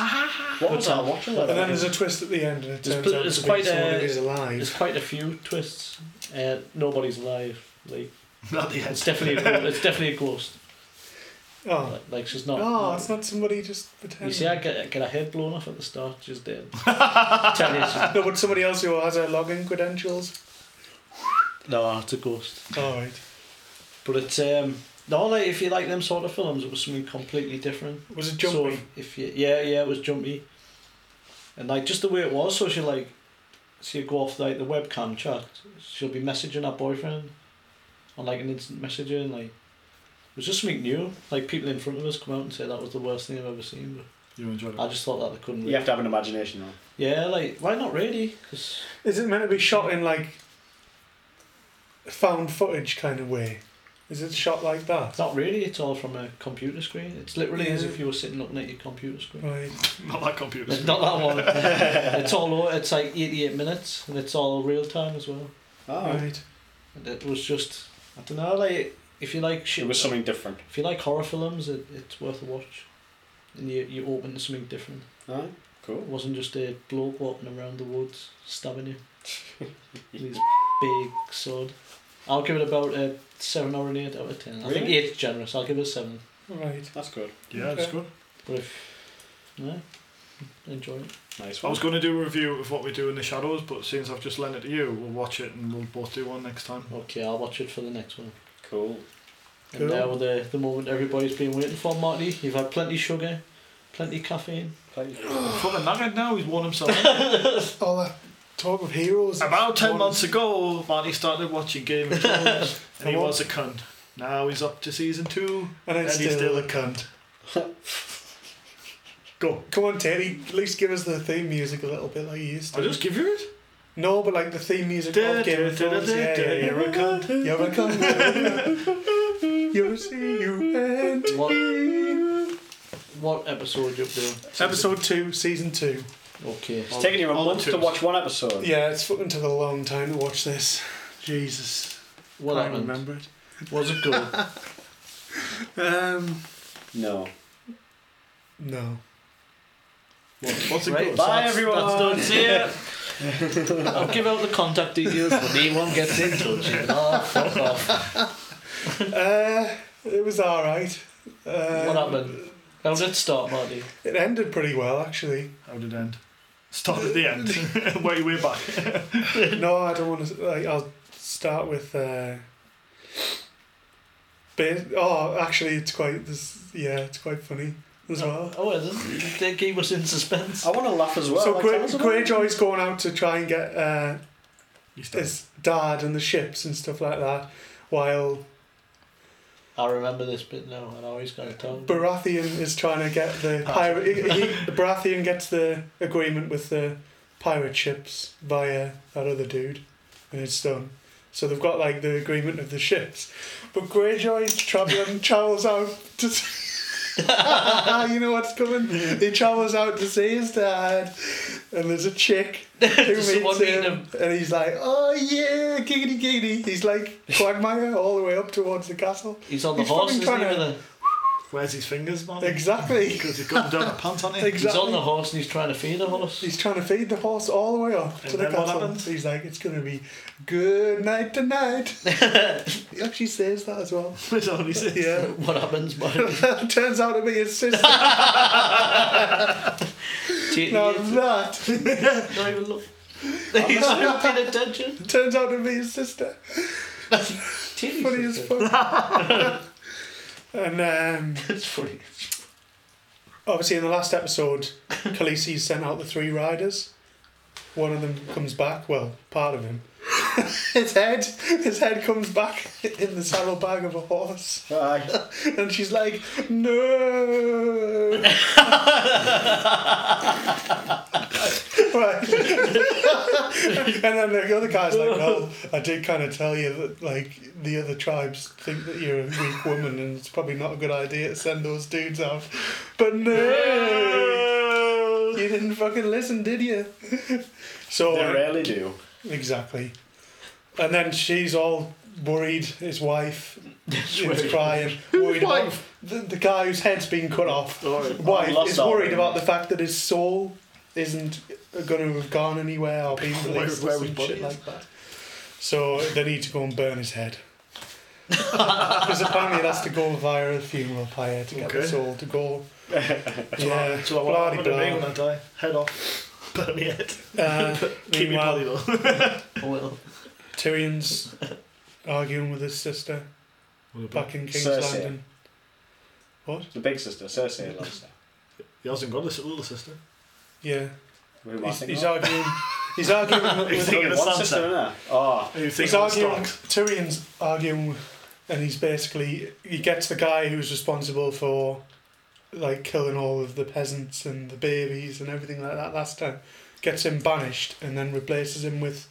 Speaker 2: What was I
Speaker 3: time.
Speaker 2: watching?
Speaker 4: And then there's a twist at the end, and it
Speaker 3: There's
Speaker 4: turns
Speaker 3: pl-
Speaker 4: out
Speaker 3: there's
Speaker 4: to
Speaker 3: quite
Speaker 4: be someone
Speaker 3: a-
Speaker 4: who's alive.
Speaker 3: There's quite a few twists. Uh, nobody's alive. Like
Speaker 5: Not the
Speaker 3: it's
Speaker 5: end.
Speaker 3: definitely a, ghost- it's definitely a ghost.
Speaker 4: Oh,
Speaker 3: Like, like she's not.
Speaker 4: oh, it's not somebody just
Speaker 3: you
Speaker 4: pretending.
Speaker 3: see, I get, get a head blown off at the start. She's dead. Tell you, she's-
Speaker 4: no, but somebody else who has her login credentials.
Speaker 3: no, it's a ghost.
Speaker 4: All right.
Speaker 3: But it's um. No, like if you like them sort of films, it was something completely different.
Speaker 4: Was it
Speaker 3: So
Speaker 4: jumpy?
Speaker 3: if, if you, yeah, yeah, it was jumpy, and like just the way it was. So she like, she'd go off like the webcam chat. She'll be messaging her boyfriend, on like an instant messenger, and like, it was just something new. Like people in front of us come out and say that was the worst thing I've ever seen.
Speaker 5: You enjoyed
Speaker 3: But I just thought that they couldn't.
Speaker 2: You have to have an imagination, though.
Speaker 3: Yeah, like why not really? 'Cause
Speaker 4: Is it meant to be shot in like found footage kind of way? Is it shot like that?
Speaker 3: not really. It's all from a computer screen. It's literally as
Speaker 4: Yeah.
Speaker 3: if you were sitting looking at your computer screen.
Speaker 4: Right.
Speaker 5: it. Not that computer.
Speaker 3: It's not that one. it's all. o- It's like eighty-eight minutes, and it's all real time as well.
Speaker 2: Oh,
Speaker 4: Right.
Speaker 3: And It was just I don't know like if you like shit,
Speaker 2: it was something different.
Speaker 3: if you like horror films it, it's worth a watch and you you open to something different
Speaker 2: Right.
Speaker 3: it
Speaker 2: Cool.
Speaker 3: wasn't just a bloke walking around the woods stabbing you with his big sword I'll give it about a 7 or an 8 out of 10 I think
Speaker 2: Really?
Speaker 3: 8 is generous I'll give it a 7
Speaker 4: Right.
Speaker 2: That's good.
Speaker 5: Yeah, it's
Speaker 4: Okay.
Speaker 5: good.
Speaker 3: but if no enjoy it
Speaker 2: Nice
Speaker 5: I
Speaker 2: one.
Speaker 5: was going to do a review of what we do in the shadows, but since I've just lent it to you, we'll watch it and we'll both do one next time.
Speaker 3: okay I'll watch it for the next one
Speaker 2: Cool.
Speaker 3: and
Speaker 4: Cool.
Speaker 3: now the, the moment everybody's been waiting for Marty you've had plenty sugar plenty caffeine
Speaker 2: Play.
Speaker 5: Fucking knackered now, he's worn himself.
Speaker 4: All that talk of heroes.
Speaker 5: About ten
Speaker 4: One-
Speaker 5: months ago, Marty started watching Game of Thrones, and he was a cunt. Now he's up to season two,
Speaker 4: And
Speaker 5: and
Speaker 4: it's
Speaker 5: he's still a
Speaker 4: still.
Speaker 5: cunt.
Speaker 4: Go. Come on, Teddy. At least give us the theme music a little bit like you used to.
Speaker 5: I just give you it.
Speaker 4: No, but like the theme music of Game of Thrones. Yeah, yeah, yeah.
Speaker 5: You're a cunt.
Speaker 4: You're a cunt. You're a C-U-N.
Speaker 3: what, what episode you up doing
Speaker 4: Episode 2, Season 2.
Speaker 3: Okay.
Speaker 2: It's taken you a
Speaker 5: All the
Speaker 2: month to
Speaker 5: twos.
Speaker 2: watch one episode.
Speaker 4: Yeah, it's fucking took a long time to watch this. Jesus.
Speaker 3: What
Speaker 4: I can't
Speaker 3: happened?
Speaker 4: remember it.
Speaker 3: Was it good?
Speaker 4: Um,
Speaker 2: No.
Speaker 4: no.
Speaker 5: What's it
Speaker 3: Right,
Speaker 5: called?
Speaker 2: Bye,
Speaker 3: that's-
Speaker 2: everyone.
Speaker 3: That's done. See ya. I'll give out the contact details, but no one gets in touch. Oh, fuck off.
Speaker 4: Uh, it was alright. Uh,
Speaker 3: What happened? How did it start, Marty?
Speaker 4: It ended pretty well, actually.
Speaker 5: How did it end? Start at the end. way, way back.
Speaker 4: no, I don't want to. Like, I'll start with. Uh, ba- oh, actually, it's quite. This, yeah, it's quite funny as well.
Speaker 3: Oh, is it? They keep us in suspense.
Speaker 2: I want to laugh as well.
Speaker 4: so
Speaker 2: like,
Speaker 4: Grey,
Speaker 2: tell us about it.
Speaker 4: Greyjoy's going out to try and get uh,
Speaker 5: He's dead.
Speaker 4: his dad and the ships and stuff like that, while
Speaker 3: I remember this bit now, and I always got it tongue.
Speaker 4: Baratheon is trying to get the
Speaker 3: Ah.
Speaker 4: pirate. He, he, Baratheon gets the agreement with the pirate ships via that other dude, and it's done. So they've got like the agreement of the ships, but Greyjoy traveling travels out to. s- you know what's coming. He travels out to see his dad, and there's a chick who
Speaker 3: Just someone
Speaker 4: meets
Speaker 3: meeting
Speaker 4: him,
Speaker 3: him.
Speaker 4: and he's like, "Oh yeah, giggity giggity." He's like Quagmire all the way up towards the castle.
Speaker 3: He's on the
Speaker 4: He's
Speaker 3: horse,
Speaker 4: fucking
Speaker 3: isn't he?
Speaker 4: trying to-
Speaker 3: with a-
Speaker 5: Where's his fingers,
Speaker 3: Oh
Speaker 5: man?
Speaker 4: Exactly.
Speaker 5: Because he's got them down a pant on it.
Speaker 4: Exactly.
Speaker 3: He's on the horse and he's trying to feed the horse.
Speaker 4: He's trying to feed the horse all the way up to
Speaker 5: And
Speaker 4: the
Speaker 5: then what
Speaker 4: castle.
Speaker 5: happens?
Speaker 4: He's like, it's going to be good night tonight. he actually says that as well.
Speaker 5: That's all he says.
Speaker 4: Yeah.
Speaker 3: What happens, man?
Speaker 4: Turns out to be his sister.
Speaker 3: Taking
Speaker 4: now
Speaker 3: it.
Speaker 4: that
Speaker 3: Not even look. He's not paying attention.
Speaker 4: turns out to be his sister.
Speaker 3: Titties.
Speaker 4: Funny as fuck. and um,
Speaker 3: It's funny.
Speaker 4: obviously, in the last episode, Khaleesi sent out the three riders. One of them comes back. Well, part of him. his head, his head comes back in the saddlebag of a horse.
Speaker 2: Aye.
Speaker 4: And she's like, no. right. and then the other guy's like, well, I did kind of tell you that, like, the other tribes think that you're a weak woman and it's probably not a good idea to send those dudes out. But no. You didn't fucking listen, did you? so.
Speaker 2: They rarely do.
Speaker 4: Exactly. And then she's all worried, his wife is crying, worried about the, the guy whose head's been cut off.
Speaker 5: Oh,
Speaker 4: Wife
Speaker 2: lost
Speaker 4: is
Speaker 2: that
Speaker 4: worried
Speaker 2: one.
Speaker 4: about the fact that his soul isn't going to have gone anywhere or been
Speaker 5: Where-
Speaker 4: released
Speaker 5: where
Speaker 4: or
Speaker 5: his
Speaker 4: some
Speaker 5: body
Speaker 4: shit
Speaker 5: is.
Speaker 4: like that. So they need to go and burn his head. Because apparently it has to go via a funeral pyre to get the
Speaker 5: Okay.
Speaker 4: soul to go. yeah,
Speaker 5: So I want
Speaker 4: bloody
Speaker 5: to be when
Speaker 4: blah.
Speaker 5: I die. Head off. Burn me head.
Speaker 4: Uh,
Speaker 5: Keep me
Speaker 4: meanwhile,
Speaker 5: body though.
Speaker 3: Oh, well.
Speaker 4: Tyrion's arguing with his sister back in King's
Speaker 2: Cersei.
Speaker 4: Landing.
Speaker 2: The big sister, Cersei Lannister.
Speaker 5: He hasn't got a little sister.
Speaker 4: Yeah,
Speaker 2: Who am I
Speaker 4: he's,
Speaker 2: thinking
Speaker 4: he's
Speaker 2: of?
Speaker 4: arguing. He's arguing with,
Speaker 5: He's
Speaker 4: with
Speaker 5: thinking
Speaker 2: One
Speaker 5: of Sansa.
Speaker 2: sister, innit? Oh,
Speaker 5: Who thinks
Speaker 4: he's arguing. Tyrion's arguing, and he's basically he gets the guy who's responsible for, like killing all of the peasants and the babies and everything like that last time, gets him banished and then replaces him with,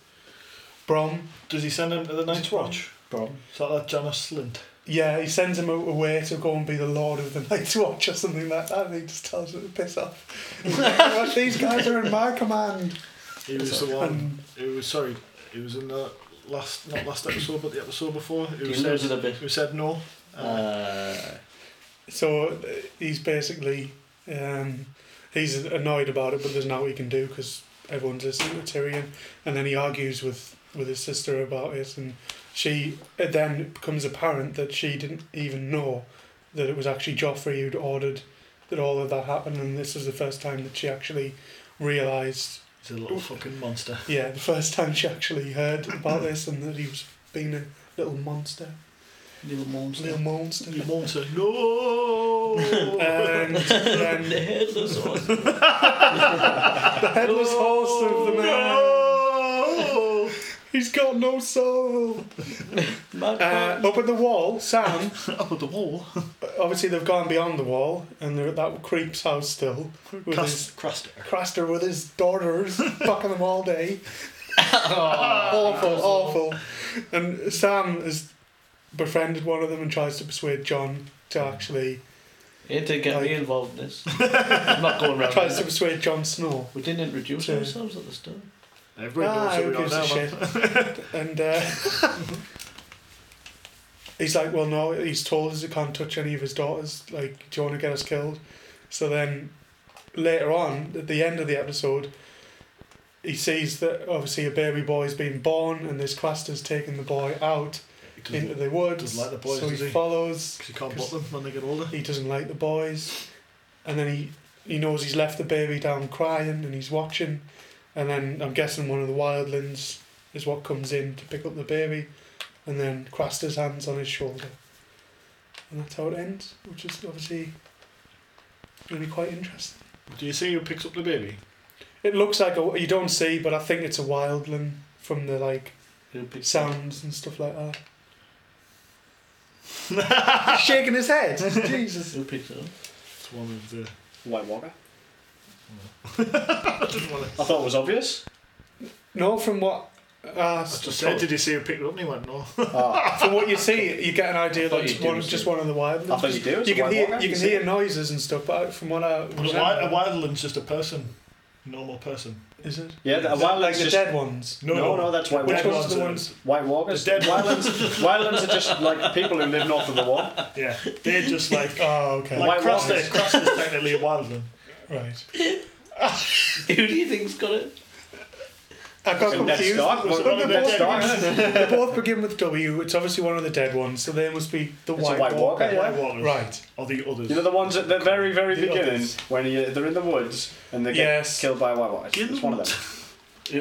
Speaker 4: Brom.
Speaker 5: Does he send him to the Night's Watch?
Speaker 2: Brom.
Speaker 5: Is that that Janus Slint?
Speaker 4: Yeah, he sends him out away to go and be the Lord of the Night's Watch or something like that, and he just tells him to piss off. He's like, "Well, These guys are in my command.
Speaker 5: He was the one.
Speaker 4: And
Speaker 5: He was sorry. He was in the last, not last episode, but the episode before. He
Speaker 3: You
Speaker 5: was
Speaker 3: lose it a
Speaker 5: said,
Speaker 3: bit.
Speaker 5: who said no. Uh,
Speaker 3: Uh,
Speaker 4: so uh, he's basically um, he's annoyed about it, but there's not what he can do because everyone's listening to Tyrion. And then he argues with with his sister about it, and she it then becomes apparent that she didn't even know that it was actually Joffrey who'd ordered that all of that happened, and this was the first time that she actually realised
Speaker 5: he's a little fucking monster.
Speaker 4: Yeah, the first time she actually heard about this and that he was being a little monster,
Speaker 3: little mom's
Speaker 4: little
Speaker 3: little
Speaker 4: monster.
Speaker 5: You monster. No.
Speaker 4: And
Speaker 3: The
Speaker 4: then
Speaker 3: headless horse.
Speaker 4: the headless horse
Speaker 5: Uh,
Speaker 4: of the man.
Speaker 5: No.
Speaker 4: He's got no soul. Uh,
Speaker 3: Man,
Speaker 4: up at the wall, Sam.
Speaker 5: Up at the wall.
Speaker 4: Obviously, they've gone beyond the wall, and they're at that creep's house still. With his
Speaker 5: Cast, craster.
Speaker 4: Craster with his daughters, fucking them all day.
Speaker 3: oh.
Speaker 4: awful, Ah, awful. And Sam has befriended one of them and tries to persuade John to actually
Speaker 3: ain't to get me
Speaker 4: Like-
Speaker 3: involved in this. I'm not going round.
Speaker 4: tries to
Speaker 3: there.
Speaker 4: persuade Jon Snow.
Speaker 3: We didn't introduce
Speaker 4: Yeah.
Speaker 3: ourselves at the start.
Speaker 5: Everybody
Speaker 4: Ah,
Speaker 5: knows who
Speaker 4: who
Speaker 5: we are
Speaker 4: gives a
Speaker 5: now, man.
Speaker 4: shit? and uh, he's like, well, no, he's told us he can't touch any of his daughters. Like, do you want to get us killed? So then, later on, at the end of the episode, he sees that obviously a baby boy's been born, and this cluster's taking the boy out
Speaker 5: Because
Speaker 4: into the woods.
Speaker 5: doesn't like the boys,
Speaker 4: so he,
Speaker 5: does he?
Speaker 4: follows.
Speaker 5: you can't bot them when they get older.
Speaker 4: He doesn't like the boys, and then he he knows he's left the baby down crying, and he's watching, and then I'm guessing one of the wildlings is what comes in to pick up the baby, and then Craster's hands on his shoulder, and that's how it ends, which is obviously really quite interesting.
Speaker 5: Do you see who picks up the baby?
Speaker 4: It looks like a, you don't see, but I think it's a wildling from the like
Speaker 3: Who picked
Speaker 4: sounds and stuff like that. He's shaking his head. Jesus.
Speaker 3: Who picked it up?
Speaker 5: It's one of the.
Speaker 2: White Walker.
Speaker 5: I didn't want to.
Speaker 2: I thought it was obvious.
Speaker 4: No, from what uh,
Speaker 5: I just said, did you see who picked it up? And he went, no.
Speaker 2: Ah,
Speaker 4: from what you see, you get an idea
Speaker 3: I thought
Speaker 4: that it's
Speaker 3: you did
Speaker 4: one,
Speaker 3: see
Speaker 4: just
Speaker 3: it.
Speaker 4: one of the wild.
Speaker 2: I thought you do. It's
Speaker 4: You
Speaker 2: a
Speaker 4: can
Speaker 2: White
Speaker 4: hear
Speaker 2: Walker.
Speaker 4: you can hear noises and stuff, but from what I
Speaker 5: But a, wi- a wildland's just a person, normal person.
Speaker 4: is it?
Speaker 2: Yeah, the- a
Speaker 4: Like
Speaker 2: wildland's
Speaker 4: the
Speaker 2: just.
Speaker 4: dead ones.
Speaker 2: No, no, that's White
Speaker 4: Which
Speaker 2: Walker.
Speaker 5: dead
Speaker 4: ones are the
Speaker 5: ones
Speaker 4: ones?
Speaker 2: White Walkers.
Speaker 5: The dead-
Speaker 2: wildlands. wildlands are just like people who live north of the wall.
Speaker 5: Yeah, they're just like.
Speaker 4: Oh, okay.
Speaker 2: White
Speaker 5: like
Speaker 2: walkers.
Speaker 5: Craster's Craster's technically a wildland.
Speaker 4: Right.
Speaker 3: Who do you think's got it?
Speaker 4: I got
Speaker 2: Some dead
Speaker 4: confused.
Speaker 2: stock.
Speaker 4: Well,
Speaker 2: One of the
Speaker 4: they, both
Speaker 2: dead stocks.
Speaker 4: begin, they both begin with W. It's obviously one of the dead ones, so they must be the
Speaker 2: It's a
Speaker 4: white,
Speaker 2: White
Speaker 4: Walker.
Speaker 2: Walker, yeah.
Speaker 5: White walkers.
Speaker 4: Right.
Speaker 5: Or the others.
Speaker 2: You know the ones at the very, very
Speaker 5: The
Speaker 2: beginning
Speaker 5: others.
Speaker 2: when you, they're in the woods and they get
Speaker 4: Yes.
Speaker 2: killed by a white walker. It's one of them.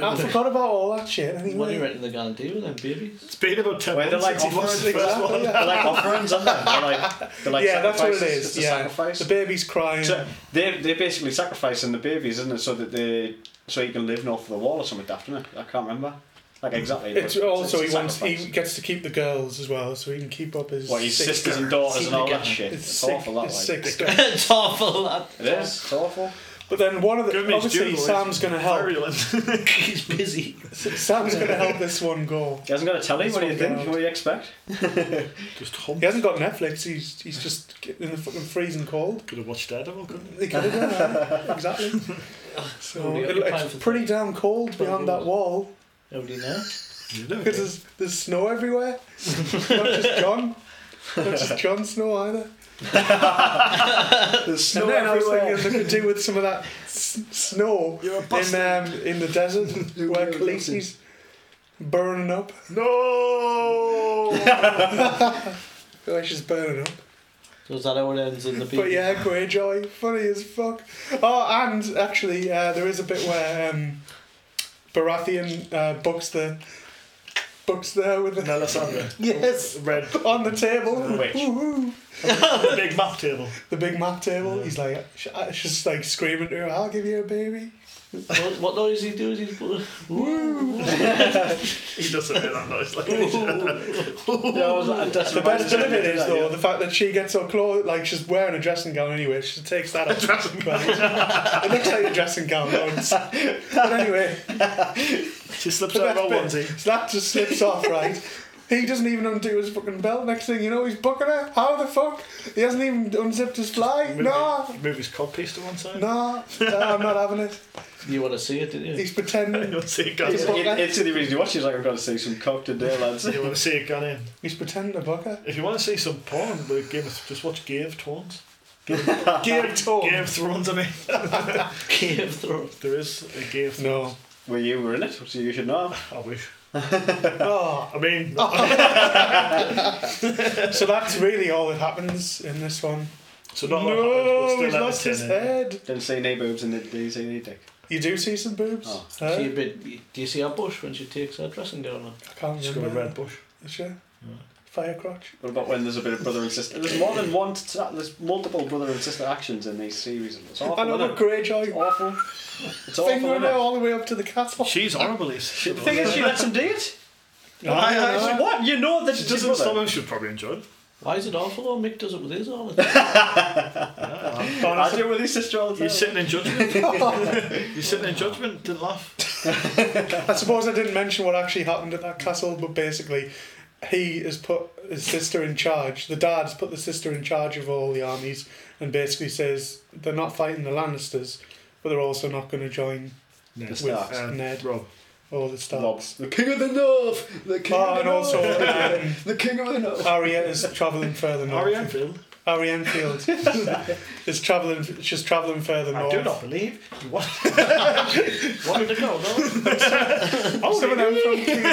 Speaker 4: I forgot about all that shit. I think
Speaker 3: What do you reckon they're gonna do with them babies?
Speaker 5: it's been about 10
Speaker 2: Where they're
Speaker 5: months
Speaker 2: like
Speaker 5: since he
Speaker 2: offers.
Speaker 5: watched the first one.
Speaker 2: Exactly, yeah. They're like offerings, aren't they? They're like, they're like
Speaker 4: yeah, that's what it
Speaker 2: sacrifices.
Speaker 4: is.
Speaker 2: It's a
Speaker 4: yeah,
Speaker 2: sacrifice.
Speaker 4: the baby's crying.
Speaker 2: So they're, they're basically sacrificing the babies, isn't it? So that they so he can live north of the wall or something, daft, isn't it? I can't remember. Like exactly. but
Speaker 4: it's also
Speaker 2: a
Speaker 4: he wants he
Speaker 2: sacrifice.
Speaker 4: gets to keep the girls as well, so he can keep up his.
Speaker 2: Well, his
Speaker 4: sick-
Speaker 2: sisters and daughters and all that
Speaker 3: Sick.
Speaker 2: shit.
Speaker 4: It's,
Speaker 2: It's,
Speaker 4: sick,
Speaker 2: awful, that like.
Speaker 4: it's sick stuff.
Speaker 3: it's awful. That
Speaker 2: It is. It's awful.
Speaker 4: But then one of the
Speaker 5: Give me his
Speaker 4: obviously
Speaker 5: due, boys.
Speaker 4: Sam's going to help.
Speaker 5: Virulent.
Speaker 3: he's busy.
Speaker 4: Sam's going to help this one go.
Speaker 2: He hasn't got a telly.
Speaker 4: It's
Speaker 2: What do you
Speaker 4: all
Speaker 2: think?
Speaker 4: gold.
Speaker 2: What do you expect?
Speaker 5: Just hump.
Speaker 4: He hasn't got Netflix. He's he's just in the fucking freezing cold.
Speaker 5: Could have watched Daredevil, couldn't he?
Speaker 4: They could have done that. exactly. So
Speaker 3: Only
Speaker 4: it
Speaker 3: occupied
Speaker 4: looks
Speaker 3: for
Speaker 4: pretty damn cold behind that wall
Speaker 3: Nobody know.
Speaker 5: You know.
Speaker 4: because there's, there's snow everywhere. Not just John. Not just John Snow either.
Speaker 2: There's
Speaker 4: and then I was thinking they could do with some of that s- snow
Speaker 5: You're a
Speaker 4: in um, in the desert where
Speaker 2: a
Speaker 4: Khaleesi's burning up.
Speaker 5: No!
Speaker 4: Where she's burning up.
Speaker 3: So is that how it ends in the baby?
Speaker 4: But yeah, Greyjoy, funny as fuck. Oh, and actually, uh, there is a bit where um, Baratheon uh, books the books there with the
Speaker 5: Melisandre.
Speaker 4: yes
Speaker 5: Red.
Speaker 4: on the table.
Speaker 2: Which?
Speaker 4: Woo-hoo.
Speaker 5: The big map table.
Speaker 4: The big map table. He's like, sh- uh, she's like screaming to her, "I'll give you a baby."
Speaker 3: What, what noise he do is he's woo.
Speaker 5: He doesn't hear that noise like that.
Speaker 2: Yeah, I was like, that's
Speaker 4: The best bit of it is
Speaker 2: that, yeah.
Speaker 4: though the fact that she gets her clothes like she's wearing a dressing gown anyway. She takes that off. Right. it looks like a dressing gown. though. It's- But anyway,
Speaker 5: She slips
Speaker 4: the
Speaker 5: out
Speaker 4: best
Speaker 5: of her
Speaker 4: bit.
Speaker 5: onesie.
Speaker 4: So that just slips off, right? He doesn't even undo his fucking belt. Next thing you know, he's bucking her. How the fuck? He hasn't even unzipped his fly.
Speaker 5: Move
Speaker 4: No,
Speaker 5: his- Move his codpiece to one side.
Speaker 4: no, no, I'm not having it.
Speaker 3: You want to see it, didn't you?
Speaker 4: He's pretending.
Speaker 5: You want to see it gone
Speaker 4: He's
Speaker 5: in?
Speaker 4: a-
Speaker 2: It- It's the only reason you watch. it, He's like, I've got to see some cock today, lads.
Speaker 5: You want to see it gone in?
Speaker 4: He's pretending to buck her.
Speaker 5: If you want to see some porn, the Game of, just watch Game of Thrones.
Speaker 4: Game
Speaker 5: Game
Speaker 4: tone.
Speaker 5: of Thrones, I mean.
Speaker 3: Game of Thrones.
Speaker 5: There is a Game of Thrones.
Speaker 4: No.
Speaker 2: Well, you were in it, so you should know.
Speaker 5: I wish.
Speaker 4: Oh,
Speaker 5: I mean,
Speaker 4: so that's really all that happens in this one.
Speaker 5: so not what
Speaker 4: No,
Speaker 5: happens,
Speaker 4: he's
Speaker 5: but
Speaker 4: lost
Speaker 5: still
Speaker 4: his
Speaker 5: entertaining.
Speaker 4: head.
Speaker 2: Didn't see any boobs and didn't didn't see any dick.
Speaker 4: You do see some boobs.
Speaker 2: Oh.
Speaker 4: Huh?
Speaker 3: See a bit, do you see her bush when she takes her dressing gown off?
Speaker 4: I can't
Speaker 5: She's got a
Speaker 4: remember.
Speaker 5: red bush.
Speaker 4: Is she? Fire crotch.
Speaker 2: What about when there's a bit of brother and sister? There's more than one. t- There's multiple brother and sister actions in these series, and it's awful.
Speaker 4: I know
Speaker 2: isn't
Speaker 4: what
Speaker 2: it?
Speaker 4: Greyjoy
Speaker 2: It's awful. It's awful.
Speaker 4: fingering
Speaker 2: isn't
Speaker 4: her
Speaker 2: it?
Speaker 4: all the way up to the castle.
Speaker 5: She's horrible. Is she?
Speaker 2: The thing is, she lets him do it.
Speaker 4: No,
Speaker 2: I,
Speaker 4: no,
Speaker 2: I,
Speaker 4: no.
Speaker 2: What you know that she
Speaker 5: doesn't stop him. She'd probably enjoy it.
Speaker 3: Why is it awful though? Mick does it with his all the time.
Speaker 2: I do it with his sister all the
Speaker 5: You're
Speaker 2: time.
Speaker 5: sitting in judgment. You're sitting in judgment. Didn't laugh.
Speaker 4: I suppose I didn't mention what actually happened at that castle, but basically, he has put his sister in charge. The dad's put the sister in charge of all the armies, and basically says they're not fighting the Lannisters, but they're also not going to join
Speaker 5: Ned.
Speaker 2: The
Speaker 4: with
Speaker 2: Starks.
Speaker 5: Uh,
Speaker 4: Ned
Speaker 5: Rob.
Speaker 4: or the Starks.
Speaker 2: Lobs. The king of the north. The king
Speaker 4: Oh,
Speaker 2: of
Speaker 4: and
Speaker 2: the north.
Speaker 4: also um,
Speaker 2: the king of the north.
Speaker 4: Arya is travelling further north.
Speaker 5: Harry Enfield.
Speaker 4: Harry Enfield is travelling. She's travelling further
Speaker 5: I
Speaker 4: north.
Speaker 5: do not believe you want, wanted to go. No.
Speaker 4: Someone out from King-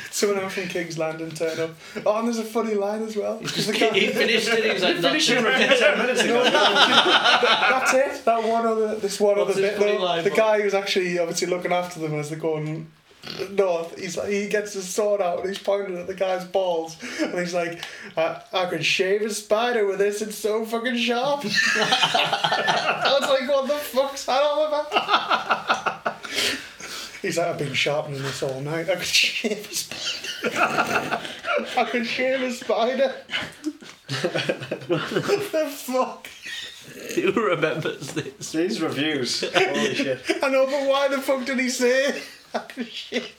Speaker 4: someone out from King's Landing turn up. Oh, and there's a funny line as well. Because the guy-
Speaker 3: he finished it. He's like,
Speaker 2: Finish him
Speaker 3: "Not
Speaker 2: within ten minutes ago.
Speaker 4: That's it. That one other, this one
Speaker 3: What's
Speaker 4: other
Speaker 3: his
Speaker 4: bit.
Speaker 3: funny
Speaker 4: though,
Speaker 3: line,
Speaker 4: the
Speaker 3: Mark?
Speaker 4: guy who's actually obviously looking after them as they're going north. He's like, he gets his sword out and he's pointing at the guy's balls, and he's like, "I, I could shave a spider with this. It's so fucking sharp." I was like, "What the fuck's that all about?" He's like, I've been sharpening this all night. I could shave a spider. I could shave a spider. what the fuck?
Speaker 3: Who remembers this?
Speaker 2: These reviews. Holy shit.
Speaker 4: I know, but why the fuck did he say it? I could shave.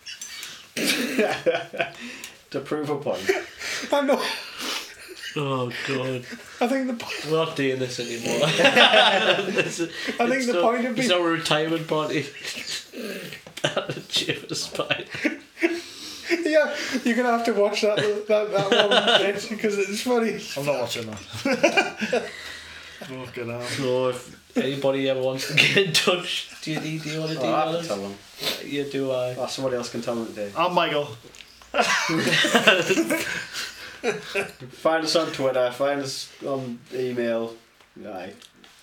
Speaker 2: To prove a point.
Speaker 4: I know.
Speaker 3: Oh god,
Speaker 4: I think the po-
Speaker 3: we're not doing this anymore.
Speaker 4: I think the point of
Speaker 3: it's
Speaker 4: being
Speaker 3: our retirement party. Cheer a spider.
Speaker 4: yeah, you're gonna have to watch that that, that one bit because it's funny.
Speaker 5: I'm not watching that. Fucking hell.
Speaker 3: So if anybody ever wants to get in touch, do you, do you want to
Speaker 2: Oh, I
Speaker 3: email
Speaker 2: have to
Speaker 3: us?
Speaker 2: tell them.
Speaker 3: Yeah, do I?
Speaker 2: Oh, somebody else can tell them today.
Speaker 5: I'm Michael.
Speaker 2: Find us on Twitter, find us on email. Aye.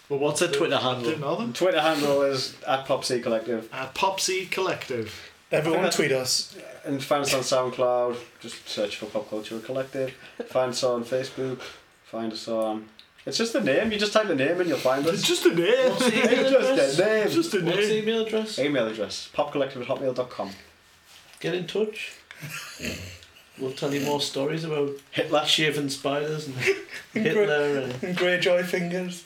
Speaker 5: Well,
Speaker 3: What's a Twitter
Speaker 5: Didn't
Speaker 3: handle?
Speaker 5: know them.
Speaker 2: Twitter handle is at Popsy Collective.
Speaker 5: Uh, Popsy Collective.
Speaker 4: Everyone tweet us.
Speaker 2: And find us on SoundCloud. Just search for Pop Culture Collective. Find us on Facebook. Find us on. It's just the name. You just type the name and you'll find
Speaker 5: It's
Speaker 2: us.
Speaker 5: just a name.
Speaker 3: What's the
Speaker 2: It's
Speaker 3: email
Speaker 2: just
Speaker 3: address?
Speaker 2: a name.
Speaker 5: It's just a
Speaker 3: What's the
Speaker 5: name.
Speaker 3: email address?
Speaker 2: Email address popcollective at hotmail.com.
Speaker 3: Get in touch. We'll tell you more stories about
Speaker 2: Hitler.
Speaker 3: shaven spiders and Hitler and
Speaker 4: And Greyjoy fingers.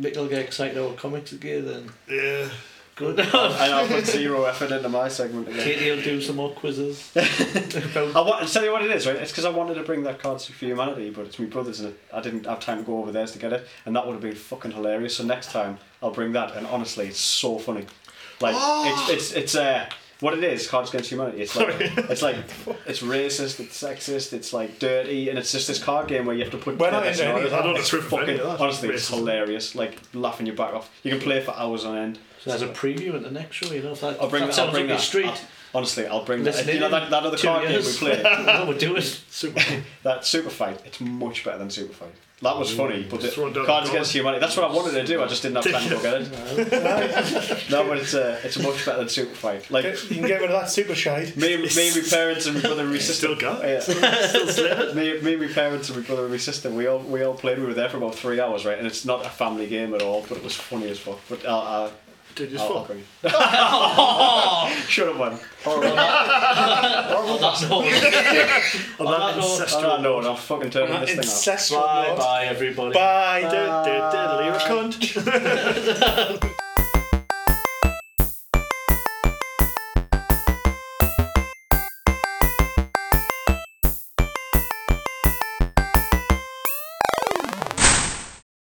Speaker 3: Mick will get excited over comics again and
Speaker 5: Yeah.
Speaker 3: good.
Speaker 2: and I'll put zero effort into my segment again.
Speaker 3: Katie will do some more quizzes.
Speaker 2: I
Speaker 3: about
Speaker 2: want to tell you what it is, right? It's because I wanted to bring that Cards for Humanity, but it's my brother's, and I didn't have time to go over theirs to get it, and that would have been fucking hilarious. So next time I'll bring that, and honestly, it's so funny. Like
Speaker 5: Oh!
Speaker 2: it's it's it's uh, what it is, Cards Against Humanity. It's like it's like it's racist, it's sexist, it's like dirty, and it's just this card game where you have to put.
Speaker 4: We're not
Speaker 2: together
Speaker 4: into any
Speaker 2: scenarios.
Speaker 4: of that.
Speaker 5: I don't
Speaker 2: It's
Speaker 5: approve of any
Speaker 2: fucking
Speaker 5: of that.
Speaker 2: honestly, it's
Speaker 5: Racism.
Speaker 2: hilarious. Like laughing your back off. You can play it for hours on end.
Speaker 3: So there's a preview at the next show, you know, if that,
Speaker 2: I'll bring
Speaker 3: that
Speaker 2: that. I'll
Speaker 3: sounds
Speaker 2: bring
Speaker 3: up your
Speaker 2: that.
Speaker 3: street.
Speaker 2: I'll- honestly, I'll bring
Speaker 3: Listen
Speaker 2: that. You
Speaker 3: in
Speaker 2: know that, that other
Speaker 3: two
Speaker 2: card game we
Speaker 3: years.
Speaker 2: played.
Speaker 3: I would do it.
Speaker 5: Super.
Speaker 2: That super fight, it's much better than super fight. That was funny, but the
Speaker 5: Just run down
Speaker 2: Cards
Speaker 5: the
Speaker 2: Against Humanity. That's what I wanted to do. I just didn't have time to go get it. no, but it's uh, it's much better than super fight. Like
Speaker 4: You can get rid of that super shite.
Speaker 2: me, and- me, and my parents, and my brother, and my sister.
Speaker 5: Still got it.
Speaker 2: Yeah. me, me, and my parents, and my brother, and my sister. We all we all played. We were there for about three hours, right? And it's not a family game at all, but it was funny as fuck. But I'll, I'll,
Speaker 5: Did you
Speaker 2: I'll,
Speaker 3: Oh,
Speaker 2: I'll
Speaker 5: fuck?
Speaker 2: bring it. Shut up, man. Horrible. Horrible.
Speaker 3: That's all.
Speaker 5: On
Speaker 3: On
Speaker 5: that
Speaker 3: that note- uh,
Speaker 5: ancestral
Speaker 2: Oh, no, no, I'm fucking turning
Speaker 4: That
Speaker 2: this thing off.
Speaker 4: incestual
Speaker 3: Bye
Speaker 4: lord.
Speaker 3: bye, everybody.
Speaker 4: Bye.
Speaker 5: Diddly, cunt.